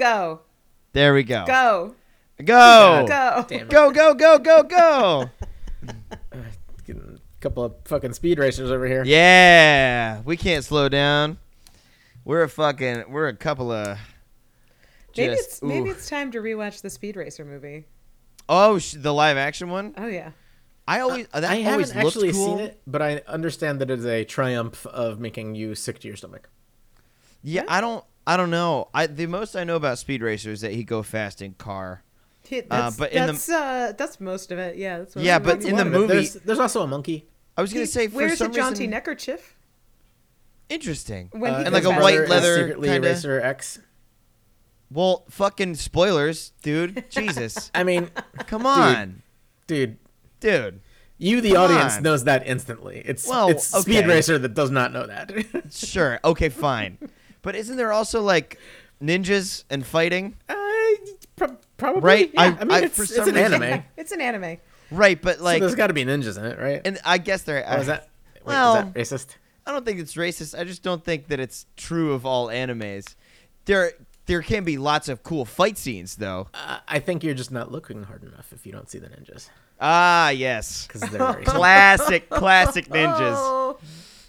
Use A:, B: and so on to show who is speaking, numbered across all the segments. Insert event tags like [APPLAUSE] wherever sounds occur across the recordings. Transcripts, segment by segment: A: Go.
B: There we go.
A: Go.
B: Oh. Go.
A: Go.
C: Damn it.
B: Go, go, go, go, go.
C: Getting a couple of fucking speed racers over here.
B: yeah. We can't slow down. We're a fucking, we're a couple of.
A: Maybe
B: just-
A: it's maybe
B: ooh.
A: it's time to rewatch the Speed Racer movie.
B: Oh, sh- the live action one?
A: Oh yeah.
B: I always, that
C: I
B: always
C: haven't
B: looked
C: actually
B: cool.
C: seen it, but I understand that it is a triumph of making you sick to your stomach.
B: Yeah, I don't. I don't know. I the most I know about Speed Racer is that he go fast in car.
A: Yeah, That's,
B: but in the-
A: that's uh, that's most of it. Yeah. That's what
B: Yeah,
A: I'm
B: but
A: doing.
B: in the
C: But
B: movie-
C: there's, there's also a monkey.
B: I was
A: He
B: gonna say for
A: wears
B: some
A: a jaunty
B: reason,
A: neckerchief
B: interesting.
A: when he goes
B: and like a
A: back.
C: his
B: white
C: brother is
B: leather
C: uh, secretly
B: kinda-
C: Eraser X.
B: Well, fucking spoilers, dude. Jesus, [LAUGHS]
C: I mean,
B: come on,
C: dude,
B: dude.
C: you the
B: Come
C: audience
B: on.
C: knows that instantly. It's
B: Well,
C: it's
B: okay.
C: Speed Racer that does not know that. [LAUGHS]
B: Sure, okay, fine. but isn't there also like ninjas and fighting?
C: uh, prob- probably.
B: Right,
C: yeah.
B: I-
C: I, mean,
B: I-
C: it's,
B: for
C: it's
B: some
C: an
B: reason-
C: anime.
A: Yeah, [LAUGHS] it's an anime.
B: Right, but
C: so
B: [LAUGHS] like,
C: there's got to be ninjas in it, right?
B: and I guess there.
C: Or is that wait,
B: well-
C: is that racist?
B: I don't think it's racist. I just don't think that it's true of all animes. There, there can be lots of cool fight scenes, though.
C: Uh, I think you're just not looking hard enough if you don't see the ninjas
B: Ah, yes.
C: because
B: [LAUGHS]
C: they're very
B: classic, classic
A: [LAUGHS]
B: ninjas.
A: Oh,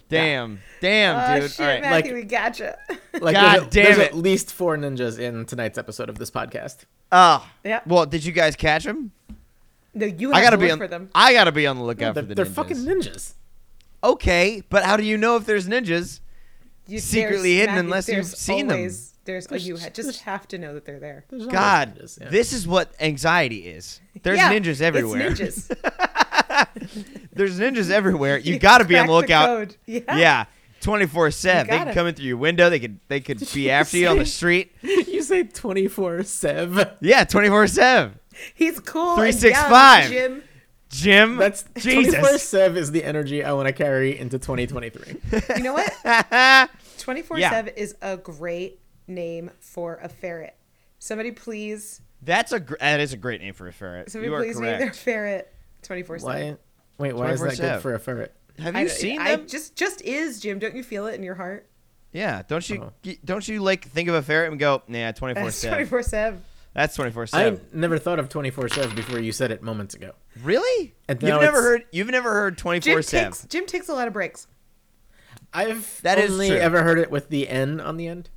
B: Damn, damn,
A: oh,
B: dude.
A: shit,
B: All right.
A: Matthew,
C: like-
A: we gotcha.
C: Like,
B: God
C: there's, a-
B: damn
C: there's
B: it.
C: at least four ninjas in tonight's episode of this podcast.
B: Ah,
A: [LAUGHS] Yeah.
B: Well, did you guys catch him?
A: no, you have
B: I gotta
A: to
B: be
A: look
B: on.
A: for them.
B: I gotta be on the lookout
C: they're
B: for the
C: they're
B: ninjas.
C: fucking ninjas.
B: okay, but how do you know if there's ninjas?
A: You,
B: secretly
A: there's-
B: hidden unless you've
A: there's
B: seen them.
A: always- There's, oh, you ha- just
B: [LAUGHS]
C: there's-
A: have to know that they're there.
C: There's always
B: God,
C: ninjas, yeah.
B: this is what anxiety is.
A: [LAUGHS]
B: There's
A: Yeah,
B: ninjas everywhere.
A: It's ninjas.
B: there's ninjas everywhere. [LAUGHS]
A: [LAUGHS]
B: You gotta be on the
A: Crack
B: lookout.
A: code. Yeah.
B: Yeah.
A: Ah. You
B: 24 7. They can
A: gotta.
B: come in through your window. They could
A: [LAUGHS]
B: they could be
C: you
B: after you on the
C: see?
B: street.
C: [LAUGHS] you say
B: [LAUGHS]
C: 24 7
B: Yeah, 24 7.
A: He's cool.
B: Three,
A: and
B: six,
A: down,
B: five.
A: Jim.
B: Jim.
C: that's
B: Jesus.
C: 24 7 is the energy i want to carry
B: [LAUGHS]
C: into 2023
A: You know what?
B: yeah.
A: 24 7 is a great name for a ferret. Somebody please,
B: That's a gr- that is a great name for a ferret.
A: somebody
B: you are
A: please name their
B: correct.
A: ferret 24 7.
C: why wait why is that
B: 24/7.
C: good for a ferret
B: Have you seen
A: I,
B: them?
A: just just is Jim. Don't you feel it in your heart?
B: yeah. Don't you
C: Oh.
B: g- don't you like think of a ferret and go, nah, twenty four
A: That's
B: seven.
A: 24 7.
B: That's twenty four
C: i
B: seven.
C: never thought of 24 7 before you said it moments ago
B: Really?
C: And now
B: you've never
C: it's-
B: heard you've never heard twenty
A: Jim
B: four seven.
A: takes Jim takes a lot of breaks.
C: i've
B: That is
C: only
B: true.
C: ever heard it with the n on the end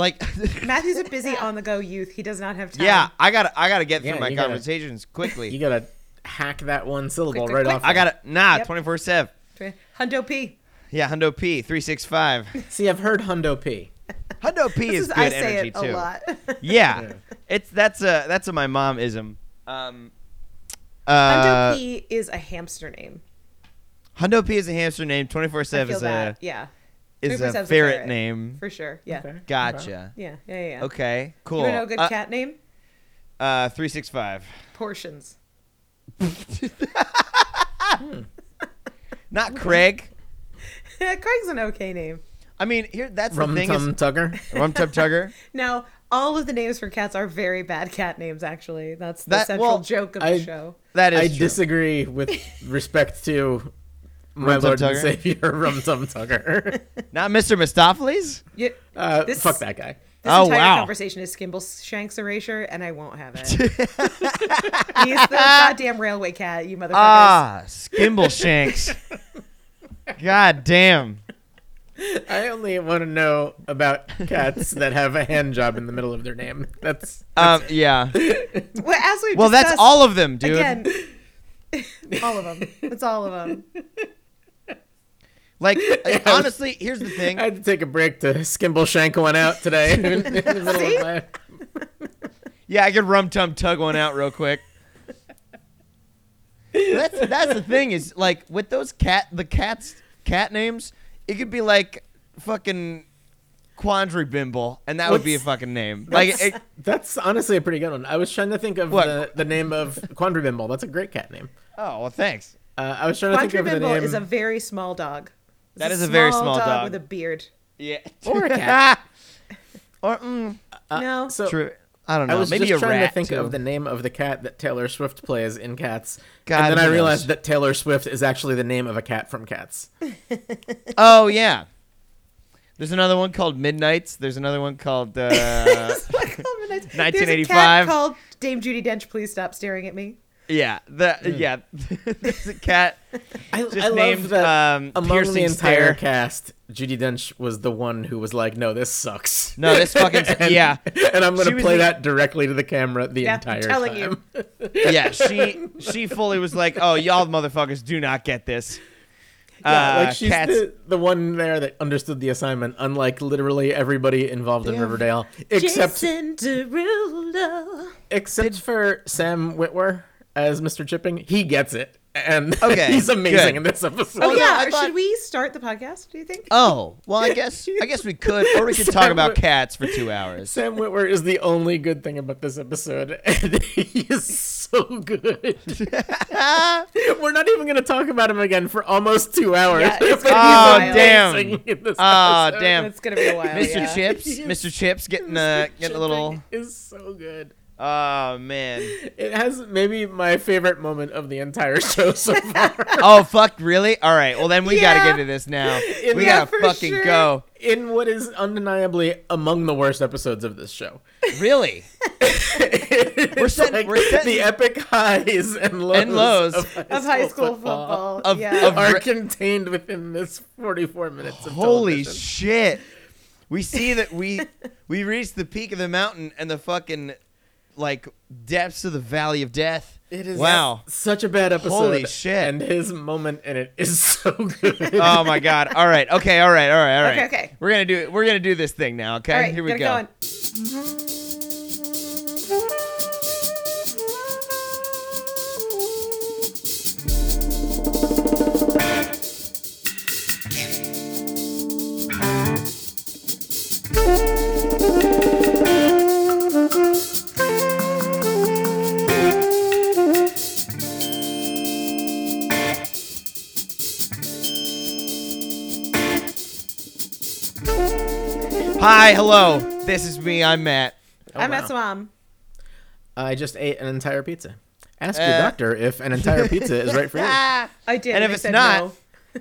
A: [LAUGHS]
B: Like,
A: Matthew's a busy on the go youth. He does not have time.
B: [LAUGHS] yeah, I gotta I gotta get
C: Yeah,
B: through my
C: you gotta- [LAUGHS]
B: conversations quickly.
C: you gotta hack that one syllable
A: Quick, quick,
C: right
A: quick.
C: off
B: I gotta nah
A: Yep.
B: twenty four seven.
A: Hundo P.
B: Yeah, Hundo P three six
A: [LAUGHS]
B: five.
C: see i've heard hundo p
B: Hundo P
A: This
B: is
A: is
B: good
A: I say
B: energy
A: it a
B: too.
A: lot. [LAUGHS]
B: Yeah,
C: Yeah.
B: it's that's a that's a my mom ism. Um,
A: Hundo
B: uh,
A: P is a hamster name.
B: Hundo P is a hamster name. Twenty four
A: I
B: seven
A: feel
B: is
A: that.
B: a
A: Yeah,
B: is
A: 24/7
B: a
A: is a
B: ferret,
A: ferret.
B: name.
A: for sure. Yeah.
C: Okay.
B: Gotcha.
A: Yeah. Yeah. Yeah. yeah.
B: Okay. Cool.
A: You wanna know a good
B: Uh,
A: cat name?
B: Uh, three six five.
A: Portions. [LAUGHS]
B: Not Craig.
A: Craig's an okay name.
B: I mean, here that's
C: rum
B: the thing
C: tum
B: is
C: tugger
B: Rum Tub Tugger.
A: Now, all of the names for cats are very bad cat names. Actually, that's the
B: That-
A: central
B: well,
A: joke of
C: I-
A: the show.
B: [LAUGHS] That is
C: i
B: true.
C: disagree with
A: [LAUGHS]
C: respect to my
B: Rum Tum
C: lord and
B: Tugger?
C: savior [LAUGHS] rum tum
A: [LAUGHS]
C: tugger
B: Not Mr. Mistopheles.
A: You-
C: Uh,
A: This-
C: fuck that guy.
A: This
B: Oh,
A: entire
B: wow.
A: conversation is Skimble Shanks erasure, and I won't
B: [LAUGHS]
A: have it. He's the goddamn railway cat, you motherfuckers.
B: Ah,
A: [LAUGHS]
B: Skimble Shanks. God damn.
C: I only want to know about cats that have a hand job in the middle of their name. That's
B: Um,
A: [LAUGHS]
B: yeah.
A: well, as we
B: Well, that's all of them, dude.
A: again. [LAUGHS] all of them. It's all of them. [LAUGHS]
B: Like, honestly, here's the thing.
C: I had to take a break to skimble shank one out today. [LAUGHS] in the middle of
A: See?
C: my-
B: Yeah, I could rum tum tug one out real quick. that's that's the thing is like with those cat the cats cat names, it could be like fucking Quandary Bimble, and that would be a
C: What's-
B: fucking name. Like,
C: [LAUGHS]
B: it,
C: That's honestly a pretty good one. I was trying to think of
B: What?
C: the, the name of Quandribimble. That's a great cat name.
B: oh well, thanks.
C: Uh, I was trying to think of the
A: Quadribimble
C: name.
A: is a very small dog. It's
B: That is a very small dog.
A: with a beard.
B: Yeah,
C: Or a [LAUGHS] cat.
B: or mm,
A: no,
C: Uh, so
B: true. I don't know.
C: Oh. I was
B: Maybe
C: just
B: a
C: trying
B: rat.
C: to think
B: too. [LAUGHS]
C: of the name of the cat that Taylor Swift plays in Cats,
B: God,
C: and then
B: who
C: I
B: knows?
C: realized
B: [LAUGHS]
C: that Taylor Swift is actually the name of a cat from Cats.
B: Oh yeah. There's another one called Midnight's. There's another one called
C: [LAUGHS]
B: uh,
A: [LAUGHS] It's like, oh, my God. There's a
B: 1985.
A: cat called Dame Judy Dench. Please stop staring at me.
B: yeah, the
C: [LAUGHS]
B: yeah. There's a cat
C: I,
B: just
C: I
B: named
C: love that
B: um,
C: among the
B: Piercing
C: entire
B: Stare.
C: cast, Judy Dench was the one who was like, "No, this sucks."
B: No, this fucking-
C: and,
B: yeah.
C: [LAUGHS] And I'm
B: She
C: gonna
B: was
C: play
B: the-
C: that directly to the camera the
A: Yeah, I'm
C: entire
A: telling you.
B: [LAUGHS]
C: time.
B: yeah, she she fully was like, "Oh, y'all motherfuckers do not get this."
C: Yeah,
B: Uh,
C: like she's
B: cats.
C: the, the one there that understood the assignment, unlike literally everybody involved in
B: Yeah.
C: Riverdale, except
A: Jason Derulo.
C: except for Sam Whitwer as Mr. Chipping. He gets it, and [LAUGHS]
B: Okay,
C: he's amazing
B: good.
C: in this episode.
A: Oh,
B: no, I
A: yeah. or
B: thought-
A: Should we start the podcast? Do you think?
B: oh, well,
C: [LAUGHS]
B: I guess I guess we could, or we could talk
C: Sam-
B: about cats for two
C: [LAUGHS]
B: hours.
C: Sam Witwer is the only good thing about this episode, [LAUGHS] and he is so good. [LAUGHS]
B: [LAUGHS]
C: We're not even going to talk about him again for almost two hours.
A: Yeah, it's
C: [LAUGHS] but
A: gonna be
C: he's
A: wild.
C: amazing
B: Oh, Damn.
C: in this
B: Ah,
C: episode. [LAUGHS]
B: damn.
A: It's gonna be a while.
B: Mr.
A: yeah.
B: Chips,
C: Yes.
B: Mr. Chips, getting uh, getting a little.
C: is so good.
B: Oh man.
C: It has maybe my favorite moment of the entire [LAUGHS] show so far.
B: [LAUGHS] Oh fuck, really? All right. Well, then we gotta
A: Yeah.
B: get to this now.
C: [LAUGHS] Yeah,
B: we gotta
A: for
B: fucking
A: sure.
B: go.
C: in what is undeniably among the worst episodes of this show.
B: Really?
C: we're
B: setting- we're setting-
C: the epic highs and lows,
B: And lows
C: of high,
A: Of high school football.
B: Of-
A: yeah.
B: of-
C: are contained within this 44 minutes of
B: Holy
C: television.
B: shit. We see
C: [LAUGHS]
B: that we we reached the peak of the mountain and the fucking like depths of the valley of death.
C: It is
B: wow.
C: such a bad episode.
B: Holy shit.
C: And his moment in it is [LAUGHS] so
B: [LAUGHS]
C: good.
B: oh my god. All right. Okay. All right. All right. All right.
A: Okay, okay.
B: We're gonna do it. We're gonna do this thing now. Okay.
A: All right,
B: Here we
A: gotta
B: go.
A: on.
B: Hi. Hello. This is me. I'm Matt.
A: I'm
C: wow.
A: Matt's mom.
C: I just ate an entire pizza. Ask your
B: Uh.
C: doctor if an entire pizza is right
B: [LAUGHS]
C: for you.
B: Ah,
C: [LAUGHS] Hmm.
A: I did.
B: And if
A: they
B: it's
A: said
B: not,
A: no.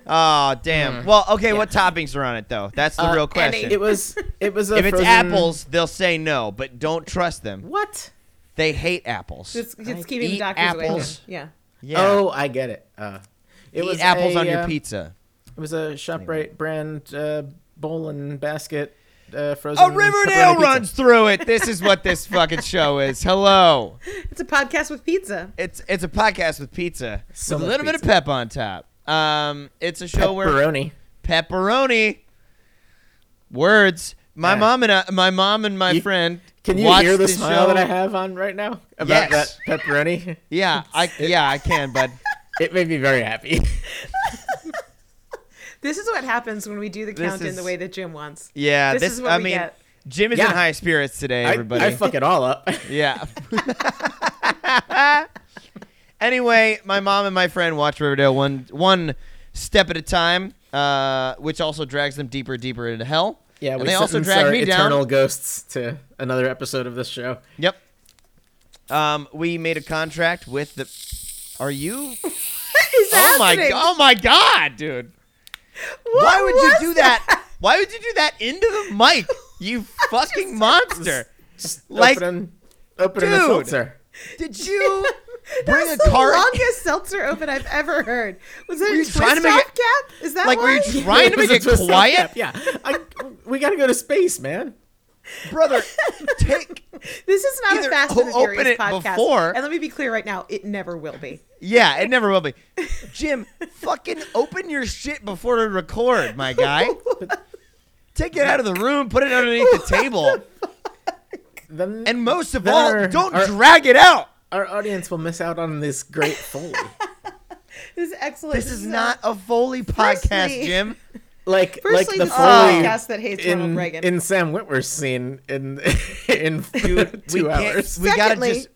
B: Oh damn. Well, okay. What toppings are on it though? That's the
C: Uh,
B: real
A: any.
B: question.
C: It was
B: [LAUGHS]
C: it was a
B: if it's
C: frozen-
B: apples, they'll say no, but don't trust them.
C: What?
B: They hate apples.
A: It's, it's keeping
B: eat
A: the doctors
B: apples.
A: away. Yeah.
B: yeah.
C: Oh, I get it. Uh, it
B: eat
C: was
B: apples
C: a,
B: on your
C: uh,
B: pizza.
C: It was a Shoprite brand uh, bowl and basket uh, frozen.
B: A Riverdale
C: pepperoni pizza.
B: runs through it. This is what this fucking show is. Hello.
A: It's a podcast with pizza.
B: It's it's a podcast with pizza.
C: So
B: with a
C: much
B: little bit of
C: pizza.
B: pep on top. Um, it's a show where
C: pepperoni.
B: pepperoni words. My
C: Yeah.
B: mom and I, my mom and my
C: Ah. You-
B: friend.
C: Can you
B: watched
C: hear the
B: show.
C: smile that I have on right now about
B: Yes.
C: that pepperoni?
B: Yeah, I yeah I can, bud.
C: [LAUGHS] It made me very happy.
A: This is what happens when we do the
B: This
A: count in
B: is- Oh
A: the way that Jim wants.
B: Yeah,
A: This
B: this,
A: is what
B: I
A: we
B: mean,
A: get.
B: Jim is
C: Yeah.
B: in high spirits today,
C: [LAUGHS] I,
B: everybody.
C: I fuck it all [LAUGHS] up.
B: yeah. [LAUGHS] anyway, my mom and my friend watch Riverdale one one step at a time, uh, which also drags them deeper, deeper into hell.
C: Yeah,
B: And
C: we
B: they also
C: sentenced
B: drag
C: our
B: me down.
C: eternal ghosts to another episode of this show.
B: Yep. Um, we made a contract with the. Are [LAUGHS] you?
A: Is
B: Oh my!
A: happening?
B: go- Oh my God, dude!
A: What
B: Why would you
A: was
B: do that? [LAUGHS] Why would you do that into the mic? [LAUGHS] You fucking monster!
C: Just
B: Like-
C: opening, opening a
B: Dude.
C: seltzer.
B: Did
A: [LAUGHS]
B: you bring
A: That's
B: a
A: the
B: cart?
A: longest seltzer open I've ever heard. Was it
B: you
A: a
B: trying
A: trying
B: to
A: to
B: make it-
A: cap? Is that
B: like, were
A: why?
B: you trying to
C: was
B: make
C: a
B: it
C: twist up
B: quiet,
C: cap, [LAUGHS] Yeah, I, we gotta go to space, man.
B: brother? Take
A: [LAUGHS] This is not
B: either
A: a Fast and the
B: o- open
A: Furious
B: it
A: podcast.
B: before-
A: And let me be clear right now, it never will be.
B: yeah, it never will be. Jim, fucking open your shit before we record, my guy. Take it out of the room, put it underneath the table,
C: [LAUGHS] Then
B: and most of
C: then
B: all,
C: our-
B: don't
C: our,
B: drag it out.
C: our audience will miss out on this great foley.
A: [LAUGHS] This is excellent.
B: This is not a Foley podcast,
A: Firstly-
B: Jim.
C: like like
A: Firstly,
C: the
A: this is a
C: foley
A: podcast that hates Ronald
C: in,
A: Reagan.
C: in Sam Whitwer's scene in [LAUGHS] in
B: [LAUGHS] we can't-
C: two hours.
B: We gotta
A: Secondly,
B: just.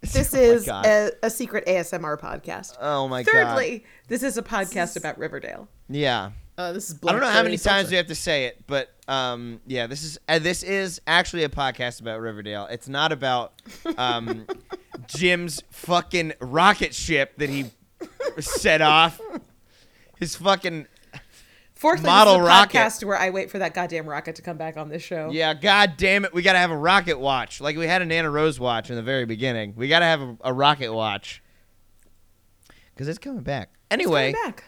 A: This
B: [LAUGHS] Oh my
A: is
B: God.
A: a, a secret ASMR podcast.
B: Oh my god.
A: Thirdly, this is a podcast about Riverdale.
B: Yeah.
C: Uh, this is
B: I don't know how many times we have to say it, but um, yeah, this is uh, this is actually a podcast about Riverdale. It's not about um, Jim's fucking rocket ship that he set off. His fucking
A: Forklift
B: Model
A: is the
B: rocket.
A: podcast where I wait for that goddamn rocket to come back on this show.
B: Yeah, god damn it, we gotta have a rocket watch. Like we had a Nana Rose watch in the very beginning. We gotta have a, a rocket watch. Cause it's coming back.
A: It's coming
B: Anyway,
A: back.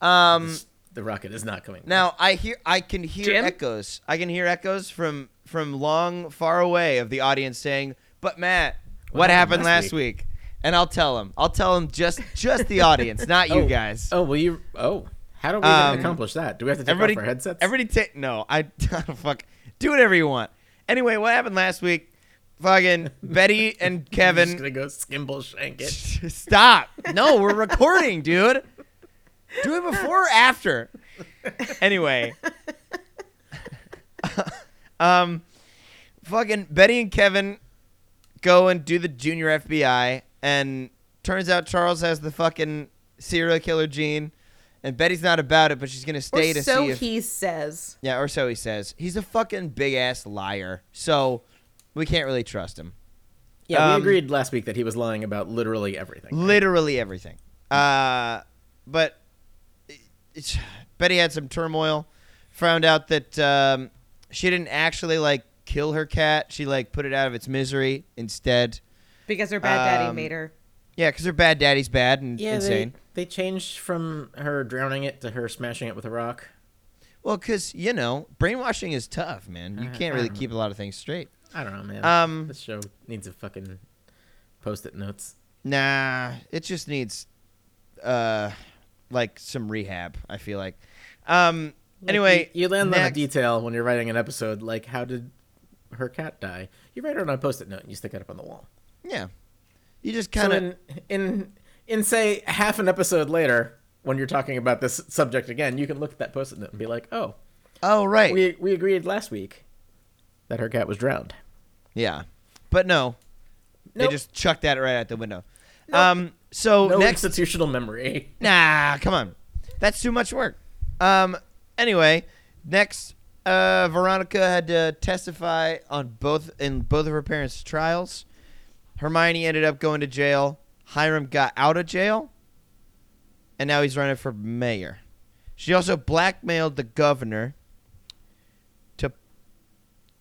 B: um
C: The rocket is not coming.
B: now I hear I can hear
A: Jim?
B: echoes. I can hear echoes from from long far away of the audience saying, "But Matt, what, happened last week? And I'll tell them. I'll tell them just just the audience, not you
C: [LAUGHS] Oh.
B: guys.
C: Oh, will you? Oh, how do we
B: Um,
C: even accomplish that? Do we have to take
B: Everybody,
C: off our headsets?
B: Everybody take no. I [LAUGHS] fuck. Do whatever you want. Anyway, what happened last week? Fucking Betty and
C: I'm just
B: Kevin.
C: gonna go skimble shank it.
B: [LAUGHS] Stop. No, we're recording, dude. Do it before or after. Anyway. [LAUGHS] um fucking Betty and Kevin go and do the junior FBI and turns out Charles has the fucking serial killer gene and Betty's not about it but she's going to stay
A: Or
B: to
A: so
B: see if
A: he says.
B: Yeah, or so he says. He's a fucking big ass liar. So we can't really trust him.
C: Yeah,
B: Um,
C: we agreed last week that he was lying about literally everything.
B: literally everything. Uh, but it's, Betty had some turmoil. Found out that um, she didn't actually like kill her cat. She like put it out of its misery instead.
A: Because her bad daddy
B: Um,
A: made her.
B: Yeah, because her bad daddy's bad and
C: yeah,
B: insane.
C: They, they changed from her drowning it to her smashing it with a rock.
B: Well, because you know, brainwashing is tough, man. You
C: Uh,
B: can't
C: I
B: really
C: don't
B: keep a lot of things straight.
C: I don't know, man.
B: Um,
C: this show needs a fucking post-it notes.
B: Nah, it just needs, uh, like some rehab. I feel like. Um.
C: Like,
B: Anyway,
C: you, you land on a
B: next-
C: detail when you're writing an episode, like how did her cat die? You write it on a post-it note and you stick it up on the wall.
B: Yeah. You just
C: So
B: kind of.
C: in in in say half an episode later, when you're talking about this subject again, you can look at that post-it note and be like, oh,
B: oh right.
C: we we agreed last week that her cat was drowned.
B: Yeah, but no, they
C: Nope.
B: just chucked that right out the window. Um, so
C: No
B: next,
C: institutional memory.
B: nah, come on, that's too much work. Um, anyway, next, uh, Veronica had to testify on both in both of her parents' trials. Hermione ended up going to jail. Hiram got out of jail, and now he's running for mayor. She also blackmailed the governor to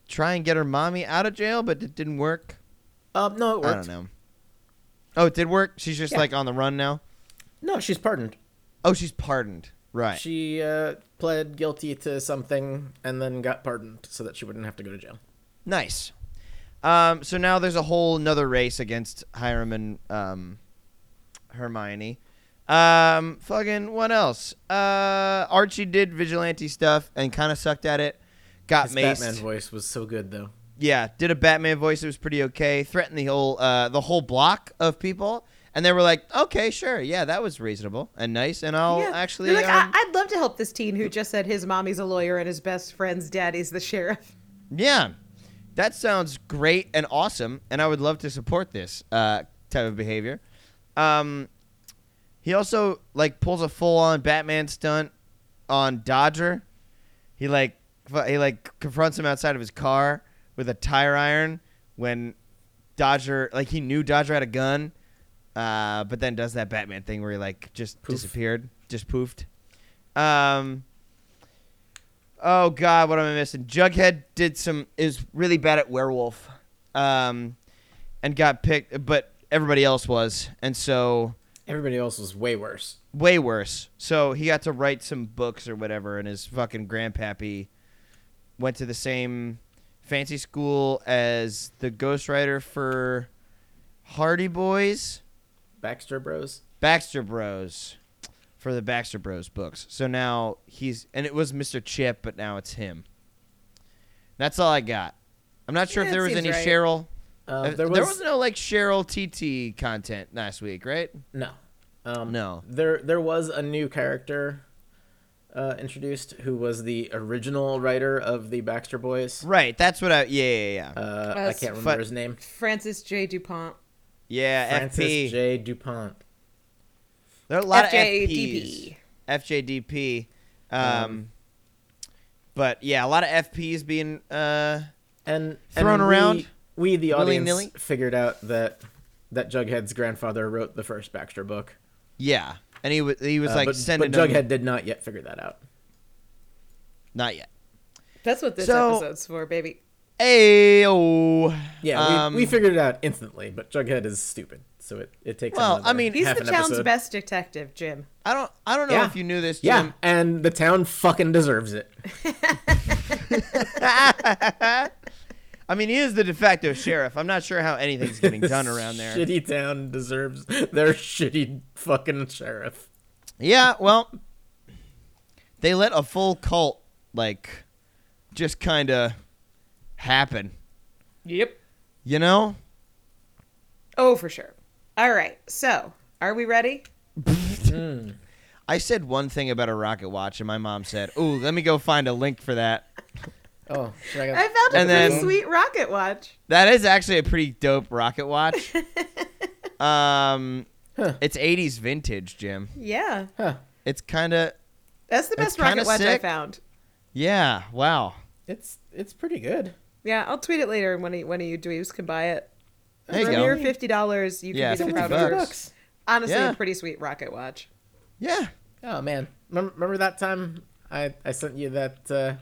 B: try and get her mommy out of jail, but it didn't work.
C: Um, no, it
B: I don't
C: worked.
B: know. Oh, it did work. She's just
C: Yeah.
B: like on the run now.
C: No, she's pardoned.
B: Oh, she's pardoned. Right.
C: She uh, pled guilty to something and then got pardoned so that she wouldn't have to go to jail.
B: nice. Um, so now there's a whole another race against Hiram and um, Hermione. Um, fucking what else? Uh, Archie did vigilante stuff and kind of sucked at it. Got
C: His
B: maced.
C: Batman voice was so good though.
B: yeah, did a Batman voice. It was pretty okay. Threatened the whole uh, the whole block of people, and they were like, "Okay, sure, yeah, that was reasonable and nice." And I'll
A: Yeah.
B: actually
A: They're like,
B: um,
A: I- I'd love to help this teen who just said his mommy's a lawyer and his best friend's daddy's the sheriff.
B: Yeah, that sounds great and awesome, and I would love to support this uh, type of behavior. Um, he also like pulls a full-on Batman stunt on Dodger. He like fu- he like confronts him outside of his car with a tire iron when Dodger like he knew Dodger had a gun, uh, but then does that Batman thing where he like just
C: Poof.
B: disappeared, just poofed. Um, oh God, what am I missing? Jughead did some is really bad at werewolf, um, and got picked, but everybody else was, and so
C: Everybody else was way worse.
B: way worse. So he got to write some books or whatever, and his fucking grandpappy went to the same fancy school as the ghostwriter for Hardy Boys,
C: Baxter Bros.
B: Baxter Bros, for the Baxter Bros books. So now he's, and it was Mr. Chip, but now it's him. That's all I got. I'm not sure
A: Yeah,
B: if
A: it
B: there was
A: seems
B: any
A: right.
B: Cheryl.
C: Uh,
B: uh, there, was, no like Cheryl TT content last week, right?
C: No. Um,
B: No.
C: There there was a new character uh, introduced who was the original writer of the Baxter Boys.
B: Right. That's what I. Yeah, yeah, yeah.
C: Uh, I
A: Us.
C: can't remember
B: Fun-
C: his name.
A: Francis J. DuPont.
B: yeah. FP.
C: Francis J. Dupont.
B: There are a lot
A: FJDP.
B: of FPs. FJDP. Um, but yeah, a lot of FPs being. Uh,
C: And
B: Thrown
C: and
B: around
C: We, we the audience
B: willy-nilly.
C: figured out that that Jughead's grandfather wrote the first Baxter book.
B: yeah, and he was he was
C: Uh,
B: like
C: but,
B: sending
C: but Jughead
B: them.
C: did not yet figure that out.
B: Not yet.
A: That's what this
B: So-
A: episode's for, baby.
B: Ayo.
C: Yeah,
B: Um,
C: we, we figured it out instantly, but Jughead is stupid, so it, it takes.
B: Well,
C: another
B: I mean-
A: He's
C: half
A: the
C: an
A: town's
C: episode.
A: best detective, Jim.
B: I don't. I don't know
C: Yeah.
B: if you knew this.
C: Yeah,
B: Jim.
C: and the town fucking deserves it.
B: I mean, he is the de facto sheriff. I'm not sure how anything's getting
C: [LAUGHS]
B: done around there.
C: Shitty town deserves [LAUGHS] their shitty fucking sheriff.
B: Yeah, well, they let a full cult like just kind of happen,
A: Yep.
B: you know?
A: Oh, for sure. All right. So, are we ready?
B: Mm. [LAUGHS] I said one thing about a rocket watch, and my mom said, "Ooh, let me go find a link for that."
C: Oh,
A: I found a
B: And
A: pretty
B: then-
A: sweet rocket watch.
B: That is actually a pretty dope
A: [LAUGHS]
B: rocket watch. um,
C: Huh.
B: it's '80s vintage, Jim.
A: Yeah.
C: Huh.
B: It's kind of
A: That's the
B: That's
A: best rocket
B: kinda
A: watch I
B: sick.
A: found.
B: yeah. Wow.
C: It's it's pretty good.
A: Yeah, I'll tweet it later and one of, one of you dweebs can buy it.
B: There you
A: For
B: go.
A: mere fifty dollars, you can
B: Yeah,
A: be the
B: 50
A: proud
B: bucks.
A: owner. Honestly,
B: Yeah.
A: a pretty sweet rocket watch.
B: Yeah.
C: Oh man, remember, remember that time I I sent you that uh,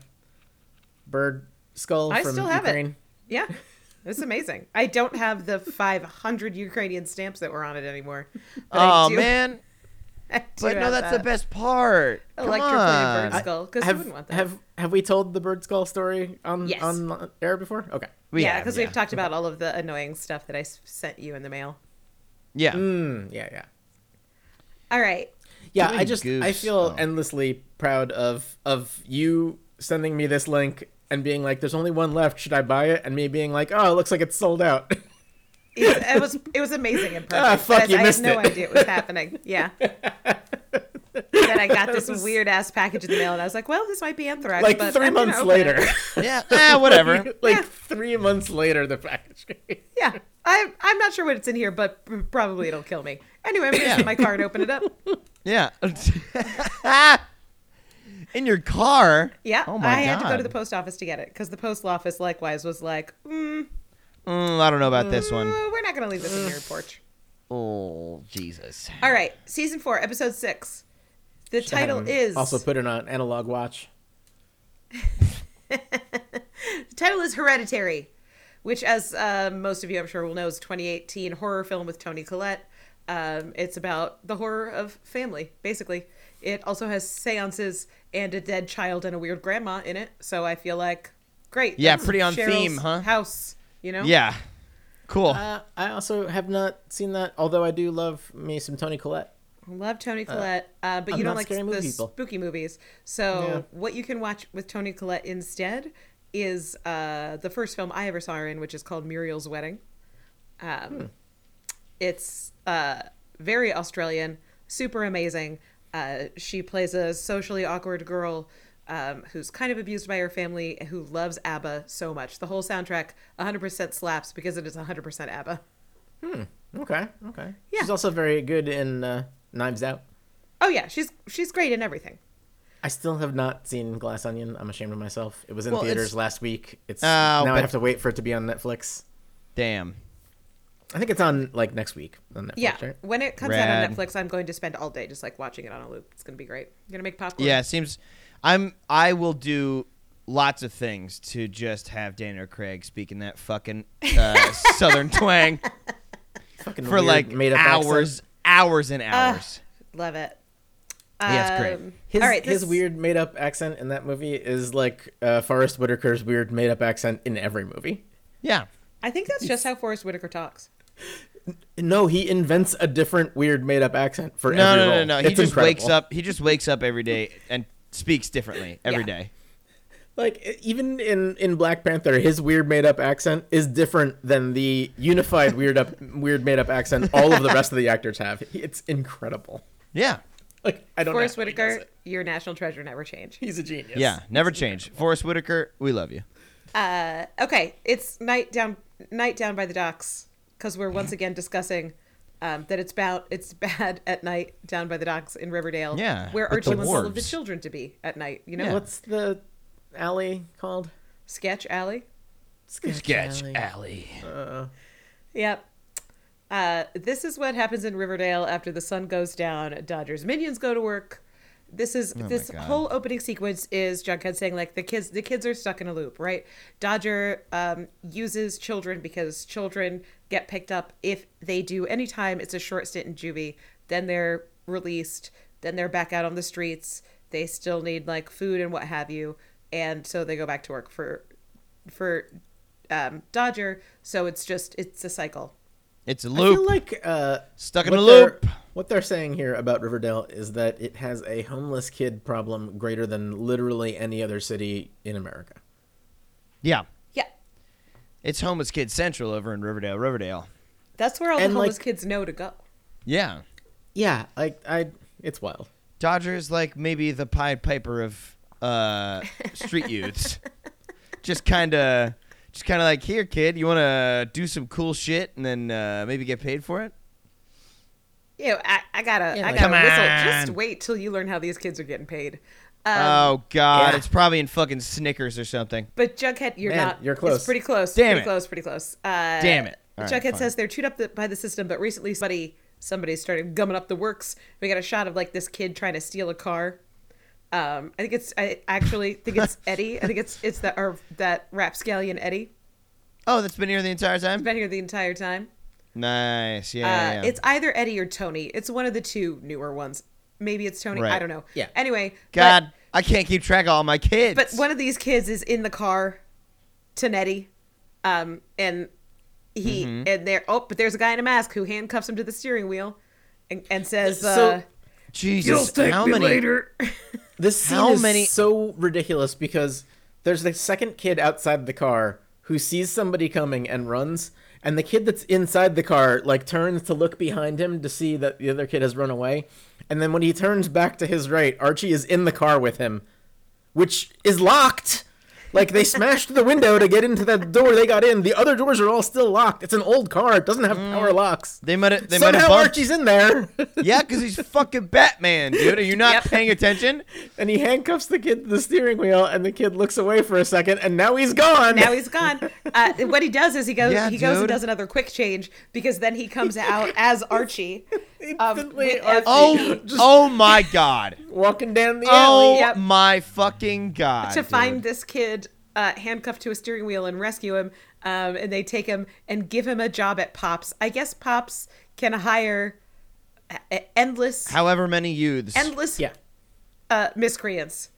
C: bird skull
A: I
C: from
A: still have it.
C: Ukraine?
A: Yeah. It's amazing. I don't have the 500 Ukrainian stamps that were on it anymore. but I
B: Oh
A: do-
B: man.
A: [LAUGHS] I do
B: But no,
A: have
B: that's
A: that
B: the best part. Come
A: Electroplated
B: on.
A: bird skull. Because
C: have,
A: wouldn't want that.
C: Have have we told the bird skull story on
A: Yes.
C: on air before? Okay.
B: We
A: yeah,
B: have,
A: because
B: yeah.
A: we've talked about all of the annoying stuff that I s- sent you in the mail.
B: Yeah.
C: Mm, yeah, yeah.
A: All right.
C: Yeah,
B: Doing
C: I just I
B: goose,
C: feel
B: though.
C: endlessly proud of of you sending me this link and being like there's only one left, should I buy it? And me being like, "Oh, it looks like it's sold out." [LAUGHS]
A: It was it was amazing
B: [LAUGHS]
A: and perfect.
C: Ah, fuck,
A: but
C: you
A: I had
C: missed
A: no
C: it.
A: idea it was happening. Yeah. then I got this weird ass package in the mail, and I was like, "Well, this might be anthrax."
C: like
A: but
C: 3
A: I'm gonna
C: months
A: open it.
C: [LAUGHS] later.
B: Yeah. [LAUGHS] eh, whatever.
C: [LAUGHS] like
A: Yeah.
C: 3 months later the [LAUGHS] package. came.
A: Yeah, I'm I'm not sure what it's in here, but p- probably it'll kill me. Anyway, I'm gonna get in my car and open it up. [LAUGHS]
B: Yeah. [LAUGHS] In your car.
A: Yeah,
B: Oh
A: I
B: my
A: had to go to
B: God.
A: the post office to get it because the postal office likewise was like, mm,
B: Mm, I don't know about this one.
A: "We're not gonna leave this in your porch."
B: Oh Jesus.
A: All right, season four, episode six. The title
C: Um,
A: is
C: also put it on analog watch.
A: The title is Hereditary, which, as uh, most of you, I'm sure, will know, is a 2018 horror film with Tony Collette. Um, it's about the horror of family, basically. It also has seances and a dead child and a weird grandma in it. So I feel like, great.
B: Yeah,
A: that's
B: pretty on
A: Cheryl's
B: theme, huh?
A: House, you know?
B: Yeah. Cool.
C: Oh. Uh, I also have not seen that, although I do love me some Tony Collette.
A: Love Tony Collette, uh, but
C: I'm
A: you don't
C: not
A: like
C: scary
A: the
C: movie people.
A: spooky movies. So
C: Yeah.
A: what you can watch with Tony Collette instead is uh, the first film I ever saw her in, which is called Muriel's Wedding. Um,
C: Hmm.
A: It's uh, very Australian, super amazing. Uh, she plays a socially awkward girl um, who's kind of abused by her family, who loves ABBA so much. The whole soundtrack 100% slaps because it is 100% ABBA.
C: Okay, okay.
A: Yeah.
C: She's also very good in uh, Knives Out.
A: Oh yeah, she's she's great in everything.
C: I still have not seen Glass Onion. I'm ashamed of myself. It was in
B: Well,
C: theaters
B: it's-
C: last week. It's
B: Oh,
C: now I
B: but-
C: have to wait for it to be on Netflix.
B: Damn.
C: I think it's on like next week on Netflix.
A: Yeah,
C: right?
A: when it comes out
B: Rad.
A: on Netflix, I'm going to spend all day just like watching it on a loop. It's gonna be great. I'm gonna make popcorn.
B: Yeah, it seems I'm I will do lots of things to just have Daniel Craig speaking that fucking
C: [LAUGHS]
B: uh, southern twang
C: Fucking
B: for
C: weird
B: like
C: made-up accent.
B: hours, hours
C: Uh,
B: and hours.
A: love it. Um,
B: Yeah, it's great.
C: His,
A: all right,
C: his
A: this-
C: weird made up accent in that movie is like uh, Forrest Whitaker's weird made up accent in every movie.
B: yeah.
A: I think that's just how Forrest Whitaker talks.
C: No, he invents a different weird made up accent for
B: No,
C: every
B: no, no,
C: role.
B: no. He
C: It's
B: just wakes
C: incredible.
B: up. He just wakes up every day and speaks differently every
A: Yeah.
B: day.
C: Like e- even in in Black Panther, his weird made up accent is different than the
B: [LAUGHS]
C: unified weird up weird made up accent all of the rest of the actors have. It's incredible.
B: Yeah.
C: Like I don't.
A: Forrest
C: know how Oh, he does
A: Whitaker,
C: it.
A: your national treasure never change.
C: He's a genius.
B: Yeah. Never change. Forrest Whitaker, we love you.
A: Uh, okay, it's night down, night down by the docks, because we're once again discussing um, that it's bad, it's bad at night down by the docks in Riverdale.
B: Yeah,
A: where
B: with the
A: Archie wants all of the
B: wharves.
A: children to be at night. You know,
B: Yeah.
C: What's the alley called?
A: sketch alley.
C: Sketch,
B: Sketch
C: Alley.
B: Alley.
A: Yep. Uh, this is what happens in Riverdale after the sun goes down. Dodgers minions go to work. This is
B: Oh my
A: this
B: God.
A: whole opening sequence is Jughead saying like the kids the kids are stuck in a loop, right? Dodger um, uses children because children get picked up if they do any time it's a short stint in juvie, then they're released, then they're back out on the streets. They still need like food and what have you, and so they go back to work for for um, Dodger. So it's just it's a cycle.
B: It's a
C: I
B: loop.
C: feel like uh,
B: Stuck in
C: what
B: a
C: they're-
B: loop.
C: What they're saying here about Riverdale is that it has a homeless kid problem greater than literally any other city in America.
B: yeah.
A: Yeah,
B: It's homeless kid central over in Riverdale, Riverdale.
A: that's where all
C: And,
A: the
C: like-
A: homeless kids know to go.
B: Yeah.
C: Yeah, like I, it's wild.
B: Dodger's like maybe the Pied Piper of uh,
A: [LAUGHS]
B: street youths. just kind of, just kind of like, here, kid, you want to do some cool shit and then uh, maybe get paid for it?
A: Yeah, I, I gotta, I
B: like-
A: gotta
B: Come
A: whistle.
B: on.
A: Just wait till you learn how these kids are getting paid. Um,
B: oh God,
C: yeah.
B: it's probably in fucking Snickers or something.
A: but Jughead, you're
C: Man,
A: not.
C: you're close.
A: It's pretty close.
B: Damn
A: pretty
B: it.
A: close. Pretty close. Uh,
B: Damn it. All right,
A: Jughead
B: fine.
A: says they're chewed up the, by the system, but recently somebody somebody started gumming up the works. We got a shot of like this kid trying to steal a car. Um, I think it's I actually think it's Eddie. I think it's it's that or that rapscallion Eddie.
B: Oh, that's been here the entire time.
A: Been here the entire time.
B: Nice. Yeah.
A: Uh,
B: yeah, yeah.
A: It's either Eddie or Tony. It's one of the two newer ones. Maybe it's Tony. I
B: Right.
A: don't know.
C: Yeah.
A: Anyway, but-
B: God, I can't keep track of all my kids.
A: but one of these kids is in the car to Nettie, um, and he
B: Mm-hmm.
A: and there. Oh, but there's a guy in a mask who handcuffs him to the steering wheel, and, and says,
C: So-
A: uh,
B: Jesus,
D: You'll thank
B: how
D: me
B: many?
D: later.
C: This scene
B: How
C: is
B: many-
C: so ridiculous because there's the second kid outside the car who sees somebody coming and runs, and the kid that's inside the car like turns to look behind him to see that the other kid has run away, and then when he turns back to his right, Archie is in the car with him, which is locked. Like they smashed the window to get into that door they got in. The other doors are all still locked. It's an old car. It doesn't have power locks.
B: Mm. They might have. They might have
C: Somehow
B: bumped.
C: Archie's in there.
B: [LAUGHS]
C: [LAUGHS]
B: Yeah, because he's fucking Batman, dude. Are you not
A: Yep. [LAUGHS]
B: paying attention?
C: and he handcuffs the kid to the steering wheel, and the kid looks away for a second, and now he's
A: [LAUGHS]
C: gone.
A: "Now he's
B: [LAUGHS]
A: gone." Uh, what he does is he goes,
B: Yeah,
A: he goes
B: dude.
A: and does another quick change because then he comes out as
C: [LAUGHS]
A: Archie. Um,
C: Instantly,
A: with
C: Archie
A: F-
B: Oh,
C: Just-
B: oh my God.
C: walking down the
B: Oh
C: alley.
A: Yep.
B: my fucking god!
A: to find
B: dude.
A: this kid uh, handcuffed to a steering wheel and rescue him. Um, and they take him and give him a job at Pops. I guess Pops can hire uh, uh, endless,
B: however many youths.
A: endless
C: Yeah,
A: uh, miscreants.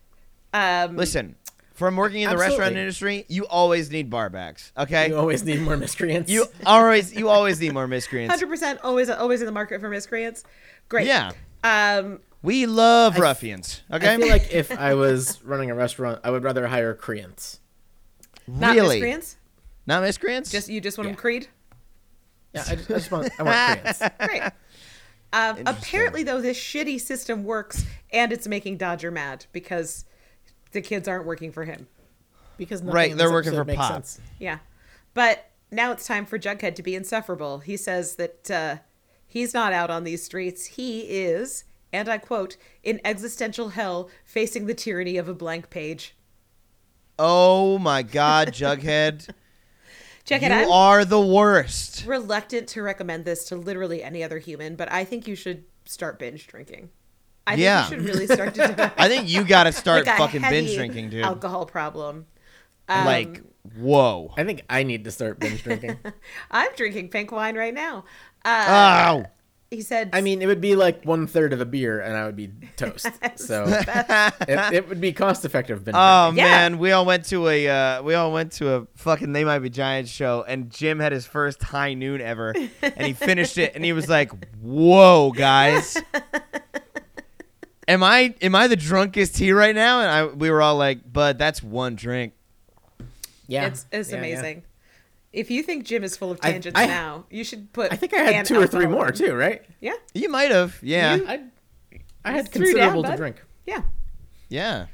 A: Um,
B: Listen, from working in the
C: Absolutely.
B: restaurant industry, you always need barbacks. Okay,
C: you
B: you,
C: always need more miscreants.
B: always [LAUGHS] you always need more miscreants.
A: hundred percent, always, always in the market for miscreants. Great.
B: Yeah,
A: Um,
B: we love ruffians. Okay,
C: I feel like if I was running a restaurant, I would rather hire Koreans.
A: not
B: really
A: miscreants.
B: not miscreants.
A: Just you just want
C: Yeah.
A: them creed.
C: Yeah, I just, I just want,
A: [LAUGHS]
C: I want Koreans.
A: Great. Um, apparently, though, this shitty system works, and it's making Dodger mad because the kids aren't working for him.
C: Because nothing
B: Right,
C: in
B: they're
C: this
B: working
C: episode
B: for
C: makes
B: Pop.
C: sense.
A: Yeah. But now it's time for Jughead to be insufferable. He says that uh, he's not out on these streets. He is, and I quote, in existential hell facing the tyranny of a blank page.
B: oh my
A: [LAUGHS]
B: god, Jughead,
A: Jughead,
B: you
A: I'm
B: are the worst.
A: reluctant to recommend this to literally any other human, but I think you should start binge drinking. I
B: Yeah.
A: think you should really start
B: [LAUGHS]
A: to develop
B: I think you got to start
A: like, a
B: fucking binge
A: heavy
B: drinking, dude.
A: Alcohol problem. Um,
B: like, whoa.
C: I think I need to start
A: [LAUGHS]
C: binge drinking.
A: I'm drinking pink wine right now. Uh,
B: Ow.
A: he said,
C: I mean, it would be like one third of a beer, and I would be
A: [LAUGHS]
C: toast. So it, it would be cost effective binge
B: Oh
A: Yeah.
B: man, we all went to a uh, we all went to a fucking They Might Be Giants show, and Jim had his first high noon ever, and he finished it, and he was like, "Whoa, guys, am I am I the drunkest here right now?" And I we were all like, "Bud, that's one drink."
C: drinking. Yeah,
A: It's it's
C: Yeah, yeah.
A: amazing. If you think Jim is full of
C: I-
A: tangents
C: I-
A: now, you should put.
C: I think I had
A: an
C: two or three
A: alcohol
C: more
A: in.
C: too, right?
A: Yeah,
B: You might have, yeah,
C: I, I had
A: threw down,
C: considerable
A: bud.
C: to drink.
A: yeah.
B: yeah.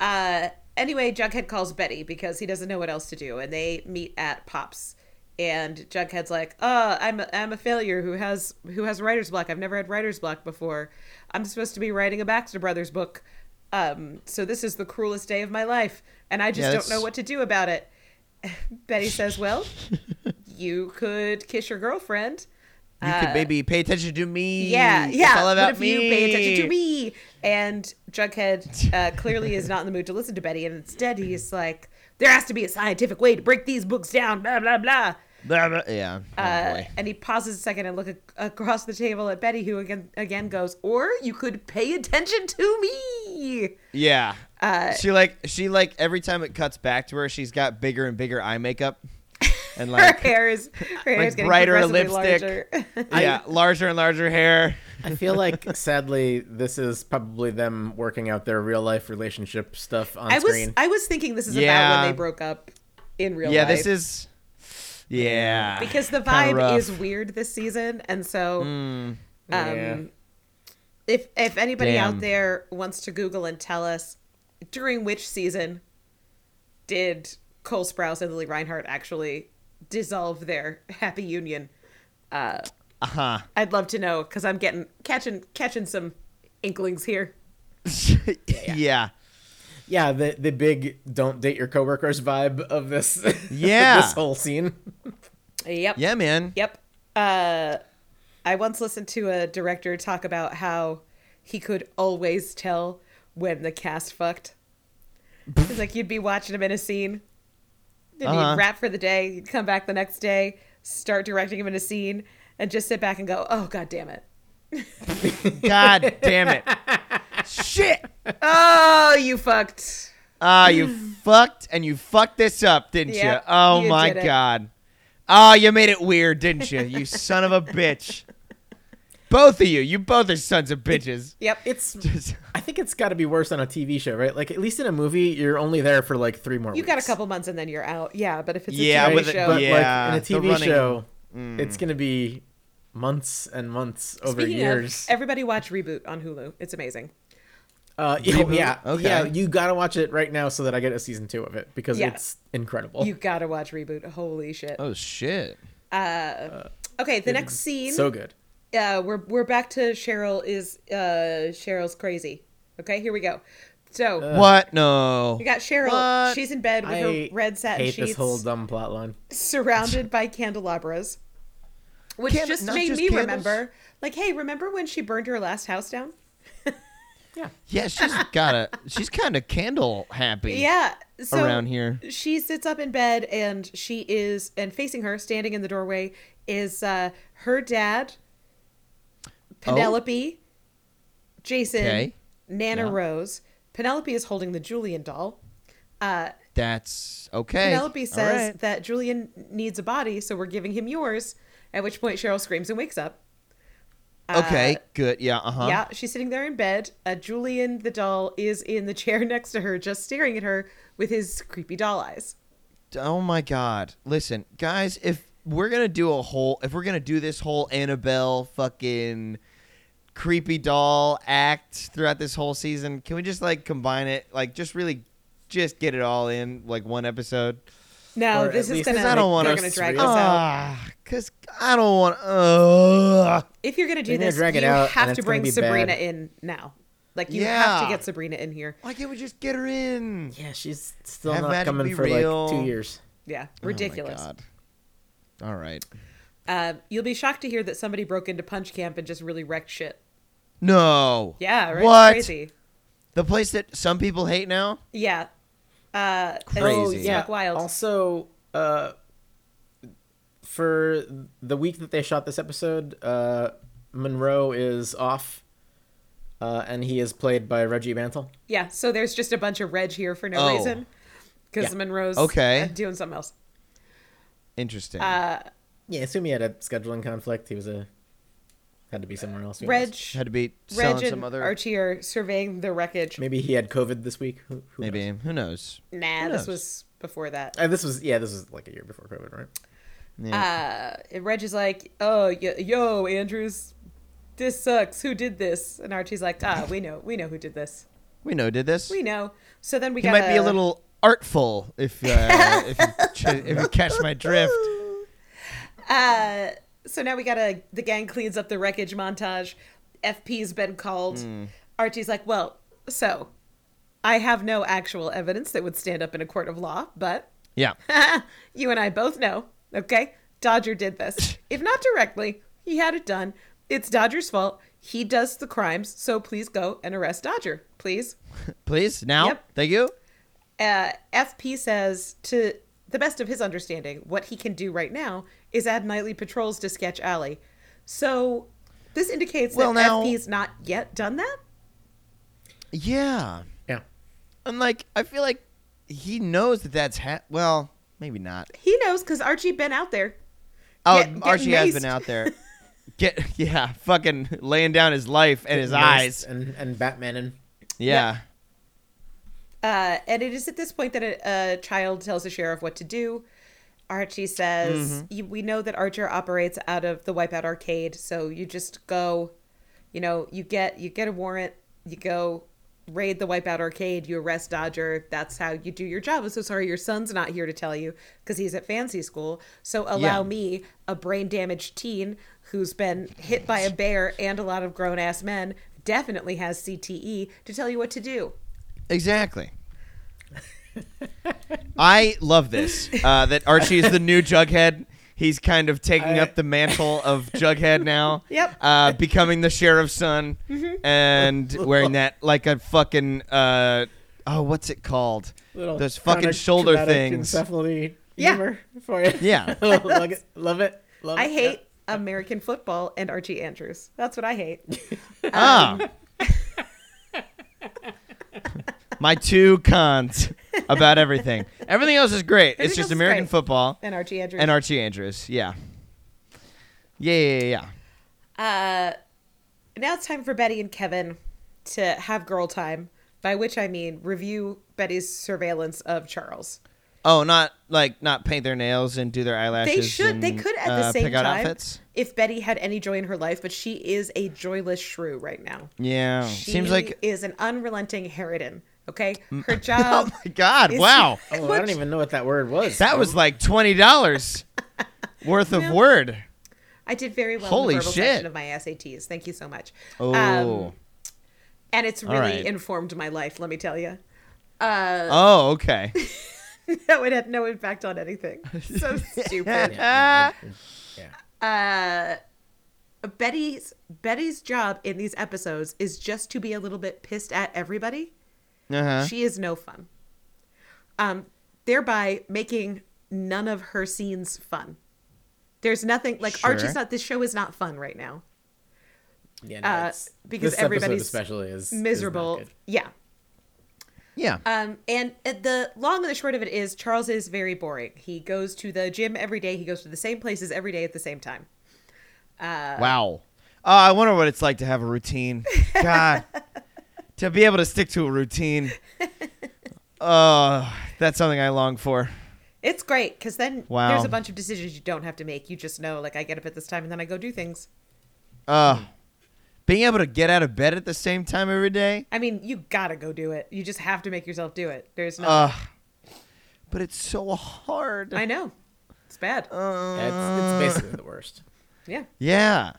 A: Uh, anyway, Jughead calls Betty because he doesn't know what else to do, and they meet at Pops. And Jughead's like, "Oh, I'm a, I'm a failure who has who has writer's block. I've never had writer's block before. I'm supposed to be writing a Baxter Brothers book, um, so this is the cruelest day of my life, and I just
B: Yeah,
A: don't know
B: that's-
A: what to do about it." [LAUGHS]
C: [LAUGHS]
A: Betty says, "Well, you could kiss your girlfriend."
B: You could maybe pay attention to me.
A: Uh, Yeah,
B: It's
A: yeah.
B: all
A: What
B: about
A: if
B: me.
A: you pay attention to me? And Jughead uh, clearly is not in the mood to listen to Betty, and instead he's like, "There has to be a scientific way to break these books down." Blah blah blah.
B: Blah, blah. Yeah. Oh,
A: Uh,
B: boy.
A: and he pauses a second and look ac- across the table at Betty, who again again goes, "Or you could pay attention to me."
B: Yeah.
A: Uh,
B: she like she like every time it cuts back to her, she's got bigger and bigger eye
A: [LAUGHS]
B: makeup, and
A: Her
B: like
A: hair is her hair
B: like
A: is getting
B: brighter
A: progressively
B: lipstick. [LAUGHS]
A: larger.
B: yeah, larger and larger hair.
C: I feel like, [LAUGHS] sadly, this is probably them working out their real life relationship stuff on
A: I was um,
C: screen.
A: I was thinking this is about
B: Yeah.
A: when they broke up in real
B: yeah,
A: life.
B: this is. Yeah.
A: because the
B: Kinda
A: vibe
B: rough. Mm.
A: is weird this season, and so um,
C: Yeah.
A: if if anybody
B: Damn.
A: out there wants to Google and tell us during which season did Cole Sprouse and Lily Reinhardt actually dissolve their happy union,
B: Uh-huh.
A: I'd love to know because I'm getting catching catching some inklings here.
B: [LAUGHS] yeah. yeah.
C: yeah, the the big "don't date your coworkers" vibe of this. [LAUGHS]
B: Yeah.
C: this whole scene.
A: Yep.
B: man.
A: Yep. Uh, I once listened to a director talk about how he could always tell when the cast fucked. It's like you'd be watching him in a scene, then
B: Uh-huh.
A: you'd rap for the day, you'd come back the next day, start directing him in a scene, and just sit back and go, "Oh god damn it!
B: God damn it. Shit.
A: Oh, you fucked."
B: Ah, you fucked and you fucked this up, didn't
A: Yep,
B: you? Oh
A: you
B: my
A: did it.
B: god. Oh, you made it weird, didn't you? You son of a bitch. Both of you. You both are sons of bitches. [LAUGHS]
A: Yep.
C: It's.
B: Just-
C: I think it's got to be worse on a TV show, right? Like at least in a movie, you're only there for like three more.
A: you got a
C: weeks.
A: couple months and then you're out. Yeah, but if it's a
B: Yeah,
A: TV
B: with it-
A: show,
C: but
B: Yeah,
C: like
B: the
C: in a TV
B: running- Mm.
C: show, it's gonna be months and months over
A: Speaking of,
C: years.
A: everybody watch Reboot on Hulu. It's amazing.
C: uh, [LAUGHS] yeah,
B: Reboot?
C: yeah,
B: Okay.
C: yeah, you gotta watch it right now so that I get a season two of it because
A: Yeah.
C: it's incredible.
A: You gotta watch Reboot. Holy shit.
B: Oh shit.
A: Okay, the next scene.
C: so good.
A: uh, we're we're back to Cheryl is uh Cheryl's crazy. Okay, here we go. So
B: What? No.
A: we got Cheryl.
B: Uh, What?
A: She's in bed with
C: I
A: her red satin
C: hate
A: sheets,
C: this whole dumb plot line.
A: surrounded by candelabras, which
B: Can-
A: just
B: not
A: made
B: just
A: me
B: candles?
A: remember. Like, hey, remember when she burned her last house down?
B: Yeah, she's
A: [LAUGHS]
B: got a she's kind of candle happy.
A: Yeah. So
B: Mm. Around here.
A: she sits up in bed and she is and facing her, standing in the doorway, is uh her dad, Penelope, Jason,
B: Oh. Okay.
A: Nana
B: Yeah.
A: Rose. Penelope is holding the Julian doll. Uh,
B: That's okay.
A: Penelope
B: All
A: says
B: right.
A: that Julian needs a body, so we're giving him yours. At which point Cheryl screams and wakes up.
B: Okay, good. Yeah, uh-huh.
A: uh, Yeah, she's sitting there in bed. Uh, Julian, the doll, is in the chair [LAUGHS] next to her, just staring at her with his creepy doll eyes.
B: Oh my god. Listen, guys, if we're going to do a whole if we're going to do this whole Annabelle fucking creepy doll act throughout this whole season, can we just like combine it? Like just really just get it all in like one episode?
A: No,
C: Or
A: this
C: at
A: is
C: least-
A: gonna.
B: Cuz I don't want
A: they're
B: to
A: gonna drag
C: us
A: this out.
B: cuz I don't want uh
A: if you're gonna do
C: They're gonna
A: this,
C: drag it
A: you
C: out,
A: have
C: and
A: to
C: it's gonna
A: bring
C: be
A: Sabrina
C: bad.
A: in now. Like you have to
B: Yeah.
A: get Sabrina in here.
B: Why can't we just get her in?
C: Yeah, she's still
B: Have
C: not
B: magic
C: coming
B: be
C: for
B: real.
C: like two years.
A: Yeah,
B: Oh my
A: ridiculous.
B: God. All right.
A: Uh, you'll be shocked to hear that somebody broke into Punch Camp and just really wrecked shit.
B: No.
A: Yeah, right.
B: What?
A: Crazy.
B: The place that some people hate now?
A: Yeah. Uh, and
B: Crazy.
A: it's Buck Wild.
C: Also, uh, for the week that they shot this episode, uh, Monroe is off, uh, and he is played by Reggie Mantle.
A: yeah. So there's just a bunch of Reg here for no
B: Oh.
A: reason because
C: Yeah.
A: Monroe's
B: Okay.
A: uh, doing something else.
B: Interesting.
A: Uh,
C: Yeah, I assume he had a scheduling conflict. He was a had to be somewhere else. who
A: Reg,
C: knows?
B: Had to be
A: Reg,
B: selling
A: and
B: some other
A: Archie are surveying the wreckage.
C: Maybe he had COVID this week. Who, who knows?
B: Maybe. Who knows?
A: Nah,
B: Who
A: this
B: knows?
A: was before that.
C: Uh, this was yeah, this was like a year before COVID, right?
A: And Reg is like, "Oh, yo, yo, Andrews, this sucks. Who did this?" And Archie's like, "Ah, we know, we know who did this.
B: We know did this.
A: We know." So then we
B: he
A: got
B: might be a little artful if
A: [LAUGHS]
B: uh, if, you ch- if you catch my drift.
A: uh, So now we got a the gang cleans up the wreckage montage. FP's been called.
B: Hmm.
A: Archie's like, "Well, so I have no actual evidence that would stand up in a court of law, but
B: Yeah. [LAUGHS]
A: you and I both know, okay? Dodger did this, if not directly, He had it done. It's Dodger's fault. He does the crimes, so please go and arrest Dodger, please.
B: Please, now.
A: Yep.
B: Thank you.
A: Uh, FP says, to the best of his understanding, what he can do right now is add nightly patrols to Sketch Alley. So this indicates
B: Well,
A: that
B: now-
A: FP's not yet done that.
B: Yeah.
C: Yeah.
B: And like, I feel like he knows that that's ha- well, maybe not.
A: He knows because Archie been out there.
B: Oh,
A: Get- get
B: Archie has been
A: maced.
B: out there. Get [LAUGHS] yeah, fucking laying down his life and his eyes.
C: and and Batman and
B: Yeah.
A: Uh, and it is at this point that a, a child tells the sheriff what to do. Archie says, "You- "We know that Archer operates out of the Wipeout Arcade, so you just go, you know, you get you get a warrant, you go raid the Wipeout Arcade, you arrest Dodger. That's how you do your job. I'm so sorry, your son's not here to tell you because he's at fancy school. So allow
B: Yeah.
A: me, a brain damaged teen who's been hit by a bear and a lot of grown ass men, definitely has CTE, to tell you what to do."
B: Exactly. I love this. Uh, that Archie is the new Jughead. He's kind of taking
C: I-
B: up the mantle of Jughead now.
A: [LAUGHS] Yep. Mm-hmm.
B: Uh, becoming the sheriff's son and
A: [LAUGHS]
B: wearing that like a fucking uh, oh, what's it called?
C: little
B: Those fucking
C: counter-
B: shoulder
C: traumatic
B: things.
C: encephaly
A: Yeah.
C: humor for you.
B: Yeah.
C: [LAUGHS] love it. Love it. Love
A: I
C: it.
A: hate American football and Archie Andrews. That's what I hate. [LAUGHS]
B: Ah. My two cons
A: [LAUGHS]
B: about everything. Everything else is great. it's
A: Everything else
B: just
A: is
B: American
A: great.
B: football
A: And
B: [LAUGHS]
A: Archie Andrews.
B: and Archie Andrews. Yeah. Yeah, yeah, yeah, yeah.
A: Uh, now it's time for Betty and Kevin to have girl time, by which I mean review Betty's surveillance of Charles.
B: Oh, not like not paint their nails and do their eyelashes.
A: They should. they
B: and,
A: could at the
B: uh,
A: same
B: pick out
A: time.
B: Outfits.
A: If Betty had any joy in her life, but she is a joyless shrew right now.
B: Yeah.
A: She
B: Oh. Seems like. Mm.
A: is an unrelenting harridan. Okay,
B: [LAUGHS]
A: her job.
B: My God!
A: is-
B: Wow,
C: Oh,
A: [LAUGHS]
C: I don't even know what that word was.
B: that was like twenty dollars worth of word.
A: I did very well.
B: Holy
A: in the verbal
B: shit.
A: section of my SATs. Thank you so much. Um,
B: Oh,
A: and it's really
B: right.
A: informed my life. Let me tell you. uh,
B: oh, okay.
A: [LAUGHS] that would have no impact on anything.
C: [LAUGHS]
A: So stupid.
B: Ah.
C: [LAUGHS] Yeah.
A: Betty's Betty's job in these episodes is just to be a little bit pissed at everybody.
B: Uh-huh.
A: She is no fun. Um, thereby making none of her scenes fun. There's nothing like
B: Sure.
A: Archie's not. This show is not fun right now.
C: Yeah,
A: Uh,
C: it's-
A: because
C: this episode
A: everybody's
C: especially is is not
A: Miserable.
C: good.
A: yeah.
B: Yeah.
A: Um, and uh, the long and the short of it is Charles is very boring. He goes to the gym every day. He goes to the same places every day at the same time. Uh,
B: Wow. Oh, I wonder what it's like to have a routine.
A: [LAUGHS]
B: God, to be able to stick to a routine. Oh, that's something I long for.
A: It's great because then
B: Wow.
A: there's a bunch of decisions you don't have to make. You just know, like, I get up at this time and then I go do things.
B: Oh, being able to get out of bed at the same time every day.
A: I mean, you gotta go do it. You just have to make yourself do it. There's no.
B: Ugh. but it's so hard.
A: I know. It's bad.
C: Yeah, it's, it's basically the worst.
A: yeah,
B: yeah.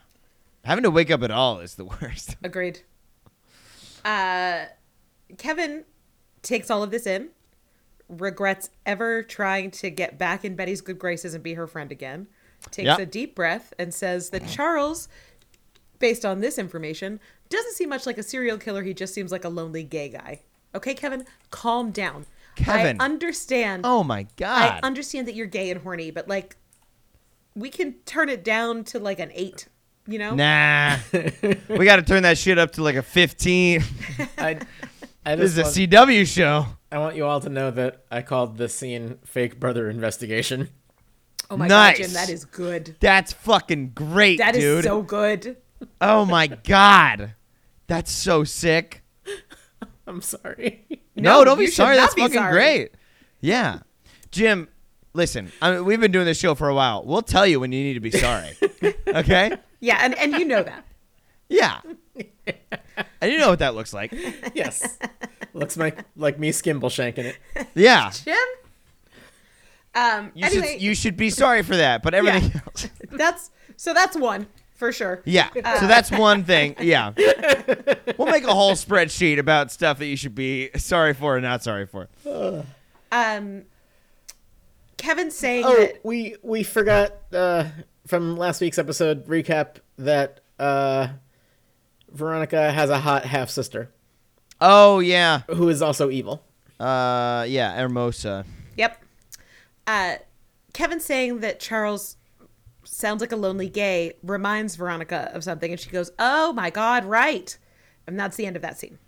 B: Having to wake up at all is the [LAUGHS] worst.
A: agreed. Uh, Kevin takes all of this in, regrets ever trying to get back in Betty's good graces and be her friend again, takes
B: Yeah.
A: a deep breath, and says that Charles, based on this information, doesn't seem much like a serial killer. He just seems like a lonely gay guy. Okay, Kevin, calm down.
B: Kevin.
A: I understand.
B: Oh my
A: I
B: god.
A: understand that you're gay and horny, but like, we can turn it down to like an eight. You know?
B: nah. we got to turn that shit up to like a 15.
A: [LAUGHS]
C: I,
B: [LAUGHS]
C: I
B: This
C: just
B: is a
C: want,
B: CW show.
C: I want you all to know that I called this scene "fake brother investigation." [LAUGHS]
A: Oh my
B: Nice.
A: god, Jim, that is good.
B: That's fucking great,
A: That is
B: dude.
A: so good. [LAUGHS]
B: oh my god. That's so sick.
C: I'm sorry. [LAUGHS]
B: No,
A: No,
B: don't be
A: you should
B: sorry.
A: not
B: That's
A: be
B: fucking
A: sorry.
B: great. Yeah. Jim, listen, I mean, we've been doing this show for a while. We'll tell you when you need to be sorry. okay?
A: Yeah, and, and you know that.
B: Yeah. [LAUGHS] And you know what that looks like.
C: yes, looks like like me skimble shanking it.
B: Yeah.
A: [LAUGHS] Jim? Um
B: You,
A: anyway,
B: should, you should be sorry for that, but everything
A: Yeah.
B: else.
A: that's so that's one for sure.
B: Yeah.
A: [LAUGHS]
B: so that's one thing. Yeah. We'll make a whole spreadsheet about stuff that you should be sorry for and not sorry for.
A: Um Kevin's saying
C: Oh,
A: that
C: we we forgot uh, from last week's episode recap that uh, Veronica has a hot half sister
B: Oh yeah,
C: who is also evil.
B: uh, yeah, Hermosa.
A: Yep. Uh, Kevin saying that Charles sounds like a lonely gay reminds Veronica of something, and she goes, "Oh my God, right." And that's the end of that scene.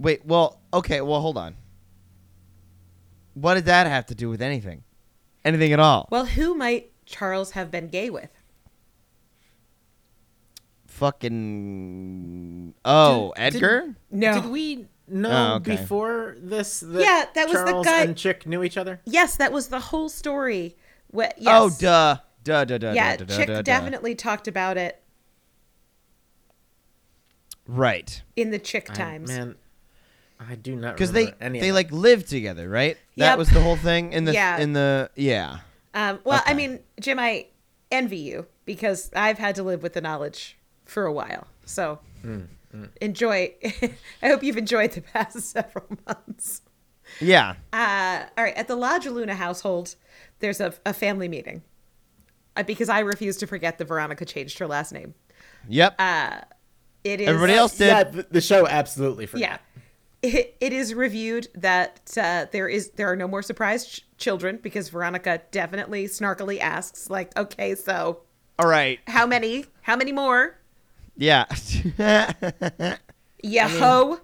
B: Wait, well, okay, well, hold on. What did that have to do with anything? Anything at all?
A: Well, who might Charles have been gay with?
B: Fucking. Oh, Edgar.
A: No.
C: Did we know
B: Oh, okay.
C: before this that
A: Yeah, that was the
C: Charles
A: guy-
C: and Chick knew each other?
A: Yes, that was the whole story. Wh- yes.
B: Oh, duh, duh, duh, duh.
A: Yeah,
B: duh, duh,
A: Chick
B: duh, duh.
A: definitely talked about it
B: Right,
A: in the Chick
C: I-
A: times.
C: man, I do not
B: because they
C: remember any
B: they
C: of
B: like lived together, right? That
A: Yep.
B: was the whole thing in the
A: Yeah.
B: in the yeah.
A: Um, well, I
B: Okay.
A: mean, Jim, I envy you because I've had to live with the knowledge for a while. So
B: Mm,
A: enjoy. [LAUGHS] I hope you've enjoyed the past [LAUGHS] several months.
B: Yeah.
A: Uh, all right. At the Lodge Luna household, there's a, a family meeting uh, because I refuse to forget that Veronica changed her last name.
B: Yep.
A: Uh, It is
B: Everybody else did.
C: yeah, th- the show absolutely forgot.
A: Yeah. It, it is reviewed that uh, there is there are no more surprise ch- children because Veronica definitely snarkily asks like, okay, so
B: All right.
A: how many how many more
B: Yeah. [LAUGHS]
A: yeah ho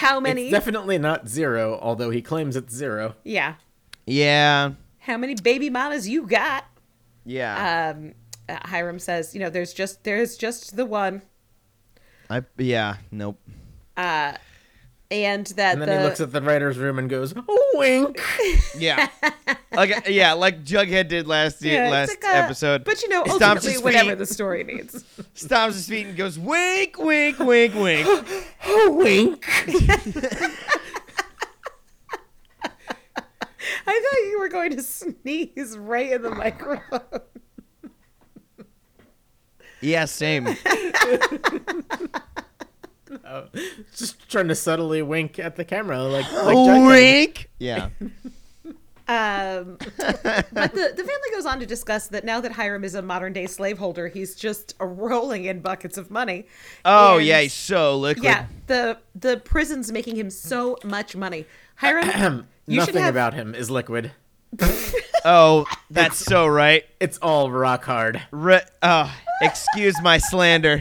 A: how many
C: It's definitely not zero, although he claims it's zero.
A: yeah
B: yeah.
A: how many baby mamas you got
B: Yeah.
A: um uh, hiram says you know there's just there's just the one Uh,
B: I yeah. Nope.
A: and that uh,
C: And then
A: the
C: he looks at the writer's room and goes, "Oh, wink.
A: [LAUGHS]
B: Yeah. okay. Yeah, like Jughead did last year,
A: Yeah, it's
B: last
A: like a-
B: episode.
A: but you know
B: He stomps
A: ultimately
B: his
A: whatever
B: feet,
A: the story needs
B: stomps his feet and goes wink, wink, wink,
A: [LAUGHS]
B: wink.
C: oh, wink.
A: i thought you were going to [LAUGHS] sneeze right in the microphone
B: yeah, same.
C: Just trying to subtly wink at the camera, like, like Jughead.
B: Oh, wink. Yeah.
A: Um, but the, the family goes on to discuss that now that Hiram is a modern day slaveholder, he's just rolling in buckets of money.
B: Oh
A: And-
B: yeah, he's so liquid.
A: yeah. The the prison's making him so much money.
C: [CLEARS THROAT]
A: Hiram, you should
C: Nothing
A: have [LAUGHS]
C: about him is liquid.
B: Oh, that's so right.
C: It's all rock hard.
B: Re- oh, excuse my slander.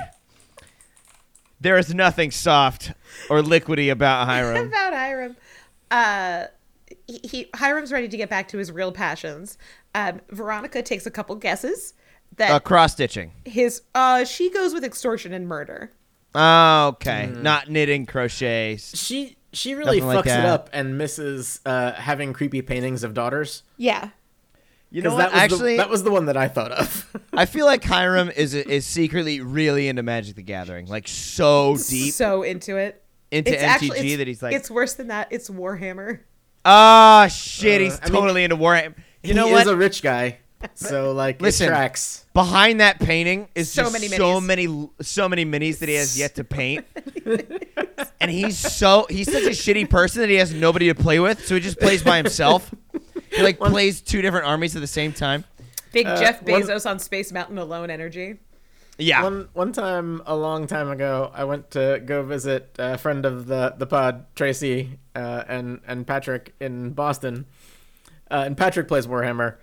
B: There is nothing soft or liquidy
A: [LAUGHS]
B: about Hiram.
A: about Hiram. Uh, he, he Hiram's ready to get back to his real passions. Um, Veronica takes a couple guesses that
B: Uh, cross stitching.
A: his uh she goes with extortion and murder.
B: Oh, okay.
C: Mm.
B: Not knitting, crochet.
C: She she really
B: Nothing like
C: fucks it
B: that.
C: up and misses uh, having creepy paintings of daughters.
A: Yeah.
B: You know
C: Because
B: what?
C: that was
B: Actually,
C: the, that was the one that I thought of.
B: I feel like Hiram is is secretly really into Magic the Gathering, like so deep.
A: so into it.
B: Into
A: It's actually-
B: MTG
A: it's-
B: that he's like-
A: it's worse than that. It's Warhammer.
B: Ah, shit, he's
C: Uh, I mean,
B: totally into Warhammer. You know
C: [LAUGHS] he
B: what?
C: is a rich guy, so like
B: Listen.
C: it tracks.
B: Behind that painting is
A: So
B: just
A: many
B: so
A: minis.
B: many so many minis that he has yet
A: [LAUGHS]
B: to paint. and he's so he's such a shitty person that he has nobody to play with, so he just plays by himself. He like plays two different armies at the same time.
A: Big
B: Uh,
A: Jeff
C: one-
A: Bezos on Space Mountain alone [LAUGHS] energy.
B: Yeah.
C: One one time a long time ago, I went to go visit a friend of the the pod, Tracy, uh, and and Patrick in Boston. Uh, and Patrick plays Warhammer,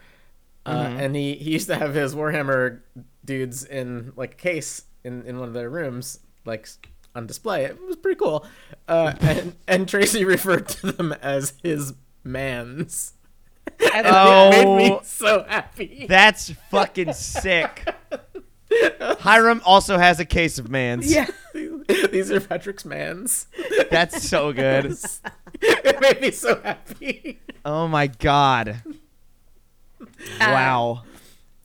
C: uh,
B: Mm-hmm.
C: and he he used to have his Warhammer dudes in like a case in in one of their rooms, like s- on display. It was pretty cool.
B: [LAUGHS]
C: Uh, and and Tracy [LAUGHS] referred to them as his mans.
A: I
B: Oh.
A: love
C: It made me
B: Oh.
C: so happy.
B: That's fucking sick. Hiram also has a case of mans.
A: Yeah.
C: [LAUGHS] These are Patrick's mans.
B: That's so good.
C: [LAUGHS] it made me so happy.
B: Oh my god.
A: Uh,
B: Wow.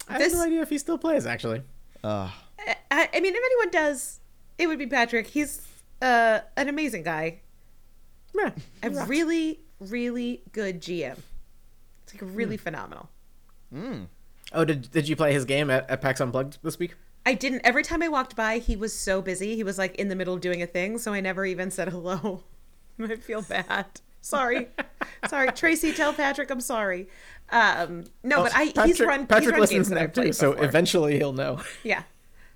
C: I
A: This-
C: have no idea if he still plays, actually.
B: Ugh.
A: I, I I mean, if anyone does, it would be Patrick. He's uh, an amazing guy.
C: Yeah.
A: A really, really good GM. It's like really phenomenal.
C: Oh, did, did you play his game at, at PAX Unplugged this week?
A: I didn't. Every time I walked by, he was so busy. He was like in the middle of doing a thing, so I never even said hello. [LAUGHS]
C: [LAUGHS]
A: I feel bad. Sorry. sorry. Tracy, tell Patrick I'm sorry. Um, no, but I he's run he's
C: Patrick
A: run games
C: listens
A: that
C: now
A: I've
C: too,
A: played
C: so
A: before.
C: eventually he'll [LAUGHS] know.
A: yeah.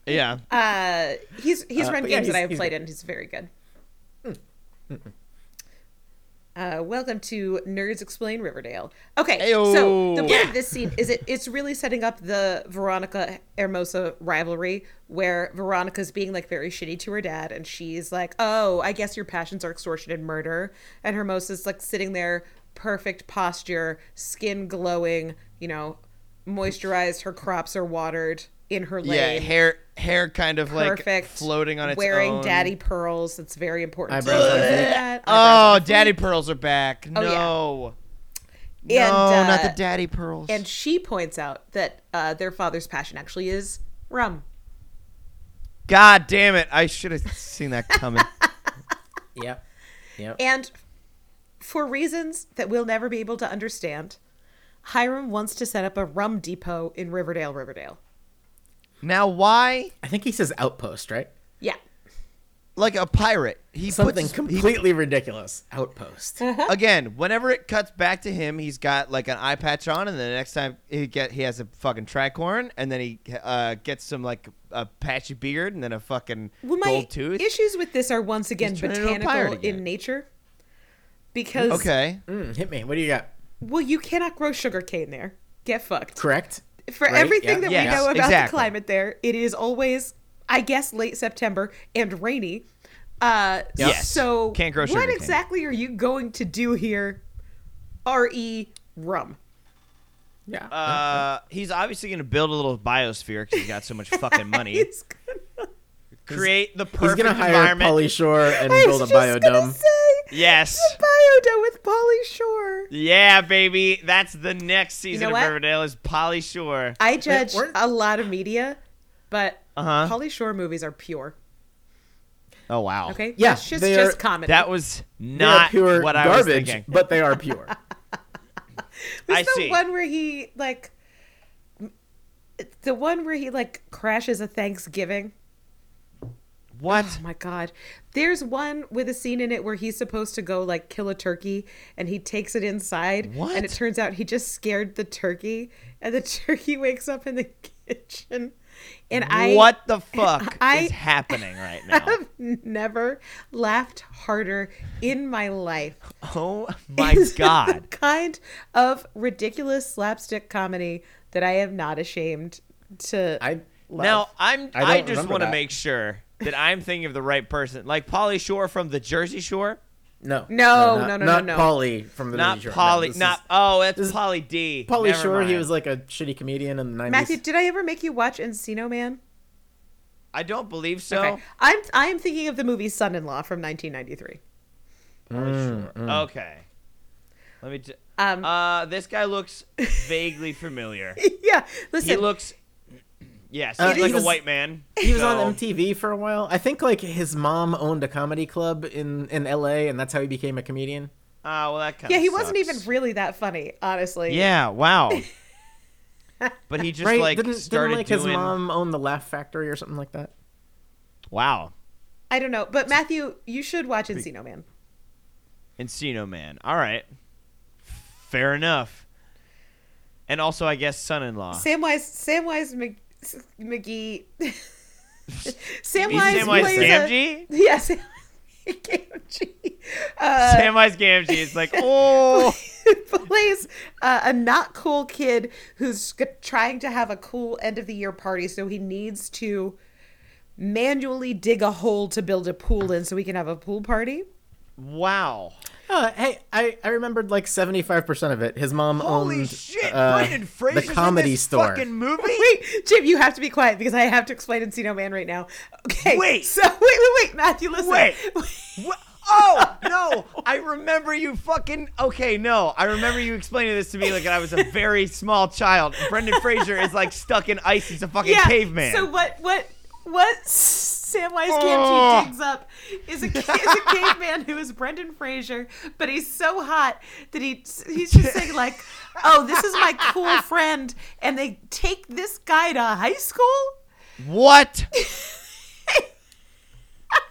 B: Yeah.
A: Uh, he's he's run
C: but yeah,
A: games that
C: he's-
A: I've
C: he's
A: played,
C: good. Hmm.
A: and he's very good. Hmm. Uh, welcome to Nerds Explain Riverdale. Okay, so
B: Ayo.
A: the point of this scene is it it's really setting up the Veronica Hermosa rivalry, where Veronica's being like very shitty to her dad, and she's like, "Oh, I guess your passions are extortion and murder," and Hermosa's like sitting there, perfect posture, skin glowing, you know, moisturized, her crops are watered in her
B: Yeah.
A: lane
B: Hair hair kind of like
A: perfect,
B: floating on its
A: wearing
B: own.
A: daddy pearls. It's very important. to uh,
C: Eyebrows on
A: do
C: fleek.
A: that.
B: Oh,
A: Eyebrows on fleek.
B: daddy pearls are back.
A: yeah.
B: no.
A: Oh, And,
B: Oh, no,
A: uh,
B: not the daddy pearls.
A: And she points out that uh, their father's passion actually is rum.
B: God damn it! I should have seen that
A: [LAUGHS]
B: coming.
C: Yep. Yep.
A: And for reasons that we'll never be able to understand, Hiram wants to set up a rum depot in Riverdale, Riverdale.
B: now, why?
C: I think he says outpost, right?
A: Yeah.
B: Like a pirate, he
A: [LAUGHS]
C: Something
B: puts, he
C: completely ridiculous. Outpost.
B: again, whenever it cuts back to him, he's got like an eye patch on, and the next time he get he has a fucking tricorn, and then he uh, gets some like a patchy beard, and then a fucking
A: Well, my
B: gold tooth.
A: issues with this are once again
B: He's turning into a pirate
A: botanical
B: again.
A: in nature. Because,
B: okay,
C: Mm, hit me. What do you got?
A: well, you cannot grow sugarcane there. Get fucked.
C: Correct.
A: for
C: Right?
A: everything
C: Yeah.
A: that
B: Yes,
A: we know about the
B: exactly.
A: climate there, it is always, I guess, late September and rainy. Uh,
B: Yes.
A: So,
B: Can't grow
A: what
B: sugarcane.
A: exactly are you going to do here? Re rum.
C: Yeah.
B: uh, he's obviously gonna build a little biosphere because he's got so much
A: [LAUGHS]
B: fucking money.
A: It's gonna-
B: Create the
C: He's
B: perfect
C: gonna hire
B: environment.
C: Polly [LAUGHS] Shore and
A: I
C: build a
A: was just gonna
C: biodome.
A: say
B: yes.
A: biodome with Polly Shore.
B: Yeah, baby. That's the next season
A: know
B: of
A: what?
B: Riverdale is Polly Shore.
A: I judge
C: weren't-
A: a lot of media, but
B: Uh-huh.
A: Polly Shore movies are pure.
B: Oh wow.
A: Okay,
C: Yeah,
A: that's just
C: they are-
A: just comedy.
B: That was
C: They are
B: not
C: pure
B: what I was
C: garbage,
B: thinking.
C: but they
B: [LAUGHS]
C: are pure.
B: I
A: There's the
B: see.
A: one where he like the one where he like crashes a Thanksgiving.
B: What?
A: Oh my god. There's one with a scene in it where he's supposed to go like kill a turkey and he takes it inside
B: What?
A: and it turns out he just scared the turkey and the [LAUGHS] turkey wakes up in the kitchen. And [SIGHS] I
B: what the fuck
A: [LAUGHS] I-
B: is happening right now?
A: have never laughed harder in my life.
B: [LAUGHS] Oh
A: [LAUGHS]
B: my
A: is
B: god.
A: the kind of ridiculous slapstick comedy that I am not ashamed to.
C: I love.
B: Now I'm
C: I don't
B: I, just
C: remember
B: want to
C: that.
B: make sure that I'm thinking of the right person. Like Polly Shore from the Jersey Shore,
C: no,
A: No, no,
C: not-
A: no, no,
C: not
A: no.
C: Polly from the
B: not
C: Jersey Shore.
B: Polly,
C: No, this is-
B: not oh, that's
C: is-
B: Polly D.
C: Polly
B: Never
C: Shore. He
B: mind.
C: was like a shitty comedian in the nineties.
A: Matthew, did I ever make you watch Encino Man?
B: I don't believe so.
A: Okay. I'm I'm thinking of the movie Son-in-Law from 1993.
B: Polly Shore.
C: mm.
B: Okay, let me. T-
A: Um,
B: uh, this
A: [LAUGHS]
B: guy looks vaguely familiar.
A: [LAUGHS] yeah,
B: he
A: listen.
B: looks. Yes,
C: Uh,
B: he's
C: he
B: like
C: was-
B: a white man.
C: He was
B: so-
C: on MTV for a while. I think like his mom owned a comedy club in in LA, and that's how he became a comedian.
B: Ah, well, that kind
A: yeah, he wasn't even really that funny, honestly.
B: Yeah, wow. but he just
C: right?
B: like
C: didn't
B: started
C: didn't like
B: doing.
C: his mom own the Laugh Factory or something like that?
B: Wow,
A: I don't know, but Matthew, you should watch Encino Man.
B: Encino Man. All right, fair enough. And also, I guess son-in-law.
A: Samwise Samwise Mc,
B: [LAUGHS]
A: McGee. Samwise,
B: Samwise
A: plays a,
B: Gamgee.
A: [LAUGHS] yeah, Sam, Gamgee. Uh,
B: Samwise Gamgee is like, oh,
A: plays uh, a not cool kid who's g- trying to have a cool end of the year party, so he needs to manually dig a hole to build a pool in so we can have a pool party. [LAUGHS]
B: wow.
C: Oh, hey, I, I remembered like seventy five percent of it. His mom
B: Holy
C: owned
B: shit!
C: uh,
B: Brendan Fraser's
C: the comedy
B: in this
C: store.
B: fucking movie.
A: Wait, Jim, you have to be quiet because I have to explain Encino Man right now. Okay.
B: Wait.
A: So [LAUGHS] wait, wait, wait, Matthew, listen. [LAUGHS]
B: Wait. What? Oh no! I remember you fucking. Okay, no, I remember you explaining this to me like I was a very small child. Brendan Fraser is like stuck in ice. He's a fucking
A: [LAUGHS]
B: caveman.
A: So what? What? What? Samwise
B: Oh.
A: Gamgee digs up is a is a caveman who is Brendan Fraser, but he's so hot that he he's just saying like, "Oh, this is my cool friend," and they take this guy to high school.
B: what?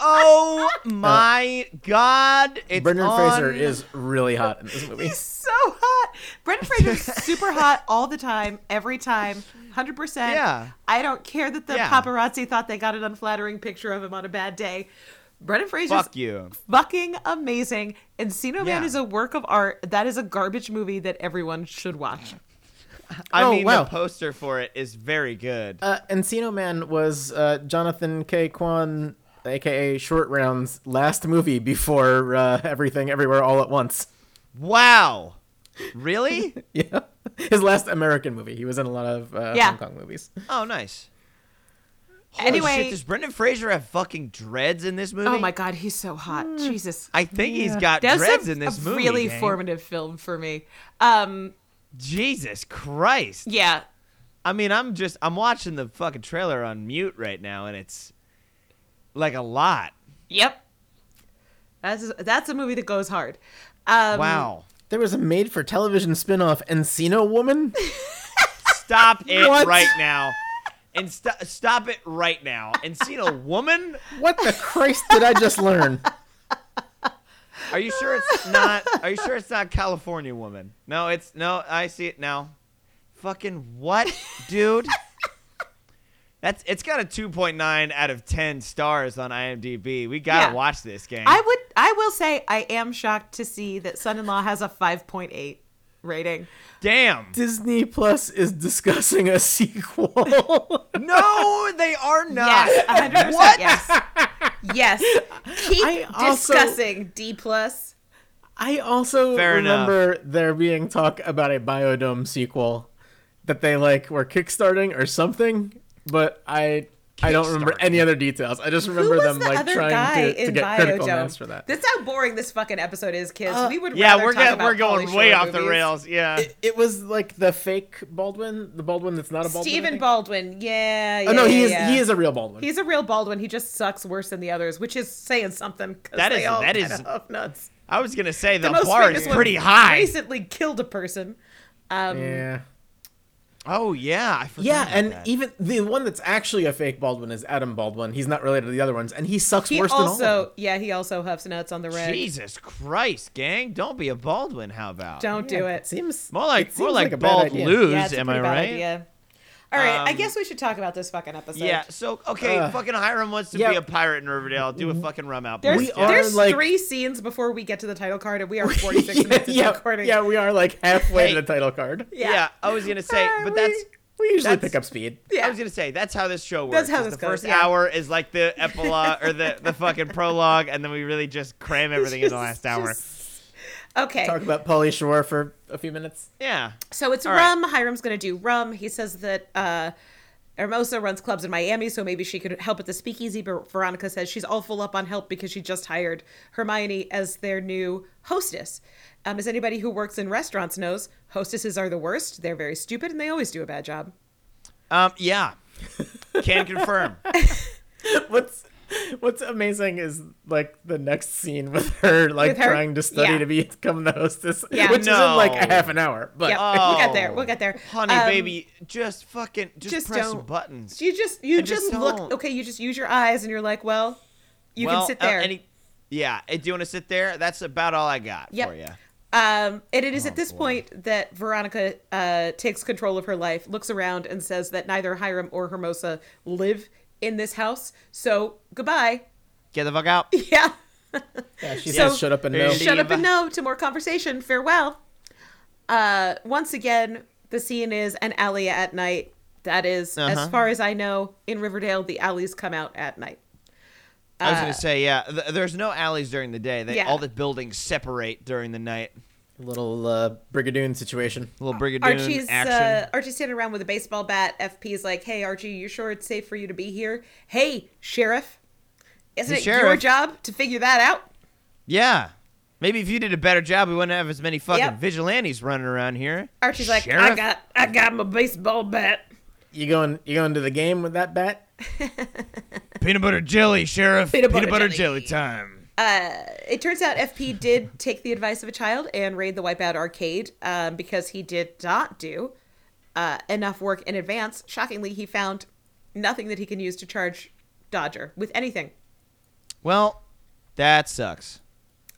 B: Oh my God! It's
C: Brendan
B: on.
C: Fraser is really hot
B: [LAUGHS]
C: in this movie.
A: He's so hot. Brendan Fraser's super hot all the time, every time, hundred percent.
B: Yeah.
A: I don't care that the
B: Yeah.
A: paparazzi thought they got an unflattering picture of him on a bad day. Brendan Fraser's
B: Fuck you.
A: Oh, fucking amazing. Encino Man
B: Yeah.
A: is a work of art. That is a garbage movie that everyone should watch.
B: I
C: Oh,
B: mean,
C: wow.
B: the poster for it is very good.
C: Uh, Encino Man was uh, Jonathan K. Kwan, aka Short Round's, last movie before uh, Everything Everywhere All at Once.
B: wow.
A: [LAUGHS]
B: Really?
C: [LAUGHS] Yeah, his last American movie. He was in a lot of uh,
A: Yeah.
C: Hong Kong movies.
B: oh, nice. Holy
A: Anyway-
B: shit, does Brendan Fraser have fucking dreads in this movie? Mm.
A: Oh my god, he's so hot. Jesus.
B: I think he's got
A: That's
B: dreads
A: a,
B: in this
A: a
B: movie.
A: really
B: gang.
A: formative film for me. Um,
B: Jesus Christ.
A: yeah,
B: I mean, I'm just I'm watching the fucking trailer on mute right now, and it's like a lot.
A: yep. That's that's a movie that goes hard. Um,
B: Wow.
C: There was a made-for-television spin-off, Encino
A: [LAUGHS]
C: Woman.
B: Stop it
C: What?
B: right now. And st- stop it right now. And seen a woman?
C: What the Christ did I
A: [LAUGHS]
C: just learn?
B: Are you sure it's not? Are you sure it's not California woman? No, it's no. I see it now. Fucking what,
A: [LAUGHS]
B: dude? That's it's got a 2.9 out of 10 stars on IMDb. We gotta
A: Yeah.
B: watch this game.
A: I would I will say I am shocked to see that Son-in-Law has a 5.8 rating. [LAUGHS]
B: Damn.
C: Disney Plus is discussing
A: [LAUGHS]
C: a sequel.
B: No, they are not.
A: Yes, 100%.
B: What?
A: Yes.
B: [LAUGHS]
A: Yes. Keep
C: I also-
A: discussing D plus.
C: I also
B: Fair enough.
C: remember there being talk about a Biodome sequel that they like were kickstarting or something, but I I don't remember
B: Kickstarting.
C: any other details. I just
A: Who
C: remember
A: was
C: them
A: the
C: like
A: other
C: trying
A: guy
C: to, to
A: in
C: get critical mass
A: Biodome?
C: for that.
A: That's how boring this fucking episode is, kids.
C: Uh,
A: we would
B: Yeah,
A: rather
B: we're
A: talk
B: go-
A: about
B: we're going
A: Pauly
B: way
A: Shore
B: off the
A: movies.
B: rails. Yeah.
C: It, it was like the fake Baldwin, the Baldwin that's not a Baldwin. I
A: Stephen
C: think.
A: Baldwin. Yeah, yeah.
C: Oh no, he
A: yeah,
C: is
A: yeah.
C: he is a real Baldwin.
A: He's a real Baldwin. He just sucks worse than the others, which is saying something. 'cause
B: That
A: they
B: is-
A: all
B: that is-
A: [LAUGHS] kinda have nuts.
B: I was gonna say the,
A: most
B: bar is
A: famous one
B: pretty high.
A: Recently killed a person. Um,
C: yeah.
B: Oh yeah, I forgot.
C: Yeah,
B: about
C: and
B: that.
C: even the one that's actually a fake Baldwin is Adam Baldwin. He's not related to the other ones, and he sucks
A: He
C: worse
A: also,
C: than all. of them.
A: yeah, he also huffs nuts on the reg.
B: Jesus Christ, gang! Don't be a Baldwin. How about?
A: Don't do
C: Yeah,
A: it.
C: Seems
B: More like
C: it
B: more
C: seems
B: like,
C: a bad
B: bald
A: [LAUGHS]
C: idea.
B: lose.
A: Yeah, it's a
B: am I
A: pretty bad
B: right?
A: idea. All right, I
B: Um,
A: guess we should talk about this fucking episode.
B: Yeah. So okay,
A: Uh,
C: Ugh.
B: fucking Hiram wants to
C: Yeah.
B: be a pirate in Riverdale. Do a fucking rum out.
A: Mm-hmm. There's,
B: please,
C: We
B: yeah.
C: are,
A: there's
C: like-
A: three scenes before we get to the title card, and we
C: [LAUGHS]
A: are 46
C: yeah,
A: minutes into
C: yeah,
A: recording.
C: yeah, we are like halfway
B: Hey.
C: to the title card.
B: Yeah. I was gonna say,
A: Are
B: but that's.
C: We usually
B: that's-
C: pick up speed.
A: Yeah.
B: I was gonna say that's how this show works.
A: That's how
B: is
A: this
B: the
A: goes,
B: first
A: yeah.
B: hour is
A: [LAUGHS]
B: like the epilogue or the, the fucking prologue, and then we really just cram everything in the last hour.
A: Okay.
C: Talk about Polly Shore for a few minutes. [LAUGHS]
B: Yeah.
A: So it's
B: All right.
A: rum. Hiram's going to do rum. He says that uh, Hermosa runs clubs in Miami, so maybe she could help at the speakeasy. But Veronica says she's all full up on help because she just hired Hermione as their new hostess. Um, as anybody who works in restaurants knows, hostesses are the worst. They're very stupid and they always do a bad job.
B: Um. Yeah.
A: [LAUGHS]
B: Can confirm.
C: What's What's amazing is like the next scene with her like
A: With her?
C: trying to study
A: Yeah.
C: to become the hostess,
A: Yeah.
C: which is in like
B: No.
C: a half an hour. But
A: Yeah, we'll get there. We'll get there.
B: oh, Honey,
A: Um,
B: baby, just fucking just,
A: just
B: press
A: don't-
B: buttons.
A: You just you
B: And just
A: just, look
B: don't.
A: okay. You just use your eyes, and you're like, well, you
B: Well,
A: can sit
B: uh,
A: there.
B: any- yeah. eh, Do you want to sit there? That's about all I got
A: Yep.
B: for you.
A: Um, and it is at this
B: Oh, boy.
A: point that Veronica uh, takes control of her life, looks around, and says that neither Hiram or Hermosa live in this house. So goodbye. [LAUGHS]
B: Get the fuck out.
A: Yeah.
C: yeah, she
A: So-
C: says shut up and
B: There
C: no.
B: she-
A: Shut up and no to more conversation. Farewell. Uh, once again, the scene is an alley at night. That is, as
B: Uh-huh.
A: far as I know, in Riverdale, the alleys come out at night.
B: I was gonna say yeah. Th- there's no alleys during the day. They
A: Uh, Yeah.
B: all the buildings separate during the night.
C: Little uh, Brigadoon situation.
B: little brigadoon
A: Archie's
B: action.
A: uh, Archie's standing around with a baseball bat. FP's like, "Hey, Archie, you sure it's safe for you to be here? Hey, sheriff, isn't
B: Hey,
A: it your
B: sheriff."
A: job to figure that out?"
B: yeah. Maybe if you did a better job, we wouldn't have as many fucking
A: Yep.
B: vigilantes running around here.
A: Archie's like, "I
B: Sheriff?
A: got, I got my baseball bat."
C: You going you going to the game with that bat?
B: peanut butter jelly, sheriff.
A: Peanut butter jelly.
B: jelly. time.
A: It turns out FP did take the advice of a child and raid the Wipeout arcade um, because he did not do uh, enough work in advance. Shockingly, he found nothing that he can use to charge Dodger with anything.
B: Well, that sucks.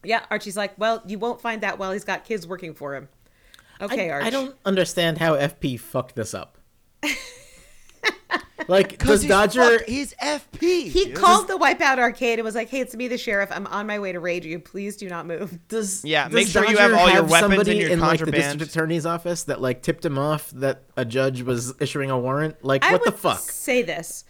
A: Yeah, Archie's like, well, you won't find that while he's got kids working for him. Okay,
C: I,
A: Archie.
C: I don't understand how FP fucked this
A: [LAUGHS]
C: up. like, does
B: he's
C: Dodger?
B: fucked- he's FP.
A: He
B: dude.
A: called the Wipeout Arcade and was like, hey, it's me, the sheriff. I'm on my way to raid you. Please do not move.
C: Does
B: Yeah,
C: does
B: make sure you
C: Dodger
B: have all your weapons and
C: somebody
B: your
C: in, Like, the
B: contraband.
C: district attorney's office that like tipped him off that a judge was issuing a warrant. Like,
A: I
C: what the
A: would
C: fuck?
A: Say
C: [LAUGHS]
A: this.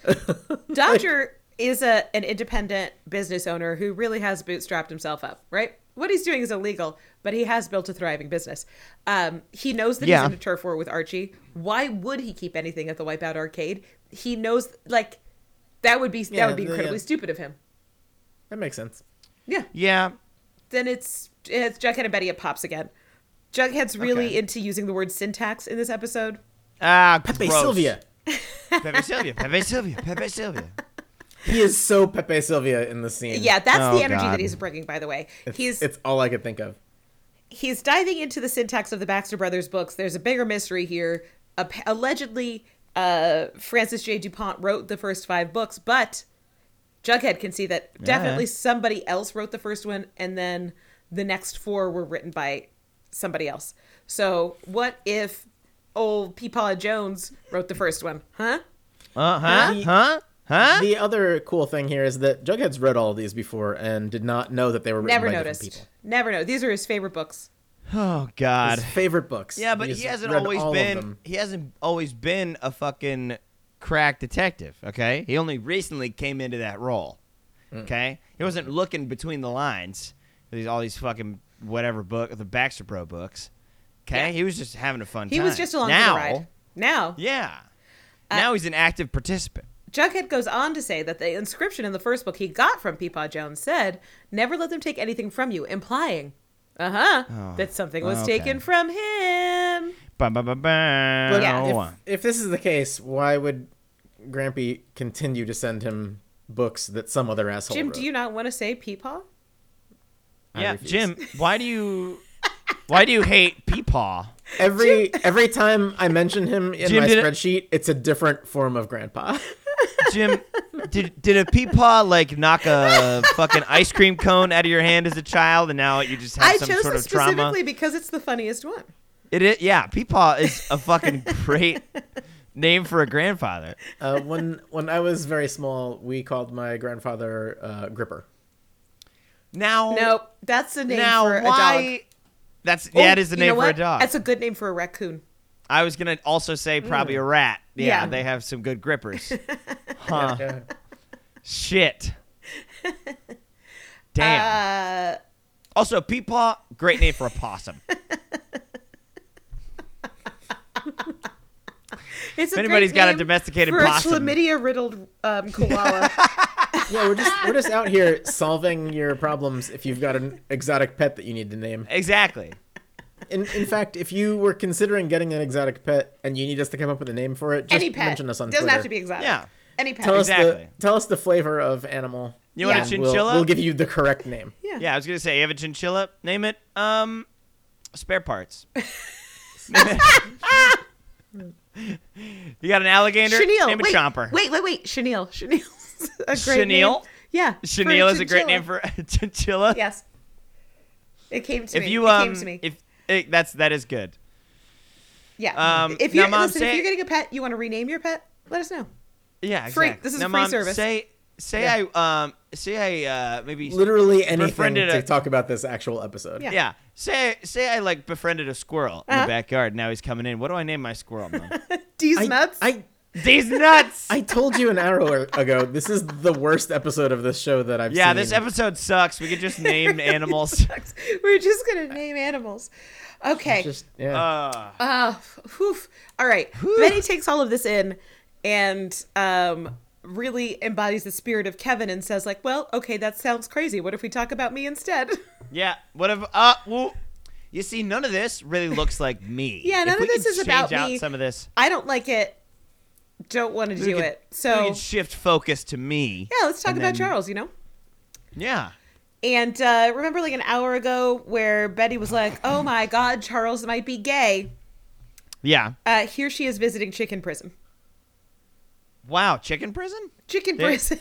A: Dodger is a an independent business owner who really has bootstrapped himself up, right? What he's doing is illegal, but he has built a thriving business. Um, he knows that
B: Yeah.
A: he's in a turf war with Archie. Why would he keep anything at the Wipeout Arcade? He knows, like, that would be that
C: Yeah,
A: would be
C: the- uh,
A: incredibly
C: yeah.
A: stupid of him.
C: That makes sense.
A: Yeah.
B: Yeah.
A: Then it's it's Jughead and Betty. It pops again. Jughead's really
B: Okay.
A: into using the word syntax in this episode.
B: Ah,
C: Pepe
B: gross.
C: Sylvia.
B: Pepe Sylvia. Pepe Sylvia. Pepe
C: [LAUGHS]
B: Sylvia.
C: He is so Pepe Sylvia in this scene.
A: Yeah, that's
B: Oh,
A: the energy
B: God.
A: that he's bringing. By the way,
C: it's,
A: he's
C: it's all I could think of.
A: he's diving into the syntax of the Baxter Brothers books. There's a bigger mystery here. Ap- allegedly, uh, Francis J. DuPont wrote the first five books, but Jughead can see that definitely somebody else wrote the first one, and then the next four were written by somebody else. So, what if old Peepaw Jones wrote the first one? Huh?
B: Uh huh.
C: The-
B: Huh? Huh?
C: The other cool thing here is that Jughead's read all of these before and did not know that they were written
A: Never
C: by different
A: noticed.
C: people.
A: Never know. These are his favorite books.
B: Oh God.
C: His favorite books.
B: Yeah, but
C: He's
B: he hasn't
C: read
B: always
C: all of
B: been.
C: them.
B: He hasn't always been a fucking crack detective. Okay, he only recently came into that role. Okay, he wasn't looking between the lines. These all these fucking whatever book, the Baxter Pro books. Okay, he was just having a fun
A: He
B: time.
A: was just along
B: now,
A: for the ride. Now,
B: Yeah, now he's an active participant.
A: Jughead goes on to say that the inscription in the first book he got from Peepaw Jones said, Never let them take anything from you, implying, uh huh, that something was
B: Oh. okay.
A: taken from him.
B: Ba ba ba ba.
C: But
A: Yeah.
B: Oh, uh,
C: if, if this is the case, why would Grampy continue to send him books that some other asshole
A: Jim,
C: wrote?
A: do you not want to say Peepaw?
C: I
B: yeah,
C: refuse.
B: Jim. Why do you? Why do you hate Peepaw?
C: Every [LAUGHS] every time I mention him in
B: Jim
C: my
B: did it-
C: spreadsheet, it's a different form of grandpa.
B: Jim, did did a peepaw like knock a fucking ice cream cone out of your hand as a child, and now you just have
A: I
B: some
A: chose
B: sort
A: this
B: of trauma?
A: specifically because it's the funniest one.
B: It is, yeah, peepaw is a fucking great name for a grandfather.
C: Uh, when when I was very small, we called my grandfather uh, Gripper.
B: Now,
A: Nope, that's a name
B: now
A: for
B: why?
A: a dog. Oh,
B: That's yeah, it is the
A: You know
B: name for a
A: what?
B: dog.
A: That's a good name for a raccoon.
B: I was gonna also say probably a rat. Yeah,
A: Mm. Yeah.
B: they have some
A: [LAUGHS]
B: good grippers. huh?
C: Yeah.
B: Shit. Damn.
A: Uh,
B: also, peepaw, great name for a possum.
A: [LAUGHS] it's
B: If anybody's got a domesticated
A: domesticated for
B: possum.
A: a chlamydia riddled
B: [LAUGHS]
A: um, koala.
C: yeah, we're just we're just out here solving your problems if you've got an exotic pet that you need to name.
B: exactly.
C: In in fact, if you were considering getting an exotic pet and you need us to come up with a name for it, just
A: Any pet
C: mention us on
A: doesn't
C: Twitter.
A: have to be exotic.
B: Yeah.
A: any pet.
C: Tell us
B: Exactly.
C: the tell us the flavor of animal.
B: You want
A: Yeah.
B: a
C: and we'll-
B: chinchilla?
C: We'll, give you the correct name.
B: Yeah, I was gonna say you have a chinchilla. Name it um,
A: [LAUGHS]
B: spare parts. [LAUGHS] you got an alligator.
A: Chenille.
B: Name it
A: wait,
B: Chomper.
A: Wait, wait, wait. Chenille. [LAUGHS] Chenille's a great
B: Chenille?
A: name. Yeah. for
B: chenille is a
A: chinchilla.
B: great name for [LAUGHS] a chinchilla.
A: Yes. It came to
B: If
A: me.
B: you
A: it
B: um,
A: came to me.
B: if it, that's that is good.
A: yeah.
B: um,
A: if
B: now,
A: you're
B: Mom,
A: listen,
B: say-
A: if you're getting a pet, you want to rename your pet, let us know.
B: Yeah, exactly.
A: Free. This is
B: now,
A: a free
B: Mom,
A: service.
B: Say say I um say I uh maybe
C: Literally anything
B: Befriended
C: to
B: a-
C: talk about this actual episode.
A: Yeah.
B: yeah say say I like befriended a squirrel
A: Uh-huh.
B: in the backyard. Now he's coming in. What do I name my squirrel?
A: [LAUGHS]
B: Mom?
A: D's
C: I,
A: nuts.
C: I
B: These nuts.
C: I told you an hour ago. This is the worst episode of this show that I've
B: yeah,
C: seen.
B: this episode sucks. We could
A: [LAUGHS]
B: just name animals.
A: We're just gonna name animals. Okay.
C: Just yeah.
B: Uh,
A: Uh, whew. All right. Betty takes all of this in and um, really embodies the spirit of Kevin and says, like, well, okay, that sounds crazy. What if we talk about me instead? [LAUGHS]
B: Yeah. What if? Uh. Well, you see, none of this really looks like me.
A: Yeah, none
B: If
A: of
B: we
A: this
B: could
A: is about
B: change out
A: me.
B: Some of this.
A: I don't like it. Don't want to do
B: could-
A: it.
B: We
A: So
B: could shift focus to me.
A: yeah, let's talk
B: and
A: about
B: then-
A: Charles. You know.
B: Yeah.
A: And uh, remember, like an hour ago, where Betty was like, "Oh my God, Charles might be gay."
B: Yeah.
A: Uh, here she is visiting Chicken Prison.
B: Wow. Chicken prison.
A: Chicken
B: There-
A: Prison.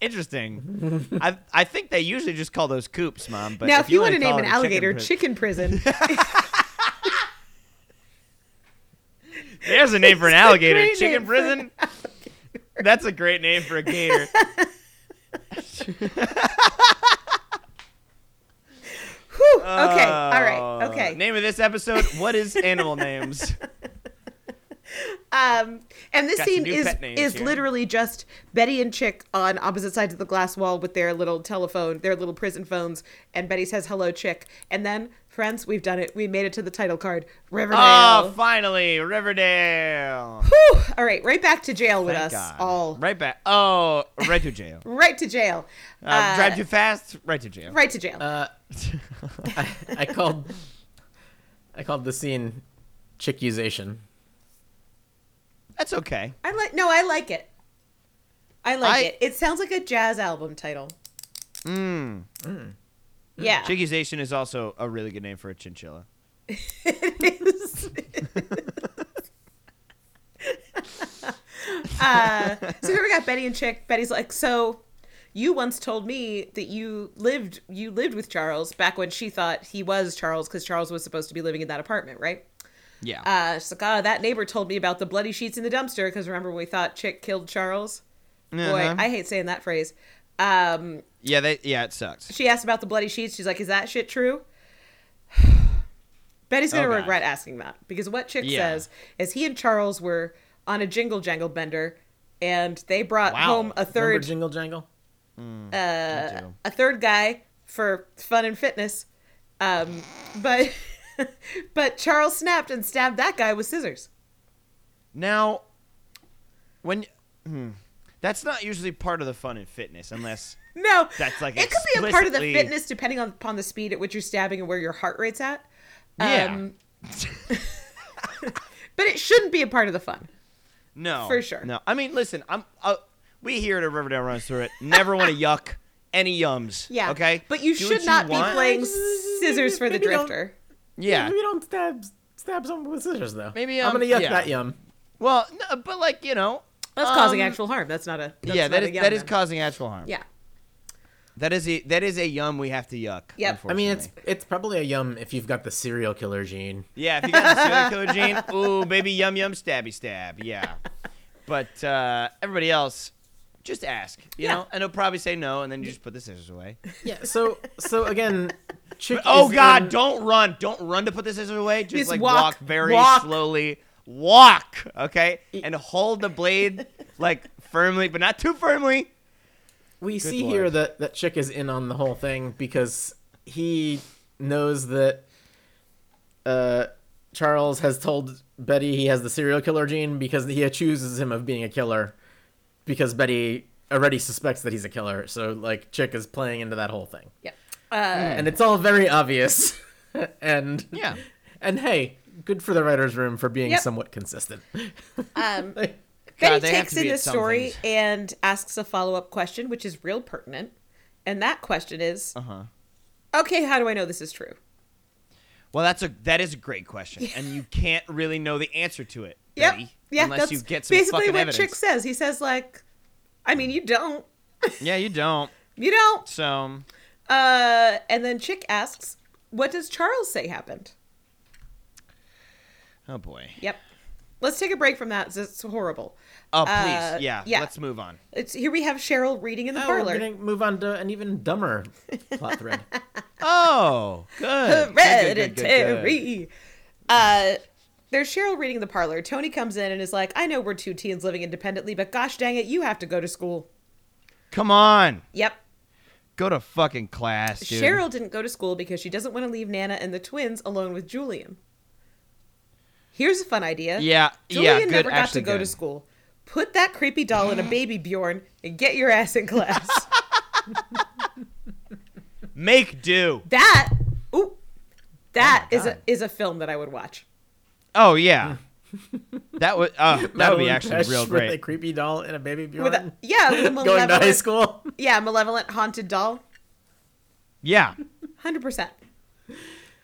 B: interesting. I I think they usually just call those coops, mom. But
A: now, if you want
B: wanna
A: to name
B: call
A: an
B: it a chicken
A: alligator
B: coop-
A: chicken prison,
B: [LAUGHS] there's a name for
A: [LAUGHS]
B: an
A: It's a
B: alligator.
A: great
B: Chicken
A: name for an
B: prison. That's a great name for a gator.
A: whew, [LAUGHS] okay, all right,
B: Oh.
A: okay.
B: Name of this episode: What is
A: [LAUGHS]
B: animal names?
A: Um, and this
B: Got some
A: scene
B: new
A: is
B: pet names
A: is
B: here.
A: literally just Betty and Chick on opposite sides of the glass wall with their little telephone, their little prison phones, and Betty says hello, Chick, and then friends, we've done it, we made it to the title card, Riverdale.
B: Oh, finally, Riverdale.
A: Whew. all right, right back to jail with us
B: Thank God.
A: all. Right
B: Right back. Oh, right
A: [LAUGHS]
B: to jail.
A: to jail.
B: Um,
A: Uh,
B: drive too fast. Right to jail.
A: Right to jail.
C: Uh, I, I called. I called the scene "chickusation."
B: That's okay.
A: I like. No, I like it. I like
B: I-
A: it. It sounds like a jazz album title.
B: Mm.
A: Yeah.
B: Chickisation is also a really good name for a chinchilla.
A: It is. uh, so here we got Betty and Chick. Betty's like, so you once told me that you lived you lived with Charles back when she thought he was Charles because Charles was supposed to be living in that apartment, right?
B: Yeah.
A: Uh, she's like, oh, that neighbor told me about the bloody sheets in the dumpster because remember we thought Chick killed Charles. Boy,
B: Uh-huh.
A: I hate saying that phrase. Um,
B: yeah. They, yeah. It sucks.
A: she asked about the bloody sheets. She's like, "Is that shit true?" [SIGHS] Betty's gonna
B: Oh, God.
A: regret asking that because what Chick
B: Yeah.
A: says is he and Charles were on a jingle jangle bender, and they brought
B: Wow.
A: home a
C: Remember
A: third
C: Jingle Jangle?
B: Me
A: uh,
B: too.
A: a third guy for fun and fitness, um, but [LAUGHS] but Charles snapped and stabbed that guy with scissors.
B: Now, when hmm, that's not usually part of the fun and
A: [LAUGHS]
B: fitness, unless
A: No,
B: That's, like,
A: it could be a part of the
B: explicitly-
A: fitness depending on upon the speed at which you're stabbing and where your heart rate's at.
B: yeah.
A: Um, but it shouldn't be a part of the fun.
B: no.
A: for sure.
B: No. I mean, listen. I'm. Uh, we here at a Riverdale runs through it. Never want to yuck any yums.
A: Yeah.
B: Okay.
A: But you
B: Do what
A: should not be
B: want. [LAUGHS]
A: playing scissors for the
C: Maybe don't-
A: drifter.
B: Yeah.
C: Maybe don't stab stab someone with scissors though.
B: Maybe,
C: I'm
B: um,
C: gonna yuck
B: yeah.
C: that yum.
B: Well, no, but like you know.
A: That's causing
B: um,
A: actual harm. That's not a that's
B: yeah,
A: not
B: that
A: a
B: is
A: yum
B: that is
A: then.
B: causing actual harm.
A: yeah.
B: That is a that is a yum we have to yuck.
A: Yep.
B: unfortunately.
C: I mean, it's it's probably a yum if you've got the serial killer gene.
B: yeah. If you got [LAUGHS] the serial killer gene, ooh, baby, yum yum, stabby stab. Yeah. But uh, everybody else, just ask. You
A: Yeah.
B: know, and they'll probably say no, and then you just put the scissors away. [LAUGHS]
C: Yeah. So so again, chick.
B: oh
C: is
B: God!
C: in-
B: Don't run! Don't run to put the scissors away. Just,
A: Just
B: like
A: walk,
B: walk, very
A: walk.
B: slowly. Walk, okay, and hold the blade like firmly, but not too firmly.
C: we see
B: lord.
C: here that that chick is in on the whole thing because he knows that uh Charles has told Betty he has the serial killer gene because he accuses him of being a killer because Betty already suspects that he's a killer. So like chick is playing into that whole thing.
A: Yep.
C: And it's all very obvious. [LAUGHS] and
B: Yeah.
C: And hey, good for the writers room for being
A: Yep.
C: somewhat consistent.
A: Um
C: Like,
A: Betty
B: they have
A: takes
B: to be
A: in
B: at
A: this
B: some
A: story
B: things.
A: and asks a follow-up question which is real pertinent. And that question is,
B: Uh huh.
A: okay, how do I know this is true?
B: Well, that's a that is a great question,
A: [LAUGHS]
B: and you can't really know the answer to it.
A: Yep.
B: Betty,
A: yeah,
B: unless
A: that's
B: you get some
A: basically
B: fucking
A: what
B: evidence.
A: Chick says. He says like, I mean, you don't.
B: Yeah, you don't.
A: You don't.
B: So
A: Uh and then Chick asks, what does Charles say happened?
B: Oh boy.
A: Yep. Let's take a break from that. 'cause It's horrible.
B: Oh please,
A: Uh,
B: yeah,
A: yeah.
B: Let's move on.
A: It's here we have Cheryl reading in the
C: oh,
A: parlor.
C: we're gonna move on to an even dumber plot
A: [LAUGHS]
C: thread.
B: Oh, good. Good, good, good, good, good.
A: Hereditary. Uh, there's Cheryl reading in the parlor. Tony comes in and is like, "I know we're two teens living independently, but gosh dang it, you have to go to school."
B: Come on,
A: Yep.
B: go to fucking class, dude.
A: Cheryl didn't go to school because she doesn't want to leave Nana and the twins alone with Julian. Here's a fun idea.
B: Yeah,
A: Julian
B: yeah, good.
A: never got
B: actually
A: to go
B: good.
A: to school. Put that creepy doll
B: [GASPS]
A: in a baby Bjorn and get your ass in class.
B: Make do.
A: that ooh, that
B: Oh my
A: is a
B: God.
A: is a film that I would watch. [LAUGHS]
B: Oh yeah, that would uh, that would be
C: Madeline
B: actually
C: Pesh
B: real
C: with a
B: great.
C: creepy doll and a baby Bjorn
A: With a, yeah, with a
C: [LAUGHS] going
A: malevolent,
C: to high school.
A: yeah, malevolent haunted doll.
B: Yeah,
A: Hundred percent.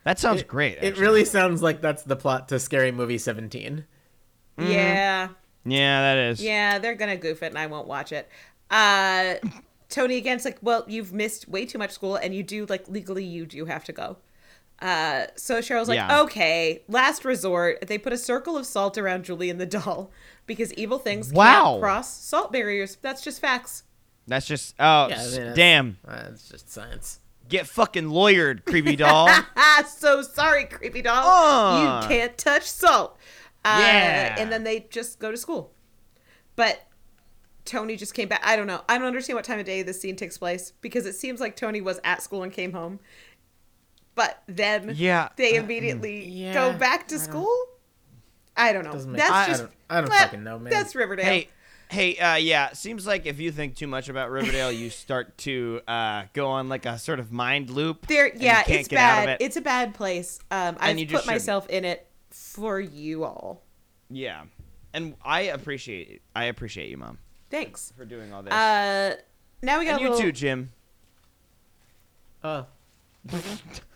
B: that sounds great.
C: It
B: actually.
C: really sounds like that's the plot to Scary Movie 17.
A: Yeah,
C: Mm-hmm.
B: yeah, that is.
A: yeah, they're gonna goof it, and I won't watch it. Uh, Tony again's like, well, you've missed way too much school, and you do like legally, you do have to go. Uh, so Cheryl's like,
B: Yeah.
A: okay, last resort. They put a circle of salt around Julie and the doll because evil things
B: Wow.
A: can't cross salt barriers. That's just facts.
B: That's just oh
C: Yeah, I mean,
B: s-
C: that's-
B: damn.
C: uh, it's just science.
B: Get fucking lawyered,
A: [LAUGHS]
B: creepy doll.
A: Ah, so sorry, creepy doll.
B: Oh.
A: You can't touch salt. Uh,
B: Yeah.
A: And then they just go to school. But Tony just came back. I don't know. I don't understand what time of day this scene takes place because it seems like Tony was at school and came home. But then
B: Yeah.
A: they immediately
C: Mm, yeah,
A: go back to school. I don't know.
C: Doesn't make-
A: that's
C: I- I
A: just
C: don't- I don't
A: that-
C: fucking know, man.
A: That's Riverdale.
B: hey, hey, uh, yeah. Seems like if you think too much about Riverdale, you start to uh, go on like a sort of mind loop.
A: there.
B: and you
A: Yeah,
B: can't
A: it's
B: get
A: bad.
B: Out of it.
A: It's a bad place. Um, I've
B: you
A: put
B: just shouldn't.
A: myself in it for you all.
B: yeah, and I appreciate I appreciate you, mom,
A: Thanks.
B: for doing all this.
A: Uh, now we got
B: and
A: a
B: you
A: little,
B: too, Jim,
C: Uh,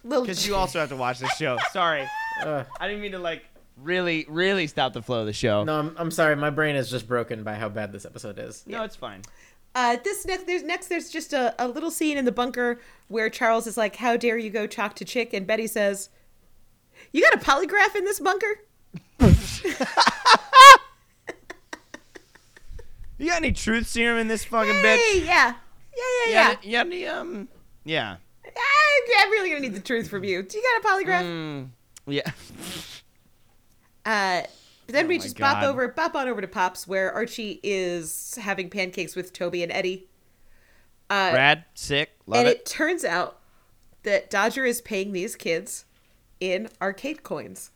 A: little
B: because you also have to watch this show. [LAUGHS] Sorry,
C: uh,
B: I didn't mean to like really, really stop the flow of the show.
C: no, I'm, I'm sorry. My brain is just broken by how bad this episode is.
B: no, it's fine.
A: Uh, this next, there's next, there's just a, a little scene in the bunker where Charles is like, "How dare you go chalk to chick?" and Betty says, "You got a polygraph in this bunker?"
B: You got any truth serum in this fucking
A: Hey,
B: bitch?
A: yeah, yeah, yeah, yeah.
B: You got any um? Yeah.
A: I, am really gonna need the truth from you. Do you got a polygraph?
B: Mm, yeah.
A: Uh, but then we
B: Oh my
A: just bop
B: God.
A: over, bop on over to Pops, where Archie is having pancakes with Toby and Eddie. Uh,
B: Brad, sick, love
A: and
B: it.
A: it turns out that Dodger is paying these kids in arcade coins.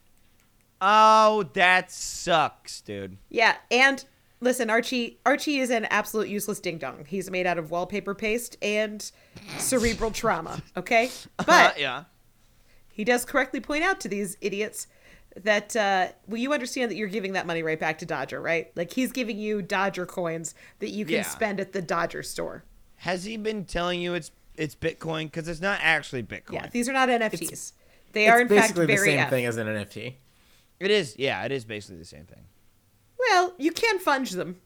B: Oh, that sucks, dude.
A: Yeah, and listen, Archie Archie is an absolute useless ding dong. He's made out of wallpaper paste and cerebral trauma,
C: [LAUGHS]
A: okay? But
B: yeah.
A: he does correctly point out to these idiots that uh well you understand that you're giving that money right back to Dodger, right? Like he's giving you Dodger coins that you can
B: Yeah.
A: spend at the Dodger store.
B: Has he been telling you it's it's Bitcoin? Because it's not actually Bitcoin.
A: Yeah, these are not NFTs. they
C: It's
A: are in fact
C: basically
A: very
C: the same
A: F.
C: thing as an NFT.
B: it is. Yeah, it is basically the same thing.
A: Well, you can fudge them.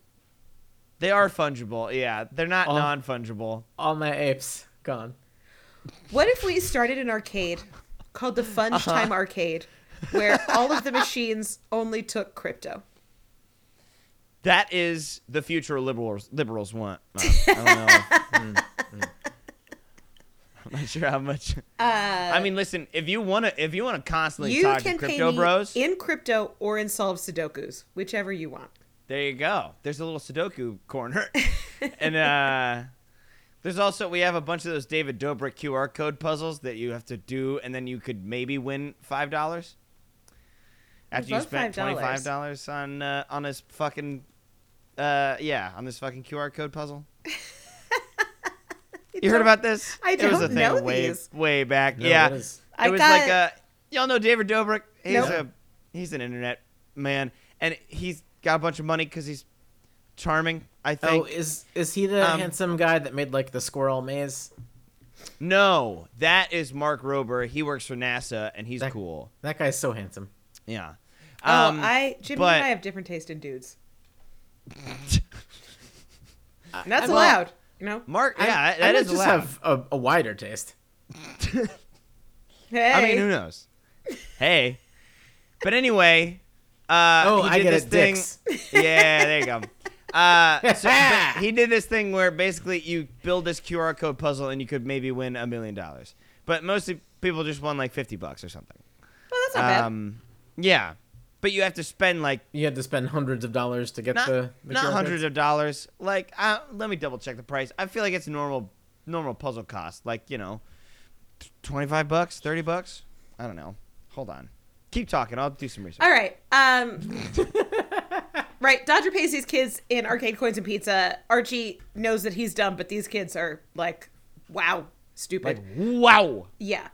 B: They are fungible. Yeah, they're not
C: Oh.
B: non fungible.
C: All my apes gone.
A: What if we started an arcade called the Fun
B: Uh-huh.
A: Time Arcade, where all of the machines only took crypto?
B: That is the future liberals liberals want. Uh, I don't know.
A: [LAUGHS]
B: Hmm, I'm not sure how
A: Uh,
B: much. I mean, listen. If you wanna, if you wanna constantly
A: You
B: talk to
A: can pay
B: crypto
A: me
B: bros,
A: in crypto or in solve Sudokus, whichever you want.
B: There you go. There's a little Sudoku corner. and uh, there's also, we have a bunch of those David Dobrik QR code puzzles that you have to do, and then you could maybe win $5 after you
A: Above
B: spent
A: $5.
B: $25 on, uh, on this fucking, uh, yeah, on this fucking QR code puzzle. you heard
A: don't-
B: about this?
A: I
B: It was a
A: don't
B: thing
A: know
B: way,
A: these.
B: way back.
C: No,
B: yeah.
C: what is-
A: I
B: it was
A: got-
B: like a, y'all know David Dobrik. He's
A: Nope.
B: a he's an internet man, and he's got a bunch of money because he's charming. I
C: Oh,
B: think.
C: is is he the
B: Um,
C: handsome guy that made like the squirrel maze?
B: No, that is Mark Rober. He works for NASA, and he's
C: That-
B: cool.
C: That guy's so handsome.
B: Yeah.
A: Oh,
B: Um,
A: I Jimmy
B: but-
A: and I have different taste in
B: [LAUGHS]
A: dudes. And that's allowed, you know.
B: Mark, yeah,
C: I,
B: that
C: I
B: is
C: just
B: allowed.
C: have a, a wider taste.
A: Hey,
B: [LAUGHS] I mean, who knows? Hey. But anyway, uh,
C: Oh,
B: he
C: I
B: did
C: get
B: this
C: it,
B: thing.
C: dicks.
B: Yeah, there you go. Uh, so, but he did this thing where basically you build this QR code puzzle and you could maybe win a million dollars. But mostly people just won like 50 bucks or something.
A: well, that's not
B: Um, yeah. But you have to spend like
C: You had to spend hundreds of dollars to get
B: not,
C: the, the
B: not
C: QR
B: hundreds
C: codes.
B: of dollars. Like, uh, let me double check the price. I feel like it's normal normal puzzle cost. Like, you know, t- twenty five bucks, thirty bucks. I don't know. Hold on. Keep talking. I'll do some research.
A: bad. All right.
C: [LAUGHS]
A: Um, right. Dodger pays these kids in arcade coins and pizza. Archie knows that he's dumb, but these kids are like, wow, stupid.
B: Wow.
A: Yeah.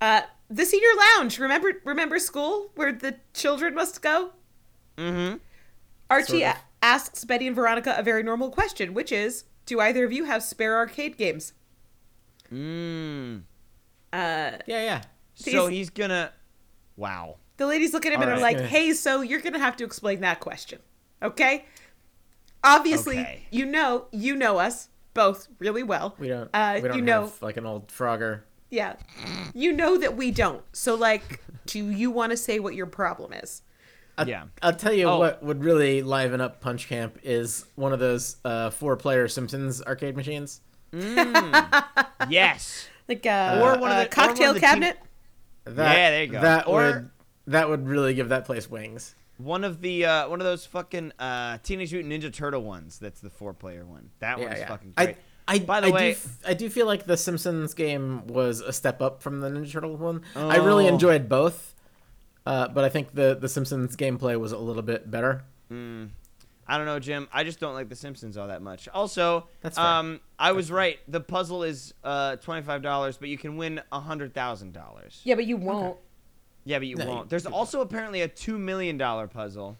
A: Uh, the senior lounge. Remember, remember school where the children must go. Mm-hmm. Archie
C: Sort of.
A: a- asks Betty and Veronica a very normal question, which is, "Do either of you have spare arcade games?"
B: Mm.
C: Yeah, yeah.
B: So
A: These-
B: he's gonna. Wow.
A: The ladies look at him
B: All
A: and are
B: right.
A: like, "Hey, so you're gonna have to explain that question, okay?" Obviously,
B: Okay.
A: you know, you know us. both really well.
C: We don't.
A: Uh,
C: we don't
A: you
C: have
A: know,
C: like an old Frogger.
A: yeah, you know that we don't. So like, do you want to say what your problem is?
C: I-
D: Yeah.
C: I'll tell you
D: Oh.
C: what would really liven up Punch Camp is one of those uh, four-player Simpsons arcade machines.
D: yes.
A: Like uh,
D: Or one of
A: a
D: the- or
A: cocktail
D: one of the team-
A: cabinet.
C: That,
D: Yeah, there you go.
C: That
D: Or-
C: would that would really give that place wings.
D: One of the uh, one of those fucking uh, Teenage Mutant Ninja Turtle ones. That's the four player one. That
C: Yeah,
D: one's
C: yeah.
D: Oh, fucking
C: I-
D: great.
C: I,
D: By the
C: I
D: way-
C: do, f- I do feel like the Simpsons game was a step up from the Ninja Turtle one. I really
D: Oh.
C: enjoyed both, uh, but I think the the Simpsons gameplay was a little bit better.
D: I don't know, Jim. I just don't like The Simpsons all that much. Also,
C: That's fair.
D: um, I was right. The puzzle is uh, twenty five dollars, but you can win hundred thousand dollars.
A: Yeah, but you won't.
D: Yeah, but you
C: No, you-
D: won't. There's
C: you
D: also apparently a two million dollar puzzle.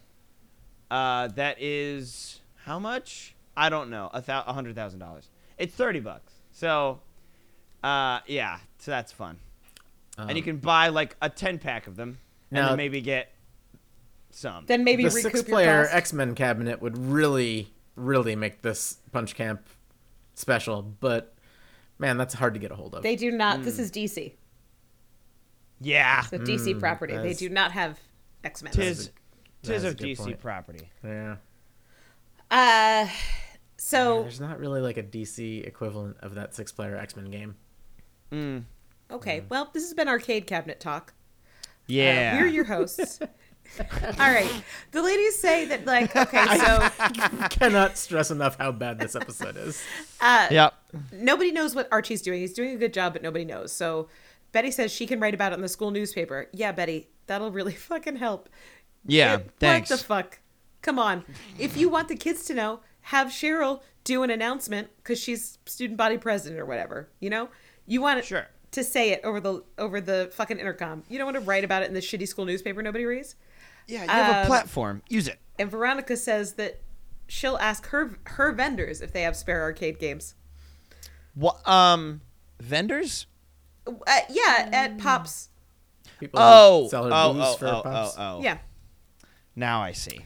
D: Uh, that is how much? I don't know. A thou- a hundred thousand dollars. It's thirty bucks. So, uh, yeah. So that's fun, and you can buy like a ten pack of them, and
C: Now-
D: then maybe get some.
A: Then maybe
C: the
A: recoup your
C: six-player
A: costs.
C: X Men cabinet would really, really make this Punch Camp special. But man, that's hard to get a hold of.
A: They do not.
C: Hmm.
A: This is DC.
D: yeah,
A: It's a DC property. They
C: that's-
A: do not have X Men.
D: tis
C: that's
D: tis
C: a
D: a
C: good
D: DC
C: point.
D: property.
C: yeah.
A: Uh, so
C: There's not really like a DC equivalent of that six-player X Men game.
A: okay.
C: Hmm.
A: Well, this has been arcade cabinet talk. Uh,
D: Yeah,
A: we're your hosts. All right. The ladies say that like okay, so
C: Cannot stress enough how bad this episode is.
B: Yep.
A: nobody knows what Archie's doing. He's doing a good job, but nobody knows. So Betty says she can write about it in the school newspaper. Yeah, Betty, that'll really [LAUGHS] fucking help.
B: Yeah.
A: It-
B: thanks.
A: What the fuck? Come on. If you want the kids to know, have Cheryl do an announcement because she's student body president or whatever. You know, you want it
D: Sure.
A: to say it over the over the fucking intercom. You don't want to write about it in the shitty school newspaper nobody reads.
B: yeah, you have
A: um,
B: a platform. Use it.
A: And Veronica says that she'll ask her her vendors if they have spare arcade games.
B: What? Um, vendors.
A: Uh, yeah,
B: Mm.
A: at Pops.
C: People
B: Oh.
C: who sell her
B: oh,
C: booze
B: oh,
C: for
B: oh,
C: pops.
B: oh, oh.
A: Yeah.
B: Now I see.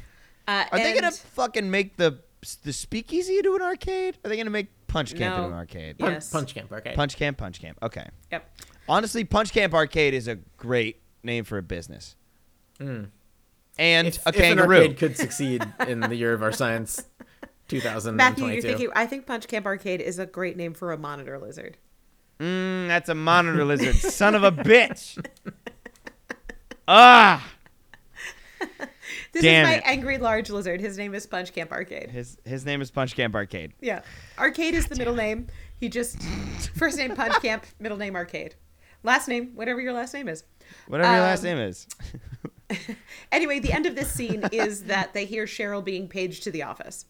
A: Uh,
B: Are they gonna
A: and-
B: fucking make the the speakeasy into an arcade? Are they gonna make Punch Camp
A: No.
B: into an arcade?
A: Yeah.
C: Punch,
A: Yes.
C: Punch Camp Arcade.
B: Punch Camp, Punch Camp. Okay.
A: Yep.
B: Honestly, Punch Camp Arcade is a great name for a business.
C: Hmm.
B: And
C: If,
B: a
C: if an
B: kangaroo.
C: arcade could succeed in the year of our science, [LAUGHS] 2022.
A: Matthew, you're thinking. I think Punch Camp Arcade is a great name for a monitor lizard.
B: Mm, that's a monitor
A: [LAUGHS]
B: lizard, son of a bitch. Ah,
A: This
B: Damn
A: is my
B: it.
A: angry large lizard. His name is Punch Camp
B: [LAUGHS]
A: Arcade.
B: his his name is Punch Camp Arcade.
A: Yeah. Arcade is the middle name. He just first name Punch Camp, [LAUGHS] middle name Arcade. Last name, whatever your last name is.
B: Whatever your last
A: Um,
B: name is.
A: Anyway, the end of this
B: [LAUGHS]
A: scene is that they hear Cheryl being paged to the office.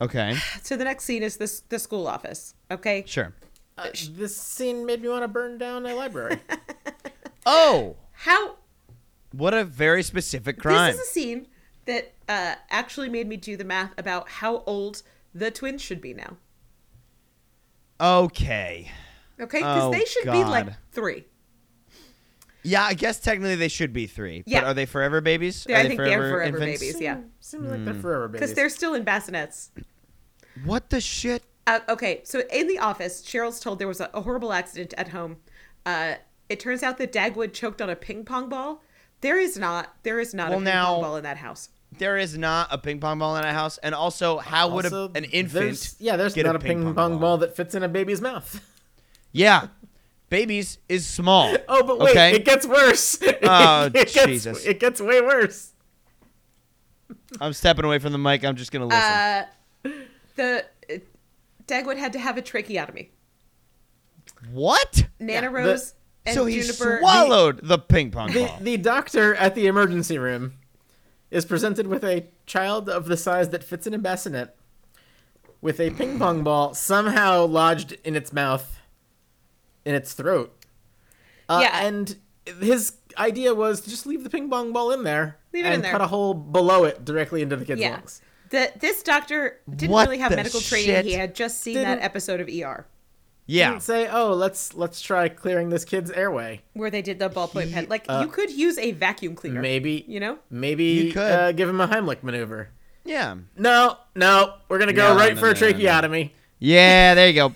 B: Okay,
A: So the next scene is this the school office. Okay. [SIGHS]
B: sure.
C: Uh, this scene made me want to burn down a library.
B: Oh,
A: How
B: what a very specific crime.
A: this is a scene that uh, actually made me do the math about how old the twins should be now.
B: Okay.
A: Okay, because
B: Oh,
A: they should be like
B: God.
A: three.
B: Yeah, I guess technically they should be three.
A: Yeah.
B: But are they forever babies?
A: They-
B: are
A: I think they're forever
B: infants?
A: babies. Yeah,
C: Seems like
B: Hmm.
C: they're forever babies.
A: because they're still in bassinets.
B: What the shit?
A: Uh, okay, so in the office, Cheryl's told there was a, a horrible accident at home. Uh, it turns out that Dagwood choked on a ping pong ball. There is not. There is not
B: Well,
A: a ping
B: now-
A: pong ball in that
B: [LAUGHS]
A: house.
B: There is not a ping pong ball in a house, and also how would a,
C: Also,
B: an
C: there's-
B: infant?
C: Yeah, there's
B: get
C: not a ping, pong, ball. that fits in a baby's mouth. [LAUGHS]
B: Yeah, babies is small.
C: Oh, but wait,
B: Okay?
C: it gets worse. [LAUGHS]
B: Oh,
C: it gets,
B: Jesus.
C: It gets way worse.
B: I'm stepping away from the mic. I'm just gonna listen.
A: Uh, the uh, Dagwood had to have a tracheotomy.
B: what?
A: Nana
C: Yeah, the-
A: Rose and
B: so he
A: Juniper.
B: swallowed the, ping pong
C: The,
B: ball.
C: the doctor at the emergency room is presented with a child of the size that fits in a bassinet with a ping pong ball somehow lodged in its mouth, in its throat. Uh,
A: Yeah.
C: And his idea was to just leave the ping pong ball in there
A: Leave it in
C: and
A: there.
C: cut a hole below it directly into the kid's
A: yeah.
C: lungs.
A: The, this doctor didn't
B: What
A: really have
B: the
A: medical training.
B: shit?
A: He had just seen that
C: Didn't-
A: episode of ER
B: yeah.
C: didn't say, "Oh, let's let's try clearing this kid's airway."
A: where they did the ballpoint pen. Like
C: uh,
A: you could use a vacuum cleaner.
C: Maybe
A: you know.
C: maybe
B: You could.
C: Uh, give him a Heimlich maneuver.
B: Yeah.
C: No, no, we're gonna go
B: No,
C: right
B: no,
C: for a
B: no, no, no.
C: tracheotomy.
B: Yeah, there you go.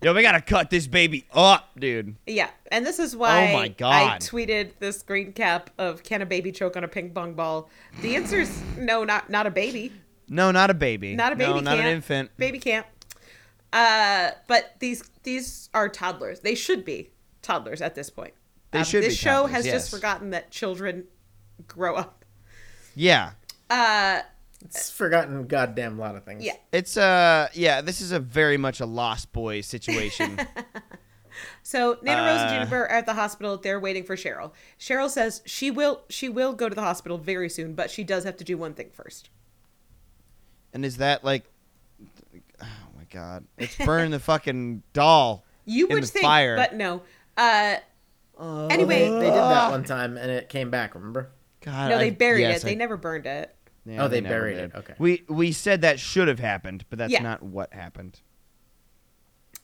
B: Yo, we gotta cut this baby up, dude.
A: Yeah, and this is why
B: Oh my
A: I
B: God.
A: tweeted this green cap of can a baby choke on a ping pong ball? The answer is no, not not a baby,
B: No, not a baby.
A: not a baby,
B: No, not
A: can't.
B: an infant.
A: baby can't. Uh, but these these are toddlers. They should be toddlers at this point. Um,
B: They should
A: This
B: be
A: show
B: toddlers,
A: has
B: yes.
A: just forgotten that children grow up.
B: Yeah,
A: Uh,
C: It's forgotten goddamn lot of things.
A: yeah.
B: it's uh, yeah. This is a very much a Lost
A: [LAUGHS]
B: Boys situation.
A: So Nana Rose and
B: Uh.
A: Juniper are at the hospital. They're waiting for Cheryl. Cheryl says she will she will go to the hospital very soon, but she does have to do one thing first.
B: and is that like? Oh my god!
A: [LAUGHS]
B: It's burn the fucking doll.
A: You
B: in
A: would
B: the
A: think,
B: fire.
A: but no. Uh,
C: They,
A: anyway, uh,
C: they did that one time and it came back, remember?
B: God,
A: no,
B: I-
A: they buried
B: yes,
A: it. They
B: I-
A: never burned it.
B: yeah,
C: Oh, they
B: never
C: buried
B: did.
C: it, okay.
B: We we said that should have happened, but that's
A: Yeah.
B: not what happened.